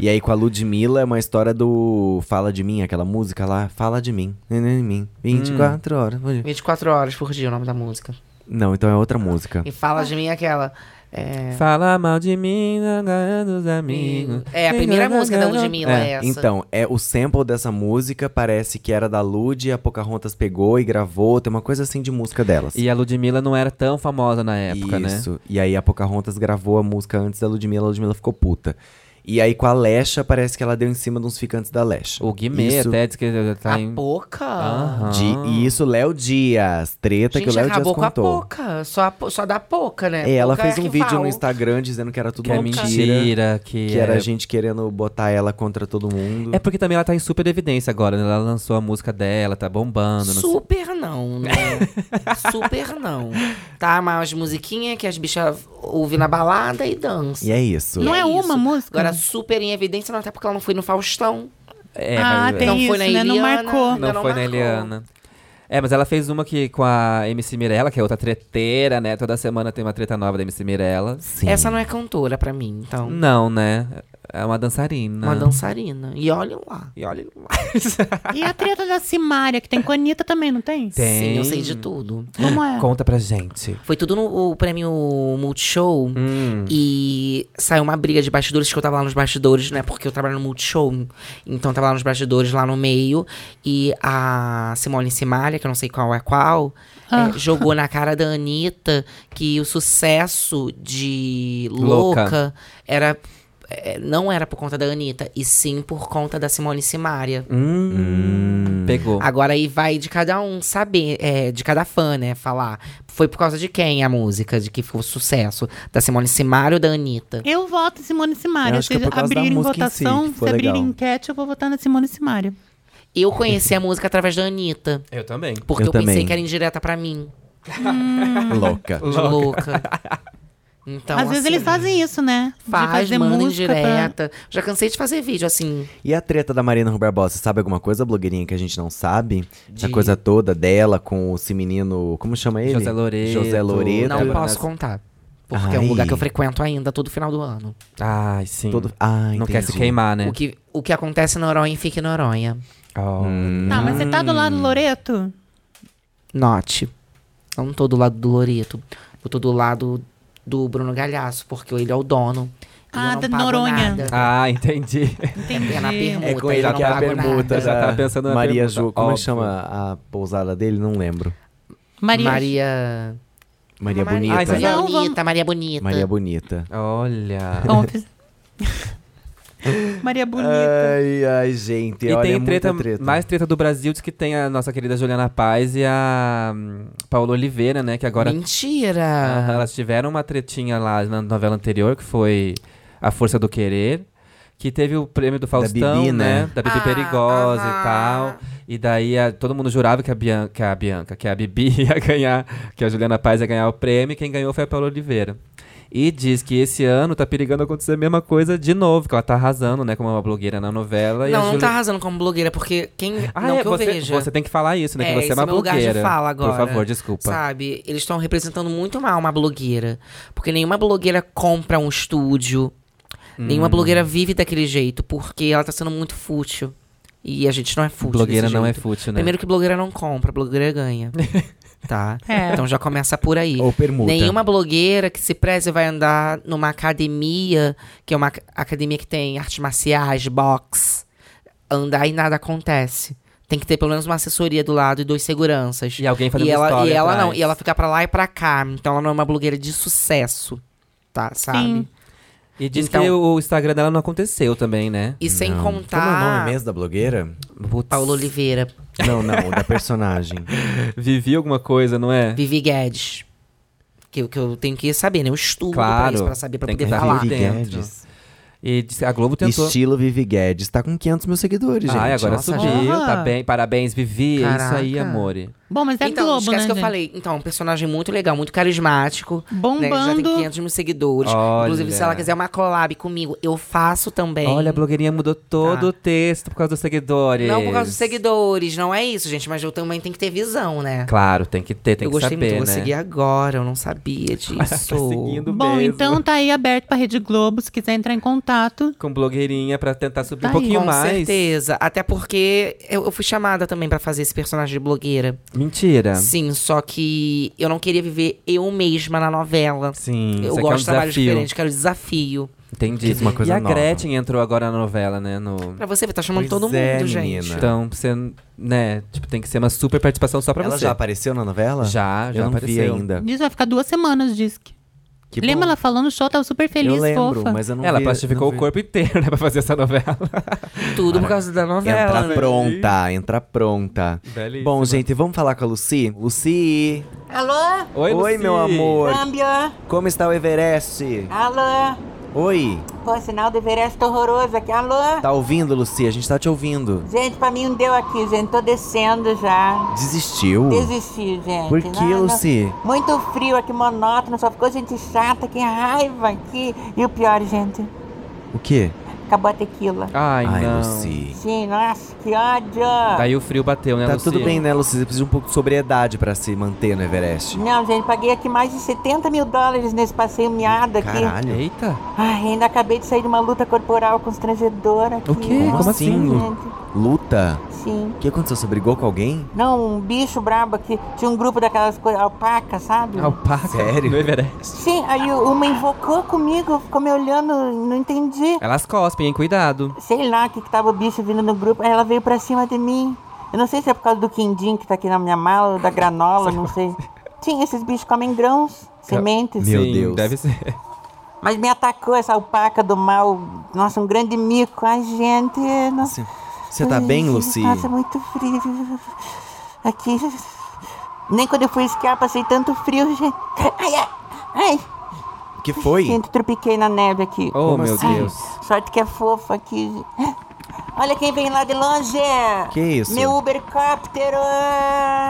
Speaker 7: E aí com a Ludmilla é uma história do Fala de Mim, aquela música lá, Fala de Mim, neném em mim, 24 horas.
Speaker 5: 24 horas por dia o nome da música.
Speaker 7: Não, então é outra música.
Speaker 5: E fala de mim aquela. É,
Speaker 2: Fala mal de mim, não ganha dos amigos.
Speaker 5: é a primeira música da Ludmilla, é, essa.
Speaker 7: Então, é o sample dessa música parece que era da Lud, a Pocahontas pegou e gravou, tem uma coisa assim de música delas.
Speaker 2: E a Ludmilla não era tão famosa na época, né?
Speaker 7: Isso. E aí a Pocahontas gravou a música antes da Ludmilla, a Ludmilla ficou puta. E aí com a Lesha, parece que ela deu em cima de uns ficantes da Lesha.
Speaker 2: O Guimê
Speaker 7: Isso-
Speaker 2: até Ah. diz que tá
Speaker 5: a
Speaker 2: em...
Speaker 5: Poca.
Speaker 2: Aham.
Speaker 7: de- e isso, Léo Dias, treta que o
Speaker 5: Gente,
Speaker 7: Léo Dias
Speaker 5: acabou com a
Speaker 7: contou.
Speaker 5: Poca. Só, a po- só da Poca, né?
Speaker 7: É, ela
Speaker 5: Poca
Speaker 7: fez um
Speaker 5: rival.
Speaker 7: vídeo no Instagram dizendo que era tudo
Speaker 2: Que é
Speaker 7: mentira,
Speaker 2: mentira, que,
Speaker 7: Que era
Speaker 2: é-
Speaker 7: a gente querendo botar ela contra todo mundo.
Speaker 2: É porque também ela tá em super evidência agora, né? Ela lançou a música dela, tá
Speaker 7: né?
Speaker 2: bombando. não sei-
Speaker 5: Super não, né? Super não. Tá, mas as musiquinhas que as bichas ouvem na balada e dançam.
Speaker 7: E é isso.
Speaker 3: Não é,
Speaker 5: é
Speaker 3: uma
Speaker 5: isso.
Speaker 3: música?
Speaker 5: Agora, super em evidência, não até porque ela não foi no Faustão.
Speaker 2: É,
Speaker 3: ah,
Speaker 2: mas-
Speaker 3: tem
Speaker 5: Não
Speaker 3: isso,
Speaker 5: foi na
Speaker 3: né? Não
Speaker 5: Eliana.
Speaker 3: marcou.
Speaker 5: Ainda
Speaker 2: Não,
Speaker 5: não
Speaker 2: foi na
Speaker 5: marcou.
Speaker 2: Eliana. É, mas ela fez uma que com a MC Mirella, que é outra treteira, né? Toda semana tem uma treta nova da MC Mirella.
Speaker 1: Sim.
Speaker 5: Essa não é cantora pra mim, então.
Speaker 2: Não, né? É uma dançarina.
Speaker 5: Uma dançarina. E olha lá.
Speaker 2: E olha lá.
Speaker 3: E a treta da Simária, que tem com a Anitta também, não tem?
Speaker 2: Tem.
Speaker 5: Sim, eu sei de tudo.
Speaker 3: Como é?
Speaker 2: Conta pra gente.
Speaker 5: Foi tudo no o prêmio Multishow.
Speaker 2: Hum.
Speaker 5: E saiu uma briga de bastidores, que eu tava lá nos bastidores, né? Porque eu trabalho no Multishow. Então eu tava lá nos bastidores, lá no meio. E a Simone Simalha, que eu não sei qual é qual, é,
Speaker 3: Ah.
Speaker 5: jogou na cara da Anitta que o sucesso de
Speaker 2: Louca.
Speaker 5: Louca, era. é, Não era por conta da Anitta, e sim por conta da Simone Simaria.
Speaker 2: Hum. Pegou.
Speaker 5: Agora aí vai de cada um saber, é, de cada fã, né? Falar. Foi por causa de quem a música, de que ficou sucesso? Da Simone Simário ou da Anitta?
Speaker 3: Eu voto em Simone Simária.
Speaker 1: Eu acho
Speaker 3: Se
Speaker 1: que é por causa da
Speaker 3: abrirem
Speaker 1: música em si,
Speaker 3: votação,
Speaker 1: que
Speaker 3: se
Speaker 1: foi
Speaker 3: abrirem
Speaker 1: legal.
Speaker 3: enquete, eu vou votar na Simone Simária.
Speaker 5: Eu conheci a música através da Anitta.
Speaker 2: Eu também.
Speaker 5: Porque
Speaker 1: Eu
Speaker 5: eu, pensei
Speaker 1: também.
Speaker 5: que era indireta pra mim.
Speaker 1: Louca.
Speaker 5: De louca. Então,
Speaker 3: Às vezes
Speaker 5: assim,
Speaker 3: eles fazem isso, né? De
Speaker 5: Faz,
Speaker 3: fazer
Speaker 5: manda
Speaker 3: música pra-
Speaker 5: indireta. Já cansei de fazer vídeo, assim.
Speaker 1: E a treta da Marina Ruber Bossa, sabe alguma coisa, blogueirinha, que a gente não sabe? Essa coisa toda dela com esse menino. Como chama ele?
Speaker 2: José Loreto.
Speaker 1: José Loreto.
Speaker 5: Não
Speaker 2: Débora
Speaker 5: posso
Speaker 2: Nas-
Speaker 5: contar. Porque é
Speaker 1: Ai.
Speaker 5: um lugar que eu frequento ainda todo final do ano.
Speaker 2: Ai, sim.
Speaker 1: Todo... Ah,
Speaker 2: Não quer se
Speaker 1: entendi.
Speaker 2: queimar, né?
Speaker 5: O, que, o que acontece em Noronha fica em Noronha.
Speaker 2: Oh.
Speaker 3: Tá, mas você tá do lado do
Speaker 1: Hum.
Speaker 3: Loreto?
Speaker 5: Note. Eu não tô do lado do Loreto. Eu tô do lado do Bruno Galhaço, porque ele é o dono. E
Speaker 3: Ah,
Speaker 5: eu não
Speaker 3: da
Speaker 5: pago
Speaker 3: Noronha.
Speaker 5: nada.
Speaker 2: Ah, entendi.
Speaker 3: Entendi.
Speaker 5: É na permuta.
Speaker 1: É com
Speaker 5: eu
Speaker 1: ele
Speaker 5: não
Speaker 1: que é a
Speaker 5: pago
Speaker 1: permuta.
Speaker 5: nada.
Speaker 2: Já
Speaker 1: da
Speaker 2: tava pensando na
Speaker 1: Maria
Speaker 2: permuta,
Speaker 1: Ju. Como é que
Speaker 2: óbvio.
Speaker 1: chama a pousada dele? Não lembro.
Speaker 3: Maria.
Speaker 5: Maria.
Speaker 1: Maria Ah, é
Speaker 5: Maria
Speaker 1: Bonita.
Speaker 2: Ai,
Speaker 5: Maria
Speaker 3: Não,
Speaker 5: Bonita,
Speaker 3: vamos-
Speaker 5: Maria Bonita.
Speaker 1: Maria Bonita.
Speaker 2: Olha.
Speaker 3: Confes- Maria Bonita.
Speaker 1: Ai, ai, gente.
Speaker 2: E
Speaker 1: olha, é
Speaker 2: tem
Speaker 1: muita
Speaker 2: treta,
Speaker 1: treta.
Speaker 2: mais treta do Brasil, diz que tem a nossa querida Juliana Paz e a hum, Paola Oliveira, né? Que agora
Speaker 5: Mentira!
Speaker 2: Aham, elas tiveram uma tretinha lá na novela anterior, que foi A Força do Querer, que teve o prêmio do Faustão,
Speaker 1: Bibi,
Speaker 2: né?
Speaker 1: né?
Speaker 2: Da Bibi
Speaker 5: Ah,
Speaker 2: Perigosa e
Speaker 5: aham.
Speaker 2: tal. E daí a- todo mundo jurava que a, Bianca, que a Bianca, que a Bibi ia ganhar, que a Juliana Paz ia ganhar o prêmio, e quem ganhou foi a Paula Oliveira. E diz que esse ano tá perigando acontecer a mesma coisa de novo, que ela tá arrasando, né? Como uma blogueira na novela. e a
Speaker 5: não, não
Speaker 2: Juli-
Speaker 5: tá arrasando como blogueira, porque quem.
Speaker 2: Ah,
Speaker 5: não
Speaker 2: é,
Speaker 5: que eu
Speaker 2: você,
Speaker 5: veja.
Speaker 2: você tem que falar isso, né?
Speaker 5: É,
Speaker 2: que você
Speaker 5: esse
Speaker 2: é uma
Speaker 5: meu lugar de
Speaker 2: blogueira.
Speaker 5: fala agora.
Speaker 2: Por favor, desculpa.
Speaker 5: Sabe, eles estão representando muito mal uma blogueira. Porque nenhuma blogueira compra um estúdio.
Speaker 2: Hum.
Speaker 5: Nenhuma blogueira vive daquele jeito, porque ela tá sendo muito fútil. E a gente não é fútil.
Speaker 2: blogueira
Speaker 5: desse
Speaker 2: não é
Speaker 5: jeito.
Speaker 2: fútil, né?
Speaker 5: Primeiro que blogueira não compra, blogueira ganha. tá?
Speaker 3: É.
Speaker 5: Então já começa por aí.
Speaker 1: Ou permuta.
Speaker 5: Nenhuma blogueira que se preze vai andar numa academia, que é uma ac- academia que tem artes marciais, boxe, andar e nada acontece. Tem que ter pelo menos uma assessoria do lado e dois seguranças.
Speaker 2: E alguém fazendo
Speaker 5: e ela,
Speaker 2: story
Speaker 5: e ela
Speaker 2: atrás.
Speaker 5: não, e ela fica pra lá e pra cá. Então ela não é uma blogueira de sucesso. Tá, sabe?
Speaker 3: Sim.
Speaker 2: E diz que
Speaker 5: Então-
Speaker 2: o Instagram dela não aconteceu também, né?
Speaker 5: E sem
Speaker 1: Como é o
Speaker 5: contar.
Speaker 1: nome mesmo da blogueira?
Speaker 2: Putz.
Speaker 5: Paulo Oliveira,
Speaker 1: Não, não, da personagem.
Speaker 2: Vivi alguma coisa, não é?
Speaker 5: Vivi Guedes. Que, eu- que eu tenho que saber, né? Eu estudo
Speaker 2: Claro,
Speaker 5: pra isso, pra saber, pra
Speaker 2: tem que
Speaker 5: poder
Speaker 2: tá
Speaker 5: falar.
Speaker 1: É Vivi
Speaker 2: dentro.
Speaker 1: Guedes.
Speaker 2: E diz que a Globo tentou.
Speaker 1: Estilo Vivi Guedes. Tá com 500 mil seguidores, gente.
Speaker 2: Ai, agora
Speaker 5: Nossa,
Speaker 2: subiu,
Speaker 3: gente.
Speaker 2: tá bem. Parabéns, Vivi. É isso aí,
Speaker 5: Caraca.
Speaker 2: amore.
Speaker 3: Bom, mas é
Speaker 5: então,
Speaker 3: Globo,
Speaker 5: esquece
Speaker 3: né,
Speaker 5: que eu
Speaker 3: gente?
Speaker 5: falei. Então, um personagem muito legal, muito carismático. né? Já tem
Speaker 3: Bombando.
Speaker 5: 500 mil seguidores.
Speaker 2: Olha.
Speaker 5: Inclusive, se ela quiser uma collab comigo, eu faço também.
Speaker 2: Olha, a blogueirinha mudou todo
Speaker 5: Tá.
Speaker 2: o texto por causa dos seguidores.
Speaker 5: Não por causa dos seguidores, não é isso, gente. Mas eu também tenho que ter visão, né?
Speaker 2: Claro, tem que ter, tem
Speaker 5: eu
Speaker 2: que
Speaker 5: gostei
Speaker 2: saber,
Speaker 5: muito, eu
Speaker 2: né? Tá
Speaker 5: vou seguir agora. Eu não sabia disso.
Speaker 2: seguindo
Speaker 3: Bom,
Speaker 2: mesmo.
Speaker 3: então tá aí aberto pra Rede Globo, se quiser entrar em contato.
Speaker 2: Com blogueirinha pra tentar subir
Speaker 3: Tá
Speaker 2: um
Speaker 3: aí.
Speaker 2: pouquinho
Speaker 5: Com
Speaker 2: mais.
Speaker 5: certeza. Até porque eu, eu fui chamada também pra fazer esse personagem de blogueira.
Speaker 2: Mentira.
Speaker 5: Sim, só que eu não queria viver eu mesma na novela.
Speaker 2: Sim,
Speaker 5: eu
Speaker 2: isso aqui
Speaker 5: gosto
Speaker 2: é um
Speaker 5: de trabalhos
Speaker 2: desafio.
Speaker 5: diferentes, quero desafio.
Speaker 2: Entendi.
Speaker 1: Isso é uma coisa
Speaker 2: e a
Speaker 1: nova.
Speaker 2: Gretchen entrou agora na novela, né? No...
Speaker 5: Pra você, tá chamando
Speaker 1: Pois
Speaker 5: todo
Speaker 1: é,
Speaker 5: mundo,
Speaker 1: menina.
Speaker 5: gente.
Speaker 2: Então, você, né? Tipo, tem que ser uma super participação só pra
Speaker 1: Ela
Speaker 2: você.
Speaker 1: já apareceu na novela?
Speaker 2: Já, já
Speaker 1: Eu não vi
Speaker 2: apareceu.
Speaker 1: ainda.
Speaker 3: Isso vai ficar duas semanas, diz que.
Speaker 1: Que
Speaker 3: Lembra
Speaker 1: bom.
Speaker 3: ela falando no show, tava super feliz,
Speaker 1: Eu lembro,
Speaker 3: fofa.
Speaker 1: mas eu não
Speaker 2: Ela
Speaker 1: vi-
Speaker 2: plastificou
Speaker 1: não
Speaker 2: o
Speaker 1: vi.
Speaker 2: corpo inteiro, né, pra fazer essa novela.
Speaker 5: Tudo por causa da novela.
Speaker 1: Entra
Speaker 5: né?
Speaker 1: pronta, entra pronta.
Speaker 2: Belíssima.
Speaker 1: Bom, gente, vamos falar com a Lucy? Lucy!
Speaker 6: Alô?
Speaker 1: Oi,
Speaker 2: Lucy.
Speaker 1: meu amor!
Speaker 6: Câmbio?
Speaker 1: Como está o Everest?
Speaker 6: Alô?
Speaker 1: Oi!
Speaker 6: Pô, sinal do Everest tá horroroso aqui. Alô?
Speaker 1: Tá ouvindo, Lucy? A gente tá te ouvindo.
Speaker 6: Gente, pra mim não deu aqui, gente. Tô descendo
Speaker 7: Hum.
Speaker 6: já.
Speaker 1: Desistiu?
Speaker 6: Desisti, gente.
Speaker 1: Por que,
Speaker 6: Não, não.
Speaker 1: Lucy?
Speaker 6: Muito frio aqui, monótono. Só ficou gente chata, que raiva aqui. E o pior, gente,
Speaker 1: O quê?
Speaker 6: acabou a tequila.
Speaker 2: Ai,
Speaker 7: Ai,
Speaker 2: não.
Speaker 7: Lucy.
Speaker 6: Sim, nossa, que ódio!
Speaker 2: Daí o frio bateu, né,
Speaker 7: Tá
Speaker 2: Lucy?
Speaker 7: tudo bem, né, Lucy? Você precisa de um pouco de sobriedade pra se manter no Everest.
Speaker 6: Não, gente, paguei aqui mais de 70 mil dólares nesse passeio miado aqui.
Speaker 7: Caralho.
Speaker 2: Eita.
Speaker 6: Ai, ainda acabei de sair de uma luta corporal constrangedora aqui.
Speaker 2: O quê? Como
Speaker 6: Nossa,
Speaker 7: assim?
Speaker 6: gente,
Speaker 7: Luta.
Speaker 6: Sim.
Speaker 7: O que aconteceu? Você brigou com alguém?
Speaker 6: Não, um bicho brabo aqui. Tinha um grupo daquelas coisas, alpaca, sabe?
Speaker 2: Alpaca.
Speaker 7: Sério?
Speaker 2: No Everest.
Speaker 6: Sim, aí uma invocou comigo, ficou me olhando, não entendi.
Speaker 2: Elas cospem, hein? Cuidado.
Speaker 6: Sei lá o que, que tava o bicho vindo no grupo, aí ela veio pra cima de mim. Eu não sei se é por causa do quindim que tá aqui na minha mala, ou da granola, não sei. Sim, esses bichos comem grãos, sementes.
Speaker 7: Meu
Speaker 2: Sim,
Speaker 7: Deus.
Speaker 2: Deve ser.
Speaker 6: Mas me atacou essa alpaca do mal. Nossa, um grande mico. Ai, gente. Nossa.
Speaker 7: Você, você tá bem, Lucy?
Speaker 6: Nossa, muito frio. Aqui. Nem quando eu fui esquiar, passei tanto frio, gente. Ai, ai, ai.
Speaker 3: tá
Speaker 7: O que foi?
Speaker 6: Gente, tropiquei na neve aqui.
Speaker 2: Oh,
Speaker 7: Como
Speaker 2: meu
Speaker 7: assim?
Speaker 2: Deus.
Speaker 6: Sorte que é fofa aqui. Olha quem vem lá de longe.
Speaker 7: Que isso? Ah,
Speaker 6: Meu Ubercóptero.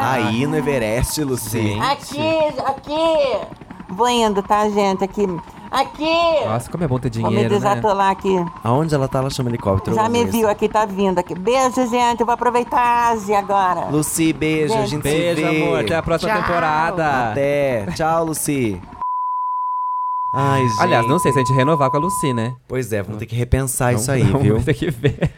Speaker 7: Aí no Everest, Lucy.
Speaker 2: Sim.
Speaker 6: Aqui, aqui. Vou indo, tá, gente? Aqui. Aqui.
Speaker 2: Nossa, como é bom ter
Speaker 6: Vou me
Speaker 2: dinheiro, né?
Speaker 6: desatolar aqui.
Speaker 7: Aonde ela tá? Ela chama helicóptero.
Speaker 6: Já
Speaker 7: vamos
Speaker 6: me
Speaker 7: ver
Speaker 6: viu aqui, tá vindo aqui. Beijo, gente. Eu vou aproveitar a Ásia agora.
Speaker 7: se- Lucy, beijo. A gente se
Speaker 2: Beijo,
Speaker 7: vê.
Speaker 2: amor. Até a próxima
Speaker 5: Tchau.
Speaker 2: temporada.
Speaker 7: Até. Tchau, Lucy. Ai, gente.
Speaker 2: Aliás, não sei se a gente renovar com a Lucy, né?
Speaker 7: Pois é, vamos ter que
Speaker 1: Ah,
Speaker 7: repensar isso aí,
Speaker 2: Não,
Speaker 7: viu?
Speaker 2: Vamos ter que ver.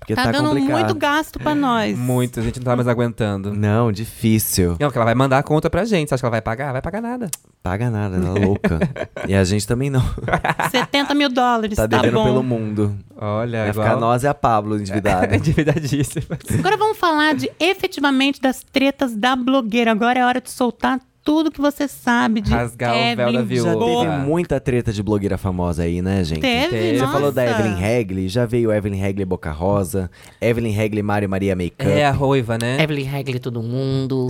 Speaker 7: Porque
Speaker 3: Tá,
Speaker 7: tá,
Speaker 3: dando
Speaker 7: complicado.
Speaker 3: muito gasto pra nós.
Speaker 2: Muito, a gente não tá mais aguentando.
Speaker 7: Não, difícil.
Speaker 2: Não, porque ela vai mandar a conta pra gente. Você acha que ela vai pagar? Vai pagar nada.
Speaker 7: Paga nada, ela é louca. e a gente também não.
Speaker 3: 70 mil dólares,
Speaker 7: tá
Speaker 3: tá,
Speaker 7: devendo
Speaker 3: bom.
Speaker 7: pelo mundo.
Speaker 2: Olha,
Speaker 7: Vai
Speaker 2: É igual...
Speaker 7: ficar né? nós e a Pablo endividada.
Speaker 2: Endividadíssima.
Speaker 3: Agora vamos falar de efetivamente das tretas da blogueira. Agora é hora de soltar tudo que você sabe de
Speaker 2: Rasgar o véu da
Speaker 3: Evelyn
Speaker 2: viúva.
Speaker 7: Já
Speaker 3: Boa.
Speaker 7: teve muita treta de blogueira famosa aí, né, gente?
Speaker 3: Teve,
Speaker 2: Teve.
Speaker 7: Você
Speaker 3: nossa.
Speaker 7: falou da Evelyn Regli, já veio Evelyn Regli Boca Rosa, Evelyn Regli Mário Maria Makeup.
Speaker 2: É a Roiva, né?
Speaker 5: Evelyn Regli, todo mundo.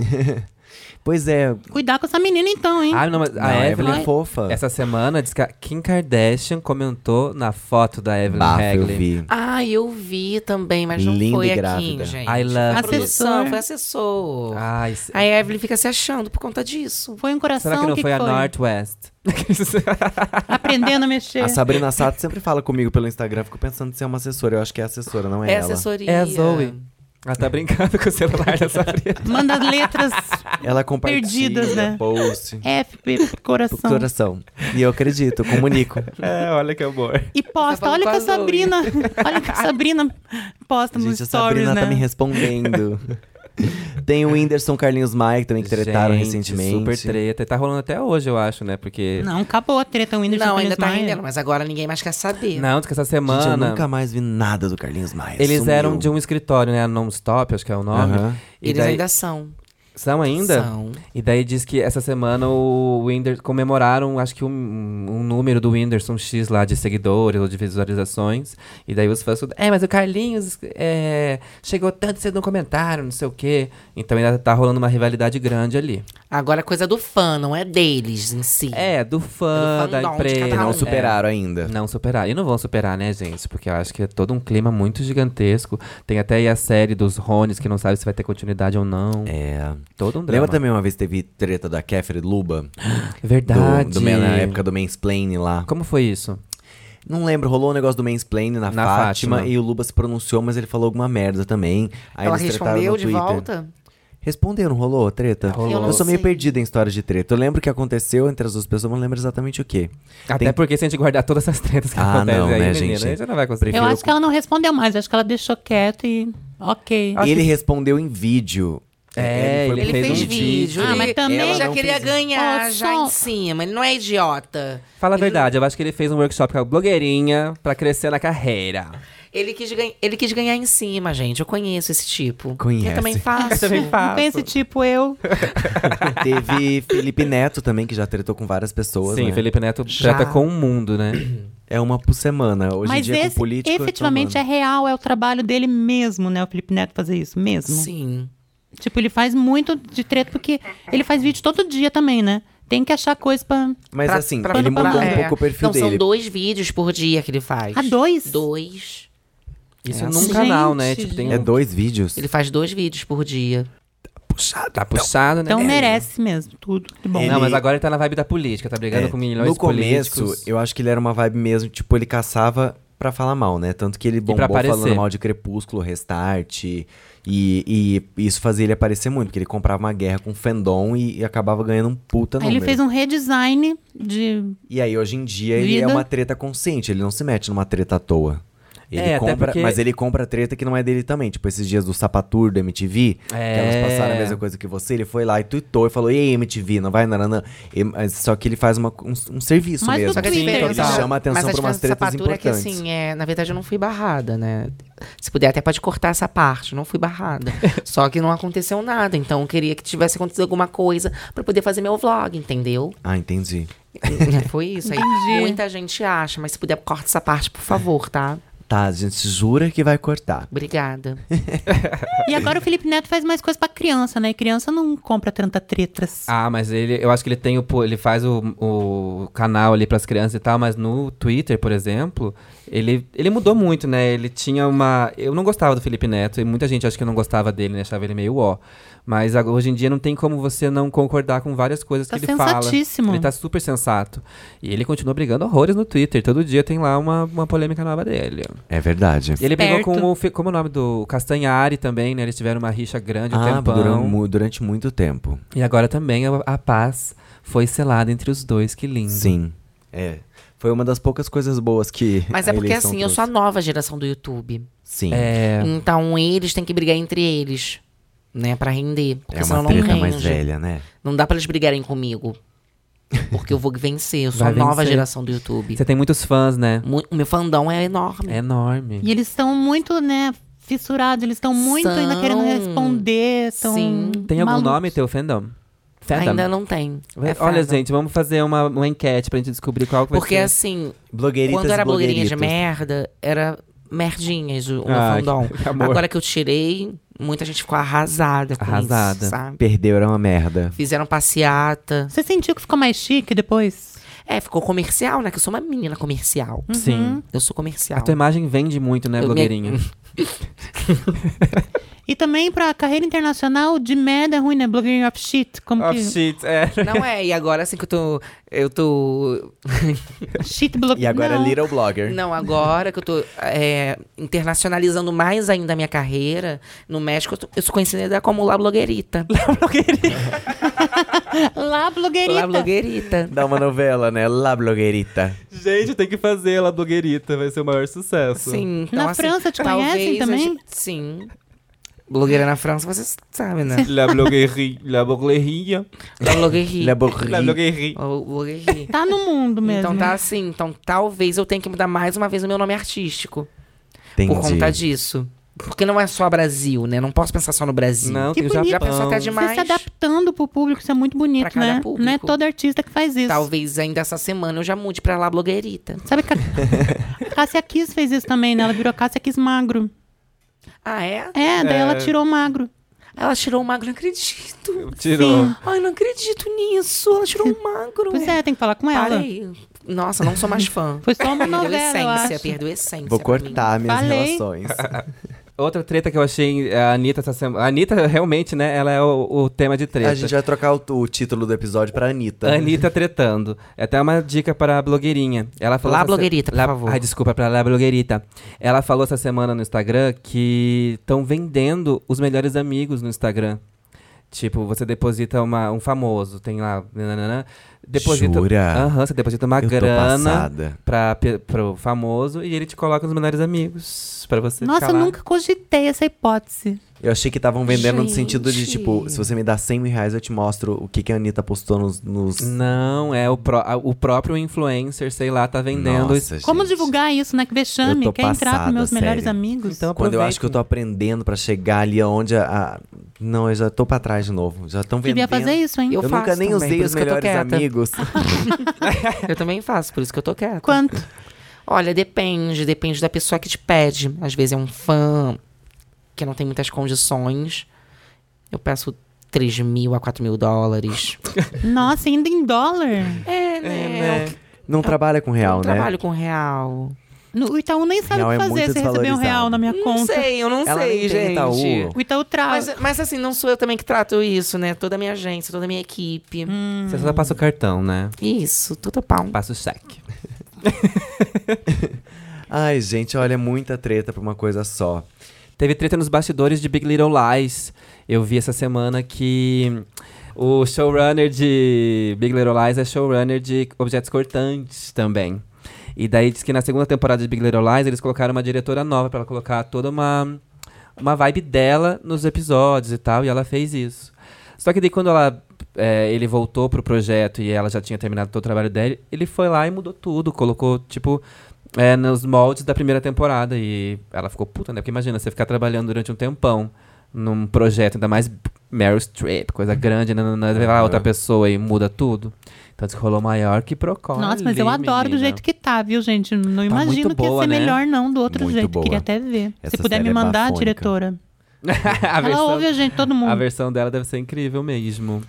Speaker 7: Pois é,
Speaker 3: Cuidar com essa menina então, hein?
Speaker 2: Ah, não, mas a
Speaker 7: não, a Evelyn
Speaker 2: Evelyn
Speaker 7: é fofa.
Speaker 2: Essa semana diz que a Kim Kardashian comentou na foto da Evelyn
Speaker 7: Bafo, eu
Speaker 2: Hagley.
Speaker 7: vi.
Speaker 5: Ah, eu vi também, mas não
Speaker 7: Linda
Speaker 5: foi
Speaker 7: e
Speaker 5: aqui,
Speaker 7: grávida.
Speaker 5: gente.
Speaker 2: I love Ah,
Speaker 5: Foi
Speaker 3: you.
Speaker 5: produção,
Speaker 3: Assessor.
Speaker 5: foi assessor.
Speaker 2: Ai, se-
Speaker 5: A Evelyn fica se achando por conta disso.
Speaker 3: Foi um coração
Speaker 2: será que não
Speaker 3: que
Speaker 2: foi a Northwest?
Speaker 3: Aprendendo a mexer.
Speaker 7: A Sabrina Sato sempre fala comigo pelo Instagram, fico pensando se é uma assessora. Eu acho que é assessora, não é,
Speaker 5: É
Speaker 7: ela.
Speaker 5: assessoria.
Speaker 2: é a Zoe. Ela tá brincando com o celular da Sabrina.
Speaker 3: Manda letras
Speaker 7: Ela compartilha,
Speaker 3: Perdidas, né?
Speaker 7: post,
Speaker 3: F, P, coração.
Speaker 7: coração. E eu acredito, eu comunico.
Speaker 2: É, olha que amor.
Speaker 3: E posta,
Speaker 5: Tá
Speaker 3: olha que a
Speaker 5: falando com a Zoe.
Speaker 3: Sabrina. Olha que a Sabrina posta nos
Speaker 7: Gente, a
Speaker 3: stories,
Speaker 7: Sabrina
Speaker 3: né?
Speaker 7: tá me respondendo. Tem o Whindersson Carlinhos Mike também, que tretaram
Speaker 2: Gente,
Speaker 7: recentemente.
Speaker 2: Super treta. E tá rolando até hoje, eu acho, né? Porque.
Speaker 3: Não, acabou a treta, o Whindersson
Speaker 5: Não, ainda
Speaker 3: Nunes
Speaker 5: tá
Speaker 3: Maia.
Speaker 5: rendendo, mas agora ninguém mais quer saber.
Speaker 2: Não, diz que essa
Speaker 7: Gente, eu
Speaker 2: semana.
Speaker 7: nunca mais vi nada do Carlinhos Maia.
Speaker 2: Eles
Speaker 7: sumiu.
Speaker 2: eram de um escritório, né? A Non-Stop, acho que é o nome.
Speaker 7: Aham.
Speaker 2: E
Speaker 5: Eles
Speaker 2: daí-
Speaker 5: ainda são.
Speaker 2: São ainda?
Speaker 5: São.
Speaker 2: E daí diz que essa semana o Winder comemoraram, acho que um, um número do Whindersson X lá de seguidores ou de visualizações. E daí os fãs tudo, é, mas o Carlinhos é, chegou tanto cedo no comentário, não sei o quê. Então ainda tá rolando uma rivalidade grande ali.
Speaker 5: Agora é coisa do fã, não é deles em si.
Speaker 2: É, do fã,
Speaker 5: Do
Speaker 2: da
Speaker 5: fandom de
Speaker 2: empresa.
Speaker 5: cada um.
Speaker 7: Não
Speaker 5: É.
Speaker 7: superaram ainda.
Speaker 2: É, não superaram. E não vão superar, né, gente? Porque eu acho que é todo um clima muito gigantesco. Tem até aí a série dos Rones, que não sabe se vai ter continuidade ou não.
Speaker 7: É.
Speaker 2: Todo um drama.
Speaker 7: Lembra também uma vez que teve treta da Kefir Luba?
Speaker 2: Verdade.
Speaker 7: Do, do, na época do Mansplain lá.
Speaker 2: Como foi isso?
Speaker 7: Não lembro, rolou um negócio do Mansplain na,
Speaker 2: Na
Speaker 7: Fátima,
Speaker 2: Fátima.
Speaker 7: e o Luba se pronunciou, mas ele falou alguma merda também. Aí
Speaker 5: Ela
Speaker 7: eles tretaram no
Speaker 5: respondeu de
Speaker 7: Twitter.
Speaker 5: volta?
Speaker 7: Respondeu, não rolou a treta?
Speaker 5: Eu
Speaker 7: Eu,
Speaker 5: não
Speaker 7: sou meio
Speaker 5: sei.
Speaker 7: perdida em histórias de treta. Eu lembro o que aconteceu entre as duas pessoas, mas não lembro exatamente o que.
Speaker 2: Até porque se a gente guardar todas essas tretas que
Speaker 7: Ah,
Speaker 2: acontecem
Speaker 7: não,
Speaker 2: aí,
Speaker 7: né,
Speaker 2: menina,
Speaker 7: gente?
Speaker 2: a gente não vai conseguir.
Speaker 3: Eu acho que ela não respondeu mais, acho que ela deixou quieto e. Ok.
Speaker 2: Acho
Speaker 7: ele
Speaker 2: que-
Speaker 7: respondeu em vídeo.
Speaker 2: É,
Speaker 7: foi
Speaker 2: ele
Speaker 5: Ele
Speaker 7: pro
Speaker 2: fez
Speaker 5: fez,
Speaker 2: um
Speaker 5: vídeo.
Speaker 3: vídeo. Ah,
Speaker 5: ele,
Speaker 3: mas também-
Speaker 5: ele já
Speaker 3: Ela não
Speaker 5: queria
Speaker 7: fez-
Speaker 5: ganhar
Speaker 3: Ó,
Speaker 5: já
Speaker 3: só-
Speaker 5: em cima. Ele não é idiota.
Speaker 2: Fala a verdade, eu acho que ele fez um workshop com a blogueirinha pra crescer na carreira.
Speaker 5: Ele quis, gan- ele quis ganhar em cima, gente. Eu conheço esse tipo.
Speaker 7: Conhece.
Speaker 5: Eu também faço.
Speaker 2: também
Speaker 3: Não tem esse tipo eu.
Speaker 7: Teve Felipe Neto também, que já tretou com várias pessoas.
Speaker 2: Sim,
Speaker 7: né?
Speaker 2: Felipe Neto
Speaker 5: Já.
Speaker 2: trata com o mundo, né?
Speaker 7: É uma por semana. Hoje em
Speaker 3: Mas
Speaker 7: dia,
Speaker 3: esse
Speaker 7: com político.
Speaker 3: efetivamente é real, é o trabalho dele mesmo, né? O Felipe Neto fazer isso mesmo.
Speaker 5: Sim.
Speaker 3: Tipo, ele faz muito de treta, porque ele faz vídeo todo dia também, né? Tem que achar coisa pra.
Speaker 7: Mas
Speaker 5: Pra-
Speaker 7: assim,
Speaker 5: pra-
Speaker 7: ele
Speaker 5: pra-
Speaker 7: mudou um
Speaker 5: é.
Speaker 7: pouco o perfil
Speaker 5: não,
Speaker 7: dele.
Speaker 5: são dois vídeos por dia que ele faz.
Speaker 3: Ah, dois?
Speaker 5: Dois.
Speaker 2: Isso
Speaker 5: É
Speaker 2: num
Speaker 5: assim.
Speaker 2: canal, né?
Speaker 3: Gente,
Speaker 2: Tipo, tem
Speaker 7: É
Speaker 2: um...
Speaker 7: dois vídeos.
Speaker 5: Ele faz dois vídeos por dia.
Speaker 2: puxado, tá puxado, né?
Speaker 3: Então
Speaker 5: É.
Speaker 2: menina?
Speaker 3: merece mesmo tudo. Que bom.
Speaker 7: Ele-
Speaker 2: Não, mas agora ele tá na vibe da política, tá brigando
Speaker 7: É,
Speaker 2: com milhões
Speaker 7: no
Speaker 2: de políticos.
Speaker 7: começo, eu acho que ele era uma vibe mesmo, tipo, ele caçava pra pra falar mal, né? Tanto que ele bombou
Speaker 2: pra aparecer.
Speaker 7: falando mal de Crepúsculo, Restart. E, e isso fazia ele aparecer muito, porque ele comprava uma guerra com o Fandom e, e acabava ganhando um puta
Speaker 3: Aí
Speaker 7: número.
Speaker 3: ele fez um redesign de
Speaker 7: E aí, hoje em dia, ele é
Speaker 3: Vida.
Speaker 7: uma treta consciente, ele não se mete numa treta à toa. Ele
Speaker 2: É, até
Speaker 7: compra,
Speaker 2: porque-
Speaker 7: Mas ele compra treta que não é dele também. Tipo, esses dias do Sapatur, do MTV, que elas
Speaker 2: É.
Speaker 7: passaram a mesma coisa que você, ele foi lá e tweetou e falou: Ei, MTV, não vai, nanana. E- mas só que ele faz uma- um, um serviço
Speaker 3: Mas no
Speaker 7: mesmo.
Speaker 5: Só que assim,
Speaker 3: Twitter,
Speaker 7: então ele
Speaker 5: total.
Speaker 3: né?
Speaker 7: chama atenção
Speaker 5: Mas a
Speaker 7: pra umas
Speaker 5: diferença da
Speaker 7: tretas
Speaker 5: sapatura é que,
Speaker 7: importantes.
Speaker 5: assim, é, na verdade, eu não fui barrada, né? Se puder, até pode cortar essa parte. Não fui barrada. Só que não aconteceu nada. Então, eu queria que tivesse acontecido alguma coisa pra poder fazer meu vlog, entendeu?
Speaker 7: Ah, entendi.
Speaker 2: É.
Speaker 5: Foi isso. Aí,
Speaker 3: Entendi.
Speaker 5: muita gente acha, mas se puder, corta essa parte, por favor, tá?
Speaker 7: Tá, a gente jura que vai cortar.
Speaker 5: Obrigada.
Speaker 3: E agora o Felipe Neto faz mais coisa pra criança, né? E criança não compra tanta tretas.
Speaker 2: Ah, mas ele, eu acho que ele tem o, po- ele faz o, o canal ali pras crianças e tal, mas no Twitter, por exemplo, ele, ele mudou muito, né? Ele tinha uma, eu não gostava do Felipe Neto e muita gente acho que não gostava dele, né? Achava ele meio ó. Mas ag- hoje em dia não tem como você não concordar com várias coisas
Speaker 3: Tá
Speaker 2: que ele fala.
Speaker 3: sensatíssimo.
Speaker 2: Ele tá super sensato. E ele continua brigando horrores no Twitter. Todo dia tem lá uma, uma polêmica nova dele.
Speaker 7: É verdade.
Speaker 2: E ele brigou
Speaker 3: Esperto.
Speaker 2: com o, Fe- como é o nome do Castanhari também, né? Eles tiveram uma rixa grande um
Speaker 7: Ah,
Speaker 2: tempão. Uhum.
Speaker 7: durante, mu- durante muito tempo.
Speaker 2: E agora também a, a paz foi selada entre os dois, que lindo.
Speaker 7: Sim. É. Foi uma das poucas coisas boas que.
Speaker 5: Mas
Speaker 7: a
Speaker 5: é porque,
Speaker 7: eleição
Speaker 5: assim, eu sou a
Speaker 7: trouxe.
Speaker 5: nova geração do YouTube.
Speaker 7: Sim.
Speaker 2: É,
Speaker 5: Então, eles têm que brigar entre eles, né? Pra render. Porque
Speaker 7: É
Speaker 5: senão
Speaker 7: uma
Speaker 5: não
Speaker 7: treta
Speaker 5: rende.
Speaker 7: mais velha, né?
Speaker 5: Não dá pra eles brigarem comigo. Porque eu vou vencer. Eu sou
Speaker 2: Vai
Speaker 5: a nova
Speaker 2: vencer.
Speaker 5: geração do YouTube.
Speaker 2: você tem muitos fãs, né?
Speaker 5: Mu- O meu fandom é enorme.
Speaker 2: É enorme.
Speaker 3: E eles estão muito, né, fissurados, eles estão muito
Speaker 5: São.
Speaker 3: ainda querendo responder. Tão
Speaker 5: Sim.
Speaker 2: Tem algum
Speaker 3: malucos.
Speaker 2: nome teu fandom? Fandom.
Speaker 5: é Ainda não tem. É
Speaker 2: Olha,
Speaker 5: fandom.
Speaker 2: gente, vamos fazer uma, uma enquete pra gente descobrir qual que vai
Speaker 5: Porque
Speaker 2: ser.
Speaker 5: assim,
Speaker 7: Blogueiritas
Speaker 5: quando eu era
Speaker 7: e
Speaker 5: blogueirinha de
Speaker 7: blogueiritos.
Speaker 5: merda, era merdinhas o o meu
Speaker 2: Ai,
Speaker 5: fandom.
Speaker 2: que amor.
Speaker 5: Agora que eu tirei, muita gente ficou arrasada com
Speaker 2: Arrasada.
Speaker 5: isso, sabe?
Speaker 7: Perdeu era uma merda.
Speaker 5: Fizeram passeata.
Speaker 3: Você sentiu que ficou mais chique depois?
Speaker 5: É, ficou comercial, né? Que eu sou uma menina comercial.
Speaker 2: Sim.
Speaker 5: Eu sou comercial.
Speaker 2: A tua imagem vende muito, né,
Speaker 5: assim, uhum. Eu me-
Speaker 2: blogueirinha?
Speaker 3: E também pra carreira internacional de merda é ruim, né? Blogging of shit. Como que...
Speaker 2: shit, é.
Speaker 5: Não é, e agora assim que eu tô. Eu tô.
Speaker 3: Shit blog...
Speaker 7: E agora
Speaker 3: Não.
Speaker 7: Little Blogger.
Speaker 5: Não, agora que eu tô é, internacionalizando mais ainda a minha carreira, no México eu, tô- eu sou conhecida como La Blogueirita.
Speaker 3: Lá, blogueirita.
Speaker 5: La Blogueirita.
Speaker 7: Dá uma novela, né? La Blogueirita.
Speaker 2: Gente, tem que fazer ela blogueirita, vai ser o maior sucesso.
Speaker 5: Sim. Então, assim,
Speaker 3: Na França te
Speaker 5: talvez
Speaker 3: conhecem
Speaker 5: a
Speaker 3: também?
Speaker 5: gente- sim. Blogueira na França, você sabe, né? Então,
Speaker 2: La blogueirinha, la blogueirinha,
Speaker 5: La Blogueirita.
Speaker 7: La Blogueirita.
Speaker 2: blogueirinha.
Speaker 5: La Blogueirita.
Speaker 3: Tá no mundo mesmo.
Speaker 5: Então tá assim, então talvez eu tenha que mudar mais uma vez o meu nome artístico.
Speaker 7: Entendi.
Speaker 5: Por conta disso. Porque não é só Brasil, né? Não posso pensar só no Brasil.
Speaker 2: Não,
Speaker 3: Que
Speaker 2: tem o
Speaker 3: bonito.
Speaker 2: Japão.
Speaker 5: Já pensou até
Speaker 3: Você
Speaker 5: demais.
Speaker 3: se adaptando pro público, isso é muito bonito,
Speaker 5: Pra cada
Speaker 3: né?
Speaker 5: público. Tá
Speaker 3: Não é todo artista que faz isso.
Speaker 5: Talvez ainda essa semana eu já mude pra lá blogueirita.
Speaker 3: Sabe que a Cássia Kiss fez isso também, né? Ela virou Cássia Kiss magro.
Speaker 5: Ah, é?
Speaker 3: É, daí ela tirou magro.
Speaker 5: Ela tirou o magro, não acredito.
Speaker 2: Tirou.
Speaker 5: Ai, não acredito nisso. Ela tirou o magro.
Speaker 3: Pois é, tem que falar com ela.
Speaker 5: Parei. Nossa, não sou mais fã.
Speaker 3: Foi só uma
Speaker 5: Perdeu
Speaker 3: novela, eu
Speaker 5: essência,
Speaker 3: acho.
Speaker 5: perdeu essência.
Speaker 7: Vou
Speaker 5: pra mim.
Speaker 7: cortar minhas
Speaker 3: Falei.
Speaker 7: relações.
Speaker 2: Outra treta que eu achei é, a Anitta essa semana. A Anitta, realmente, né? Ela é o, o tema de treta.
Speaker 7: A gente tá. vai trocar o, o título do episódio pra Anitta.
Speaker 2: Anitta tretando. É até uma dica para a blogueirinha. Ela falou
Speaker 5: Lá,
Speaker 2: essa se-
Speaker 5: blogueirita, por
Speaker 2: Lá-
Speaker 5: favor.
Speaker 2: Ai, desculpa, para lá, blogueirita. Ela falou essa semana no Instagram que estão vendendo os melhores amigos no Instagram. Tipo, você deposita uma- um famoso, tem lá. nananana, deposita,
Speaker 7: Jura?
Speaker 2: Aham, você deposita uma
Speaker 7: Eu tô
Speaker 2: grana
Speaker 7: passada.
Speaker 2: pra, pe- pro famoso e ele te coloca nos melhores amigos. Pra você
Speaker 3: Nossa,
Speaker 2: ficar
Speaker 3: eu
Speaker 2: lá.
Speaker 3: nunca cogitei essa hipótese.
Speaker 7: Eu achei que estavam vendendo no
Speaker 5: Gente.
Speaker 7: sentido de, tipo, se você me dá 100 mil reais, eu te mostro o que, que a Anitta postou nos. nos...
Speaker 2: Não, é o, pró- a- o próprio influencer, sei lá, tá vendendo.
Speaker 7: Nossa,
Speaker 3: Como
Speaker 7: gente.
Speaker 3: divulgar isso, né? Que vexame.
Speaker 7: Eu tô
Speaker 3: Quer entrar com
Speaker 7: passada,
Speaker 3: meus melhores
Speaker 7: sério.
Speaker 3: amigos?
Speaker 2: Então,
Speaker 7: Quando eu acho
Speaker 2: aproveitem.
Speaker 7: que eu tô aprendendo pra chegar ali aonde a. a- Não, eu já tô pra trás de novo. Já estão
Speaker 3: Devia
Speaker 7: vendendo.
Speaker 3: fazer isso, hein?
Speaker 5: Eu-
Speaker 7: Eu, nunca
Speaker 5: faço
Speaker 7: nem
Speaker 5: também,
Speaker 7: usei
Speaker 5: por
Speaker 7: os
Speaker 5: isso que eu tô
Speaker 7: melhores
Speaker 5: quieta.
Speaker 7: amigos.
Speaker 5: Eu também faço, por isso que eu tô quieta.
Speaker 3: Quanto?
Speaker 5: Olha, depende, depende da pessoa que te pede. Às vezes é um fã que não tem muitas condições. Eu peço 3 mil a 4 mil dólares.
Speaker 3: Nossa, ainda em dólar?
Speaker 5: É, né? Eu
Speaker 7: Não trabalha com real,
Speaker 5: não
Speaker 7: né?
Speaker 5: trabalho com real.
Speaker 3: No, o Itaú nem sabe o
Speaker 7: Real
Speaker 3: que
Speaker 7: é muito
Speaker 3: fazer se receber um
Speaker 7: desvalorizado.
Speaker 3: real na minha
Speaker 5: Não
Speaker 3: conta.
Speaker 5: sei, eu não
Speaker 7: Ela
Speaker 5: sei,
Speaker 7: nem tem
Speaker 5: gente.
Speaker 7: Itaú.
Speaker 3: O Itaú traz.
Speaker 5: Mas, mas assim, não sou eu também que trato isso, né? Toda a minha agência, toda a minha equipe.
Speaker 2: Você só passa o cartão, né?
Speaker 5: Isso, tudo pau.
Speaker 2: Passa o cheque.
Speaker 1: Ai, gente, olha, é muita treta pra uma coisa só.
Speaker 2: Teve treta nos bastidores de Big Little Lies. Eu vi essa semana que o showrunner de Big Little Lies é showrunner de Objetos Cortantes também. E daí diz que na segunda temporada de Big Little Lies eles colocaram uma diretora nova pra ela colocar toda uma uma vibe dela nos episódios e tal, e ela fez isso. Só que daí quando ela é, ele voltou pro projeto e ela já tinha terminado todo o trabalho dele, ele foi lá e mudou tudo, colocou tipo é, nos moldes da primeira temporada e ela ficou puta, né? Porque imagina você ficar trabalhando durante um tempão num projeto ainda mais Meryl Streep, coisa grande, né? nanana, vai lá outra pessoa e muda tudo. Então diz que rolou maior que Procol.
Speaker 3: Nossa, mas eu adoro do jeito que tá, viu, gente? Não imagino
Speaker 2: muito
Speaker 3: que ia
Speaker 2: boa,
Speaker 3: ser
Speaker 2: né?
Speaker 3: melhor, não, do outro
Speaker 1: Muito
Speaker 3: jeito.
Speaker 1: boa.
Speaker 3: Queria até ver.
Speaker 1: Essa
Speaker 3: Se puder
Speaker 1: série
Speaker 3: me
Speaker 1: é
Speaker 3: mandar,
Speaker 1: bafônica.
Speaker 3: diretora.
Speaker 2: a
Speaker 3: Ela ouve a gente, todo mundo.
Speaker 2: a versão dela deve ser incrível mesmo.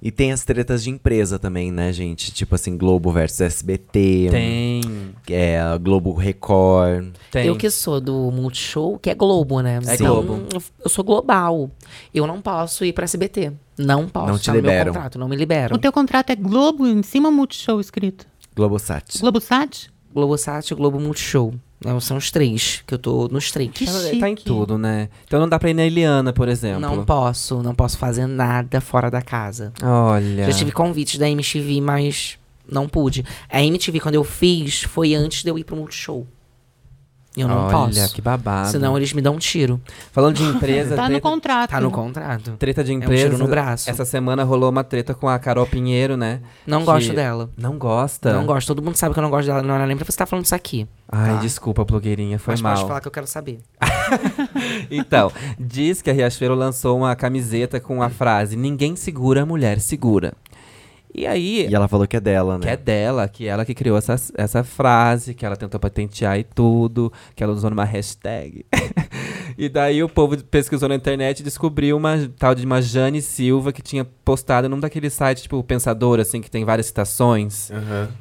Speaker 1: E tem as tretas de empresa também, né, gente? Tipo assim, Globo versus SBT.
Speaker 2: Tem.
Speaker 1: É, a Globo Record.
Speaker 2: Tem.
Speaker 5: Eu que sou do Multishow, que é Globo, né?
Speaker 2: É Globo.
Speaker 5: Eu sou global. Eu não posso ir pra SBT. Não posso.
Speaker 1: Não te
Speaker 5: tá no meu
Speaker 1: liberam.
Speaker 5: contrato, não me liberam.
Speaker 3: O teu contrato é Globo em cima Multishow escrito.
Speaker 1: Globosat.
Speaker 3: Globosat?
Speaker 5: Globosat e Globo Multishow. Né? São os três, que eu tô nos três.
Speaker 3: Que
Speaker 2: Ela
Speaker 3: chique.
Speaker 2: tá em tudo, né? Então não dá pra ir na Eliana, por exemplo.
Speaker 5: Não posso, não posso fazer nada fora da casa.
Speaker 2: Olha.
Speaker 5: Já tive convites da MTV, mas não pude. A MTV, quando eu fiz, foi antes de eu ir pro Multishow. Eu não
Speaker 2: Olha,
Speaker 5: posso.
Speaker 2: que babado.
Speaker 5: Senão eles me dão um tiro.
Speaker 2: Falando de empresa,
Speaker 3: Tá no
Speaker 2: treta,
Speaker 3: contrato.
Speaker 5: Tá no contrato.
Speaker 2: treta de
Speaker 5: um
Speaker 2: empresa.
Speaker 5: tiro no braço.
Speaker 2: Essa semana rolou uma treta com a Carol Pinheiro, né?
Speaker 5: Não
Speaker 2: Que-
Speaker 5: gosto dela.
Speaker 2: Não gosta?
Speaker 5: Não gosto. Todo mundo sabe que eu não gosto dela. Não, ela lembra você tá falando isso aqui.
Speaker 2: Ai,
Speaker 5: Tá.
Speaker 2: desculpa, blogueirinha, foi
Speaker 5: mas
Speaker 2: mal.
Speaker 5: pode falar que eu quero saber.
Speaker 2: Então, diz que a Riachuelo lançou uma camiseta com a frase: Ninguém segura a mulher segura. E aí,
Speaker 1: E ela falou que é dela,
Speaker 2: que é
Speaker 1: né?
Speaker 2: dela, que ela que criou essa, essa frase, que ela tentou patentear e tudo, que ela usou numa hashtag. e daí o povo pesquisou na internet e descobriu uma tal de uma Jane Silva que tinha postado num daqueles sites, tipo, Pensador, assim, que tem várias citações.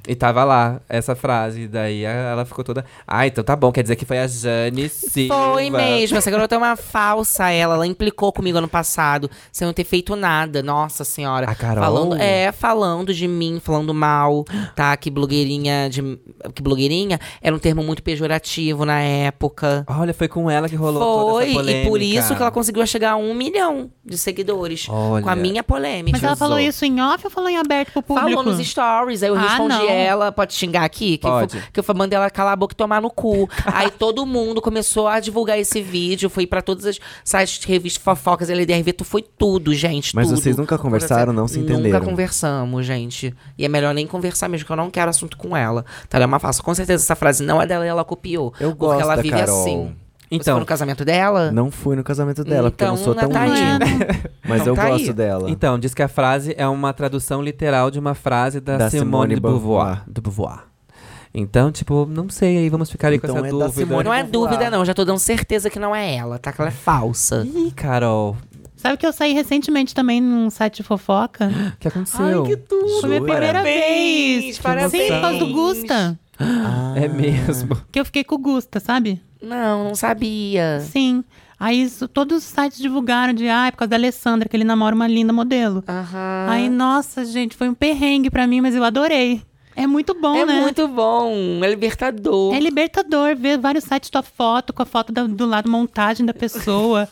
Speaker 2: E tava lá essa frase. E daí a- ela ficou toda. Ah, então tá bom, quer dizer que foi a Jane Silva.
Speaker 5: Foi mesmo. Essa garota é uma falsa, ela. Ela implicou comigo ano passado, sem eu ter feito nada. Nossa senhora.
Speaker 2: A Carol?
Speaker 5: Falando, é, falando de mim, falando mal, tá? Que blogueirinha de. Que blogueirinha era um termo muito pejorativo na época.
Speaker 2: Olha, foi com ela que rolou toda
Speaker 5: Foi,
Speaker 2: essa polêmica.
Speaker 5: e por isso que ela conseguiu chegar a um milhão de seguidores.
Speaker 2: Olha.
Speaker 5: Com a minha polêmica.
Speaker 3: Mas ela falou
Speaker 2: usou.
Speaker 3: isso em off ou falou em aberto pro público?
Speaker 5: Falou nos stories, aí eu
Speaker 3: Ah,
Speaker 5: respondi
Speaker 3: não.
Speaker 5: ela, pode xingar aqui? Que,
Speaker 2: Pode.
Speaker 5: Eu, que eu mandei ela calar a boca e tomar no cu. aí todo mundo começou a divulgar esse vídeo, foi pra todas as sites, revistas, fofocas, LDRV, tu foi tudo, gente,
Speaker 1: Mas
Speaker 5: tudo.
Speaker 1: vocês nunca conversaram, não se entenderam?
Speaker 5: Nunca conversamos, gente. E é melhor nem conversar mesmo, que eu não quero assunto com ela. Tá, ela é uma falsa. Com certeza essa frase não é dela e ela copiou.
Speaker 1: Eu
Speaker 5: porque
Speaker 1: gosto
Speaker 5: ela
Speaker 1: da
Speaker 5: vive
Speaker 1: Carol.
Speaker 5: assim. Você
Speaker 2: Então,
Speaker 5: foi no casamento dela?
Speaker 1: Não fui no casamento dela, porque eu não
Speaker 5: Então,
Speaker 1: sou tão
Speaker 5: tá
Speaker 3: Não é,
Speaker 1: ruim.
Speaker 3: não.
Speaker 1: Mas
Speaker 5: Então
Speaker 1: eu
Speaker 5: tá
Speaker 1: gosto
Speaker 5: aí.
Speaker 1: dela.
Speaker 2: Então, diz que a frase é uma tradução literal de uma frase da,
Speaker 1: Da Simone
Speaker 2: Simone, de Beauvoir.
Speaker 1: Beauvoir.
Speaker 2: De Beauvoir. Então, tipo, não sei aí, vamos ficar aí com
Speaker 1: Então
Speaker 2: essa
Speaker 1: é da
Speaker 2: dúvida.
Speaker 1: Simone
Speaker 5: Não é
Speaker 1: Vamos lá.
Speaker 5: dúvida, não. Já tô dando certeza que não é ela, tá? Que ela é falsa.
Speaker 2: Ih, Carol,
Speaker 3: Sabe que eu saí recentemente também num site de fofoca?
Speaker 2: o que aconteceu?
Speaker 1: Jura?
Speaker 3: Foi minha primeira vez.
Speaker 5: parabéns.
Speaker 3: Sim, por causa do Gusta.
Speaker 1: Ah,
Speaker 2: É mesmo.
Speaker 3: Que eu fiquei com o Gusta, sabe?
Speaker 5: Não, não sabia.
Speaker 3: Sim. Aí isso- todos os sites divulgaram de, ah, é por causa da Alessandra, que ele namora uma linda modelo.
Speaker 5: Aham.
Speaker 3: Aí, nossa, gente, foi um perrengue pra mim, mas eu adorei. É muito bom,
Speaker 5: é
Speaker 3: né?
Speaker 5: muito bom. É libertador.
Speaker 3: É libertador ver vários sites tua foto, com a foto da- do lado montagem da pessoa.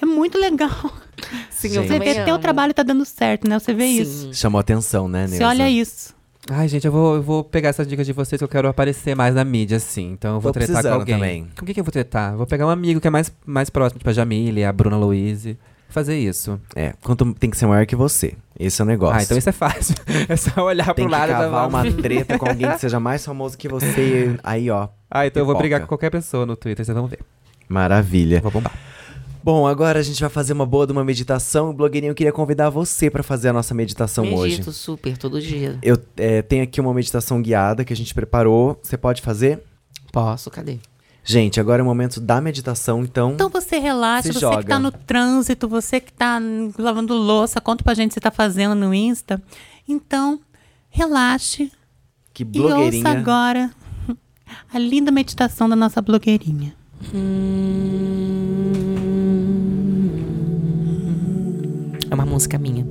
Speaker 3: é muito legal.
Speaker 5: Sim,
Speaker 1: eu
Speaker 3: Você
Speaker 1: também
Speaker 3: vê que teu trabalho tá dando certo, né? Você vê isso.
Speaker 1: Chamou atenção, né, Neuza?
Speaker 3: Você olha isso.
Speaker 2: Ai, gente, eu vou, eu vou pegar essas dicas de vocês que eu quero aparecer mais na mídia, assim. Então eu vou
Speaker 1: Tô
Speaker 2: tretar com
Speaker 1: precisando
Speaker 2: alguém.
Speaker 1: também.
Speaker 2: Com quem que eu vou tretar? Vou pegar um amigo que é mais, mais próximo, tipo a Jamile, a Bruna Louise. Fazer isso.
Speaker 1: É, quanto tem que ser maior que você. Esse é o negócio.
Speaker 2: Ah, então isso é fácil. É só olhar
Speaker 1: tem
Speaker 2: pro
Speaker 1: que
Speaker 2: lado da
Speaker 1: cavar uma treta com alguém que seja mais famoso que você. Aí, ó.
Speaker 2: Ah, então eu vou
Speaker 1: pipoca.
Speaker 2: brigar com qualquer pessoa no Twitter, vocês vão ver.
Speaker 1: Maravilha.
Speaker 2: Eu vou bombar.
Speaker 1: Bom, agora a gente vai fazer uma boa de uma meditação. O blogueirinho eu queria convidar você pra fazer a nossa meditação
Speaker 5: Me
Speaker 1: hoje.
Speaker 5: agito super todo dia.
Speaker 1: Eu é, tenho aqui uma meditação guiada que a gente preparou. Você pode fazer?
Speaker 5: Posso? Cadê?
Speaker 1: Gente, agora é o momento da meditação, então.
Speaker 3: Então você relaxa,
Speaker 1: Se
Speaker 3: você
Speaker 1: joga.
Speaker 3: que tá no trânsito, você que tá hum, lavando louça, conta pra gente o que você tá fazendo no Insta. Então, relaxe
Speaker 1: que
Speaker 3: e ouça
Speaker 1: blogueirinha.
Speaker 3: agora a linda meditação da nossa blogueirinha.
Speaker 5: É uma música minha.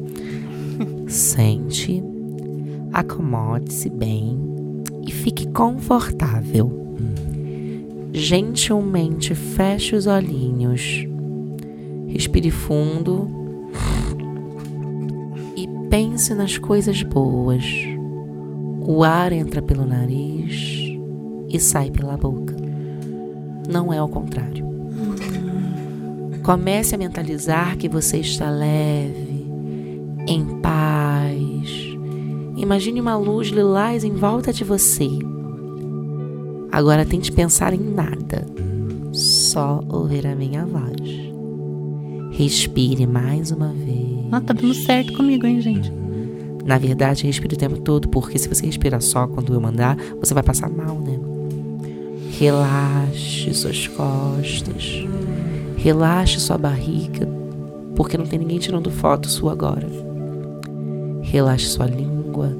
Speaker 5: Sente, acomode-se bem e fique confortável. gentilmente feche os olhinhos, respire fundo e pense nas coisas boas. O ar entra pelo nariz e sai pela boca. Não é ao contrário. Comece a mentalizar que você está leve, em paz. Imagine uma luz lilás em volta de você. Agora tente pensar em nada, só ouvir a minha voz. Respire mais uma vez.
Speaker 3: Ah, tá dando certo comigo, hein, gente?
Speaker 5: Na verdade, respire o tempo todo, porque se você respirar só quando eu mandar, você vai passar mal, né? Relaxe suas costas. Relaxe sua barriga, porque não tem ninguém tirando foto sua agora. Relaxe sua língua.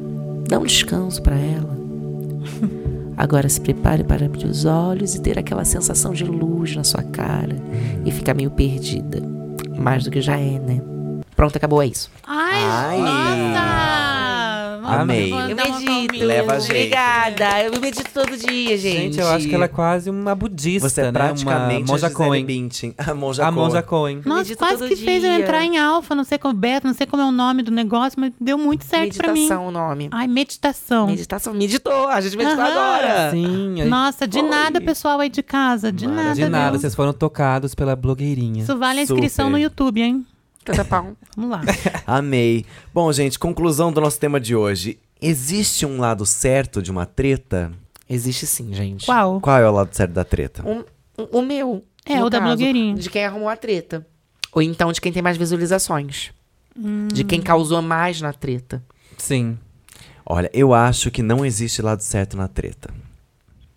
Speaker 5: Dá um descanso para ela. Agora se prepare para abrir os olhos e ter aquela sensação de luz na sua cara e ficar meio perdida. Mais do que já é, né? Pronto, acabou, é isso.
Speaker 7: Ai.
Speaker 3: Ai, nossa! Vamos
Speaker 7: Amei.
Speaker 3: mandar
Speaker 5: Eu
Speaker 3: uma
Speaker 5: medito.
Speaker 3: calminha.
Speaker 7: Leva a gente.
Speaker 5: Obrigada. Eu medito todo dia, gente.
Speaker 2: Gente, eu acho que ela é quase uma budista,
Speaker 7: Você é
Speaker 2: né?
Speaker 7: praticamente
Speaker 2: uma monja
Speaker 7: a Gisele
Speaker 2: Cohen.
Speaker 7: Bündchen. A Monja
Speaker 2: A monja
Speaker 7: Cohen.
Speaker 2: Cohen.
Speaker 3: Nossa,
Speaker 5: Medito
Speaker 3: quase
Speaker 5: todo
Speaker 3: que fez eu
Speaker 5: dia.
Speaker 3: entrar em alfa, não sei como beta, não sei como é o nome do negócio, mas deu muito certo pra mim.
Speaker 5: Meditação o nome.
Speaker 3: Ai, meditação.
Speaker 5: Meditação. Meditou. A gente meditou
Speaker 3: Aham.
Speaker 5: agora.
Speaker 2: Sim, a-
Speaker 3: Nossa, de nada, pessoal aí de casa, de nada.
Speaker 2: de nada,
Speaker 3: viu?
Speaker 2: vocês foram tocados pela blogueirinha.
Speaker 3: Isso vale a inscrição
Speaker 7: Super.
Speaker 3: no YouTube, hein?
Speaker 5: Cada pau.
Speaker 3: Vamos lá.
Speaker 7: Amei. Bom, gente, conclusão do nosso tema de hoje. Existe um lado certo de uma treta?
Speaker 5: Existe sim, gente.
Speaker 3: Qual?
Speaker 7: Qual é o lado certo da treta?
Speaker 5: Um- um- o meu.
Speaker 3: É,
Speaker 5: no
Speaker 3: o da
Speaker 5: caso,
Speaker 3: blogueirinha.
Speaker 5: De quem arrumou a treta. Ou então de quem tem mais visualizações. De quem
Speaker 3: Hum.
Speaker 5: causou mais na treta.
Speaker 2: Sim.
Speaker 7: Olha, eu acho que não existe lado certo na treta.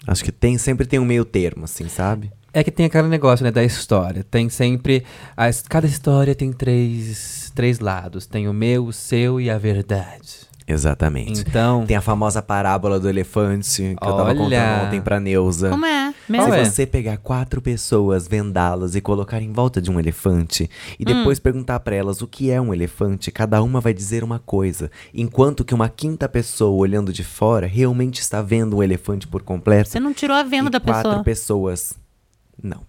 Speaker 7: Acho que tem, sempre tem um meio termo, assim, sabe?
Speaker 2: É que tem aquele negócio, né, da história. Tem sempre. a his- cada história tem três, três lados. Tem o meu, o seu e a verdade.
Speaker 7: Exatamente.
Speaker 2: Então.
Speaker 7: Tem a famosa parábola do elefante que eu tava
Speaker 2: Olha.
Speaker 7: contando ontem pra Neuza.
Speaker 3: Como é?
Speaker 7: Se
Speaker 3: Mesmo?
Speaker 2: é?
Speaker 7: você pegar quatro pessoas, vendá-las e colocar em volta de um elefante, e
Speaker 3: Hum.
Speaker 7: depois perguntar pra elas o que é um elefante, cada uma vai dizer uma coisa, enquanto que uma quinta pessoa olhando de fora realmente está vendo um elefante por completo.
Speaker 3: Você não tirou a venda
Speaker 7: e
Speaker 3: da
Speaker 7: quatro
Speaker 3: pessoa.
Speaker 7: pessoas. Não.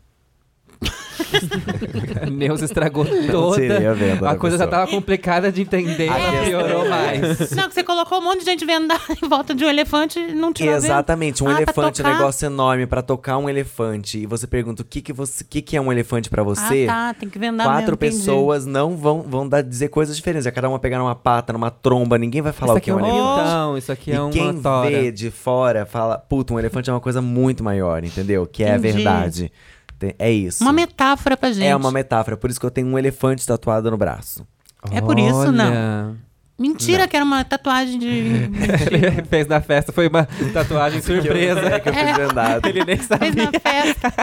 Speaker 2: A Neuza estragou
Speaker 7: tirei
Speaker 2: toda.
Speaker 7: a venda
Speaker 2: A
Speaker 7: da
Speaker 2: coisa já
Speaker 7: pessoa.
Speaker 2: tava complicada de entender, ela
Speaker 7: questão-
Speaker 2: É, piorou mais.
Speaker 3: Não, que você colocou um monte de gente vendada em volta de um elefante e não tirou a venda.
Speaker 7: Exatamente, um
Speaker 3: Ah, pra
Speaker 7: elefante é um
Speaker 3: tocar?
Speaker 7: negócio enorme pra tocar um elefante. E você pergunta o que que você, o que que é um elefante pra você?
Speaker 3: Ah, tá. Tem que vendar
Speaker 7: Quatro
Speaker 3: mesmo, entendi.
Speaker 7: pessoas não vão, vão dar, dizer coisas diferentes. Vai Cada uma pegar numa pata, numa tromba, ninguém vai falar
Speaker 2: isso
Speaker 7: o
Speaker 2: aqui
Speaker 7: que
Speaker 2: é
Speaker 7: é um
Speaker 2: um
Speaker 7: elefante.
Speaker 2: então, isso aqui
Speaker 7: e
Speaker 2: é uma
Speaker 7: quem
Speaker 2: tora.
Speaker 7: vê de fora fala, puta, um elefante é uma coisa muito maior, entendeu? Que é a
Speaker 3: Entendi.
Speaker 7: verdade. Tem- É isso.
Speaker 3: Uma metáfora pra gente.
Speaker 7: é uma metáfora, por isso que eu tenho um elefante tatuado no braço.
Speaker 3: É por isso, não.
Speaker 2: Olha.
Speaker 3: Mentira que era uma tatuagem de...
Speaker 2: Ele fez na festa, foi uma tatuagem surpresa.
Speaker 7: É que eu fiz vendado.
Speaker 2: Ele nem
Speaker 3: Fez
Speaker 2: sabia.
Speaker 3: na festa.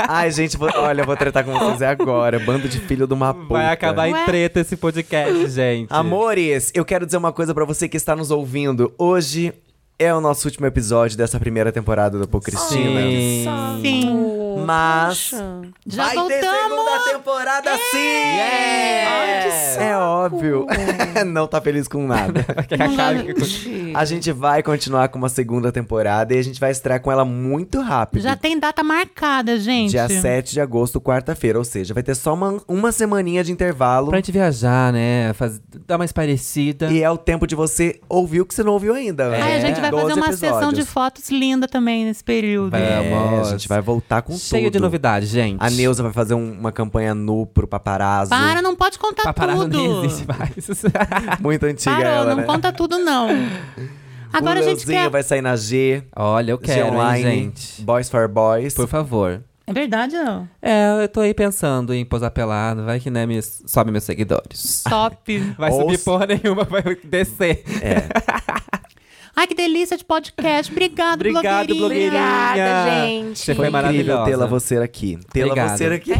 Speaker 7: Ai, gente, vou- olha, eu vou tretar com vocês agora. Bando de filho de uma puta.
Speaker 2: Vai acabar em
Speaker 3: Ué.
Speaker 2: treta esse podcast, gente.
Speaker 7: Amores, eu quero dizer uma coisa pra você que está nos ouvindo. Hoje é o nosso último episódio dessa primeira temporada do Pô Cristina.
Speaker 2: Sim.
Speaker 3: Sim.
Speaker 7: Mas
Speaker 3: assim. Já
Speaker 7: vai ter
Speaker 3: voltamos! É!
Speaker 7: segunda temporada sim!
Speaker 5: Ai, que
Speaker 7: É óbvio. Não tá feliz com nada.
Speaker 3: É.
Speaker 7: a gente vai continuar com uma segunda temporada e a gente vai estrear com ela muito rápido.
Speaker 3: Já tem data marcada, gente.
Speaker 7: Dia 7 de agosto, quarta-feira. Ou seja, vai ter só uma, uma semaninha de intervalo.
Speaker 2: Pra gente viajar, né? Faz... Dar uma esparecida.
Speaker 7: E é o tempo de você ouvir o que você não ouviu ainda. né?
Speaker 3: Ai, a gente vai fazer
Speaker 7: 12
Speaker 3: uma sessão de
Speaker 7: episódios.
Speaker 3: fotos linda também nesse período.
Speaker 2: Vai.
Speaker 7: É, a
Speaker 2: Vamos.
Speaker 7: gente vai voltar com
Speaker 2: Cheio
Speaker 7: tudo.
Speaker 2: de novidades, gente.
Speaker 7: A Neuza vai fazer um- uma campanha nu pro paparazzo.
Speaker 3: Para, não pode contar
Speaker 2: Paparazzo
Speaker 3: tudo.
Speaker 2: nem existe mais.
Speaker 7: Muito antiga
Speaker 3: Parou,
Speaker 7: ela,
Speaker 3: não
Speaker 7: né?
Speaker 3: conta tudo, não. Agora a
Speaker 7: o
Speaker 3: gente
Speaker 7: Leozinho
Speaker 3: quer.
Speaker 7: vai sair na G,
Speaker 2: Olha, eu
Speaker 7: G
Speaker 2: quero, hein,
Speaker 7: Online,
Speaker 2: gente.
Speaker 7: Boys for Boys.
Speaker 2: Por favor.
Speaker 3: É verdade, não?
Speaker 2: É, eu tô aí pensando em posar pelado. Vai que, né, me... sobe meus seguidores.
Speaker 3: Top.
Speaker 2: Vai
Speaker 7: Ou
Speaker 2: subir
Speaker 7: se-
Speaker 2: porra nenhuma, vai descer.
Speaker 3: Ai, que delícia de podcast. Obrigado,
Speaker 2: Obrigado,
Speaker 3: blogueirinha.
Speaker 2: blogueirinha.
Speaker 5: Obrigada, gente.
Speaker 2: Você foi
Speaker 7: Incrível
Speaker 2: maravilhosa.
Speaker 7: tê-la você aqui. Tê-la
Speaker 2: Obrigado.
Speaker 7: você aqui.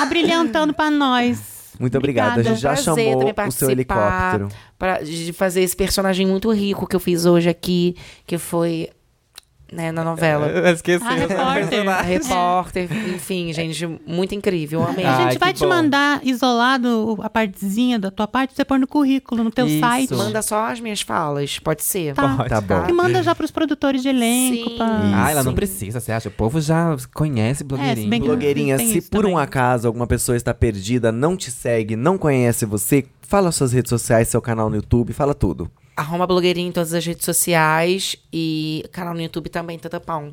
Speaker 3: Abrilhantando pra nós.
Speaker 7: Muito obrigada. A gente já
Speaker 5: Prazer
Speaker 7: chamou
Speaker 5: também
Speaker 7: o seu
Speaker 5: participar.
Speaker 7: helicóptero.
Speaker 5: Pra, de fazer esse personagem muito rico que eu fiz hoje aqui, que foi né, na novela.
Speaker 2: É.
Speaker 8: Esqueci.
Speaker 3: A Ah, repórter.
Speaker 5: A repórter, enfim, gente, muito incrível. eu Amei.
Speaker 3: A
Speaker 2: Ai,
Speaker 3: gente
Speaker 2: que
Speaker 3: vai te
Speaker 2: bom.
Speaker 3: mandar isolado a partezinha da tua parte, pra você pôr no currículo, no teu
Speaker 2: Isso.
Speaker 3: site.
Speaker 5: Manda só as minhas falas, pode ser?
Speaker 3: Tá.
Speaker 7: Tá bom.
Speaker 3: E manda já pros produtores de elenco.
Speaker 5: Sim.
Speaker 3: pra-
Speaker 2: Ah, ela não
Speaker 7: Isso.
Speaker 2: precisa, você acha? O povo já conhece
Speaker 3: É, se
Speaker 2: blogueirinho.
Speaker 3: bem que-
Speaker 7: Blogueirinha,
Speaker 3: Tem
Speaker 7: se
Speaker 3: isso
Speaker 7: por um
Speaker 3: também.
Speaker 7: acaso alguma pessoa está perdida, não te segue, não conhece você, fala suas redes sociais, seu canal no YouTube, fala tudo.
Speaker 5: Arruma blogueirinha em todas as redes sociais e canal no YouTube também, Tata Pão.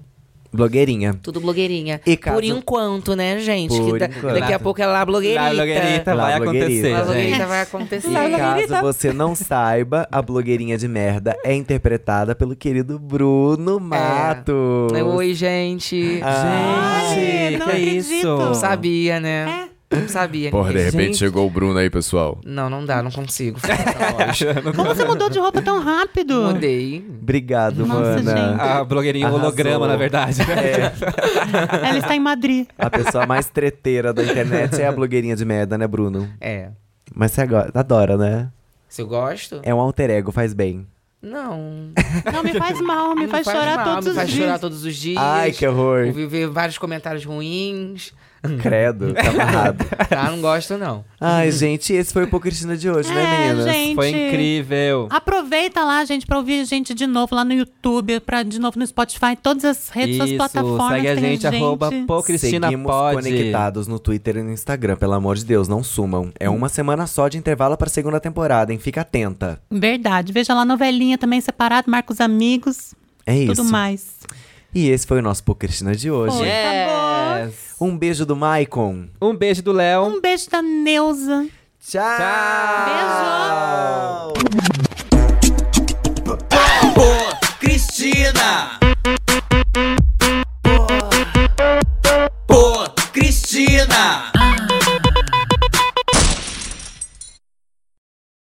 Speaker 7: Blogueirinha.
Speaker 5: Tudo blogueirinha.
Speaker 7: E caso-
Speaker 5: Por enquanto, né, gente?
Speaker 7: Por
Speaker 5: que da-
Speaker 7: enquanto.
Speaker 5: Daqui a pouco ela é a blogueirita.
Speaker 2: Lá, Ah, blogueirita,
Speaker 7: Lá,
Speaker 2: vai
Speaker 7: blogueirita.
Speaker 2: acontecer,
Speaker 5: A
Speaker 7: Lá,
Speaker 2: gente.
Speaker 5: blogueirita vai acontecer.
Speaker 7: E
Speaker 3: tá-
Speaker 7: caso você não saiba, a blogueirinha de merda é interpretada pelo querido
Speaker 3: É.
Speaker 7: Bruno Mato.
Speaker 5: Né? Oi, gente.
Speaker 7: Ah.
Speaker 2: Gente,
Speaker 3: Ai, não
Speaker 2: que é
Speaker 3: acredito.
Speaker 2: isso?
Speaker 5: Não sabia, né?
Speaker 3: É.
Speaker 5: Não sabia.
Speaker 1: Porra, de
Speaker 5: Gente,
Speaker 1: repente chegou o Bruno aí, pessoal.
Speaker 5: Não, não dá, não consigo.
Speaker 3: Como você mudou de roupa tão rápido?
Speaker 5: Mudei.
Speaker 7: Obrigado,
Speaker 3: Nossa,
Speaker 7: mana. É.
Speaker 3: gente.
Speaker 2: A blogueirinha
Speaker 7: Arrasou.
Speaker 2: holograma, na verdade.
Speaker 3: Ela está em Madrid.
Speaker 7: A pessoa mais treteira da internet é a blogueirinha de merda, né, Bruno?
Speaker 5: É.
Speaker 7: Mas você agora- adora, né?
Speaker 5: Se eu gosto?
Speaker 7: É um alter ego, faz bem.
Speaker 5: Não.
Speaker 3: Não, me faz mal, me
Speaker 5: Não
Speaker 3: faz, chorar
Speaker 5: mal,
Speaker 3: todos
Speaker 5: me
Speaker 3: os
Speaker 5: faz
Speaker 3: dias.
Speaker 5: chorar todos os dias.
Speaker 7: Ai, que horror.
Speaker 5: Viver vários comentários ruins.
Speaker 7: Credo, tá amarrado.
Speaker 5: Tá, não gosto, não.
Speaker 7: Ai, gente, esse foi o Hipocristina de hoje, né,
Speaker 3: É,
Speaker 7: meninas?
Speaker 3: gente.
Speaker 2: Foi incrível.
Speaker 3: Aproveita lá, gente, pra ouvir a gente de novo lá no YouTube, pra, de novo no Spotify, todas as redes, suas plataformas.
Speaker 2: segue a
Speaker 3: tem
Speaker 2: gente, arroba Pô Cristina
Speaker 7: Seguimos
Speaker 2: Pod.
Speaker 7: conectados no Twitter e no Instagram, pelo amor de Deus, não sumam. É uma semana só de intervalo pra segunda temporada, hein? Fica atenta.
Speaker 3: Verdade. Veja lá a novelinha também separado, marca os amigos,
Speaker 7: É isso.
Speaker 3: tudo mais.
Speaker 7: E esse foi o nosso Hipocristina de hoje.
Speaker 3: Foi.
Speaker 2: Yes.
Speaker 7: Um beijo do Maicon.
Speaker 2: Um beijo do Léo.
Speaker 3: Um beijo da Neuza.
Speaker 7: Tchau!
Speaker 3: Beijo!
Speaker 9: Cristina. Por Cristina.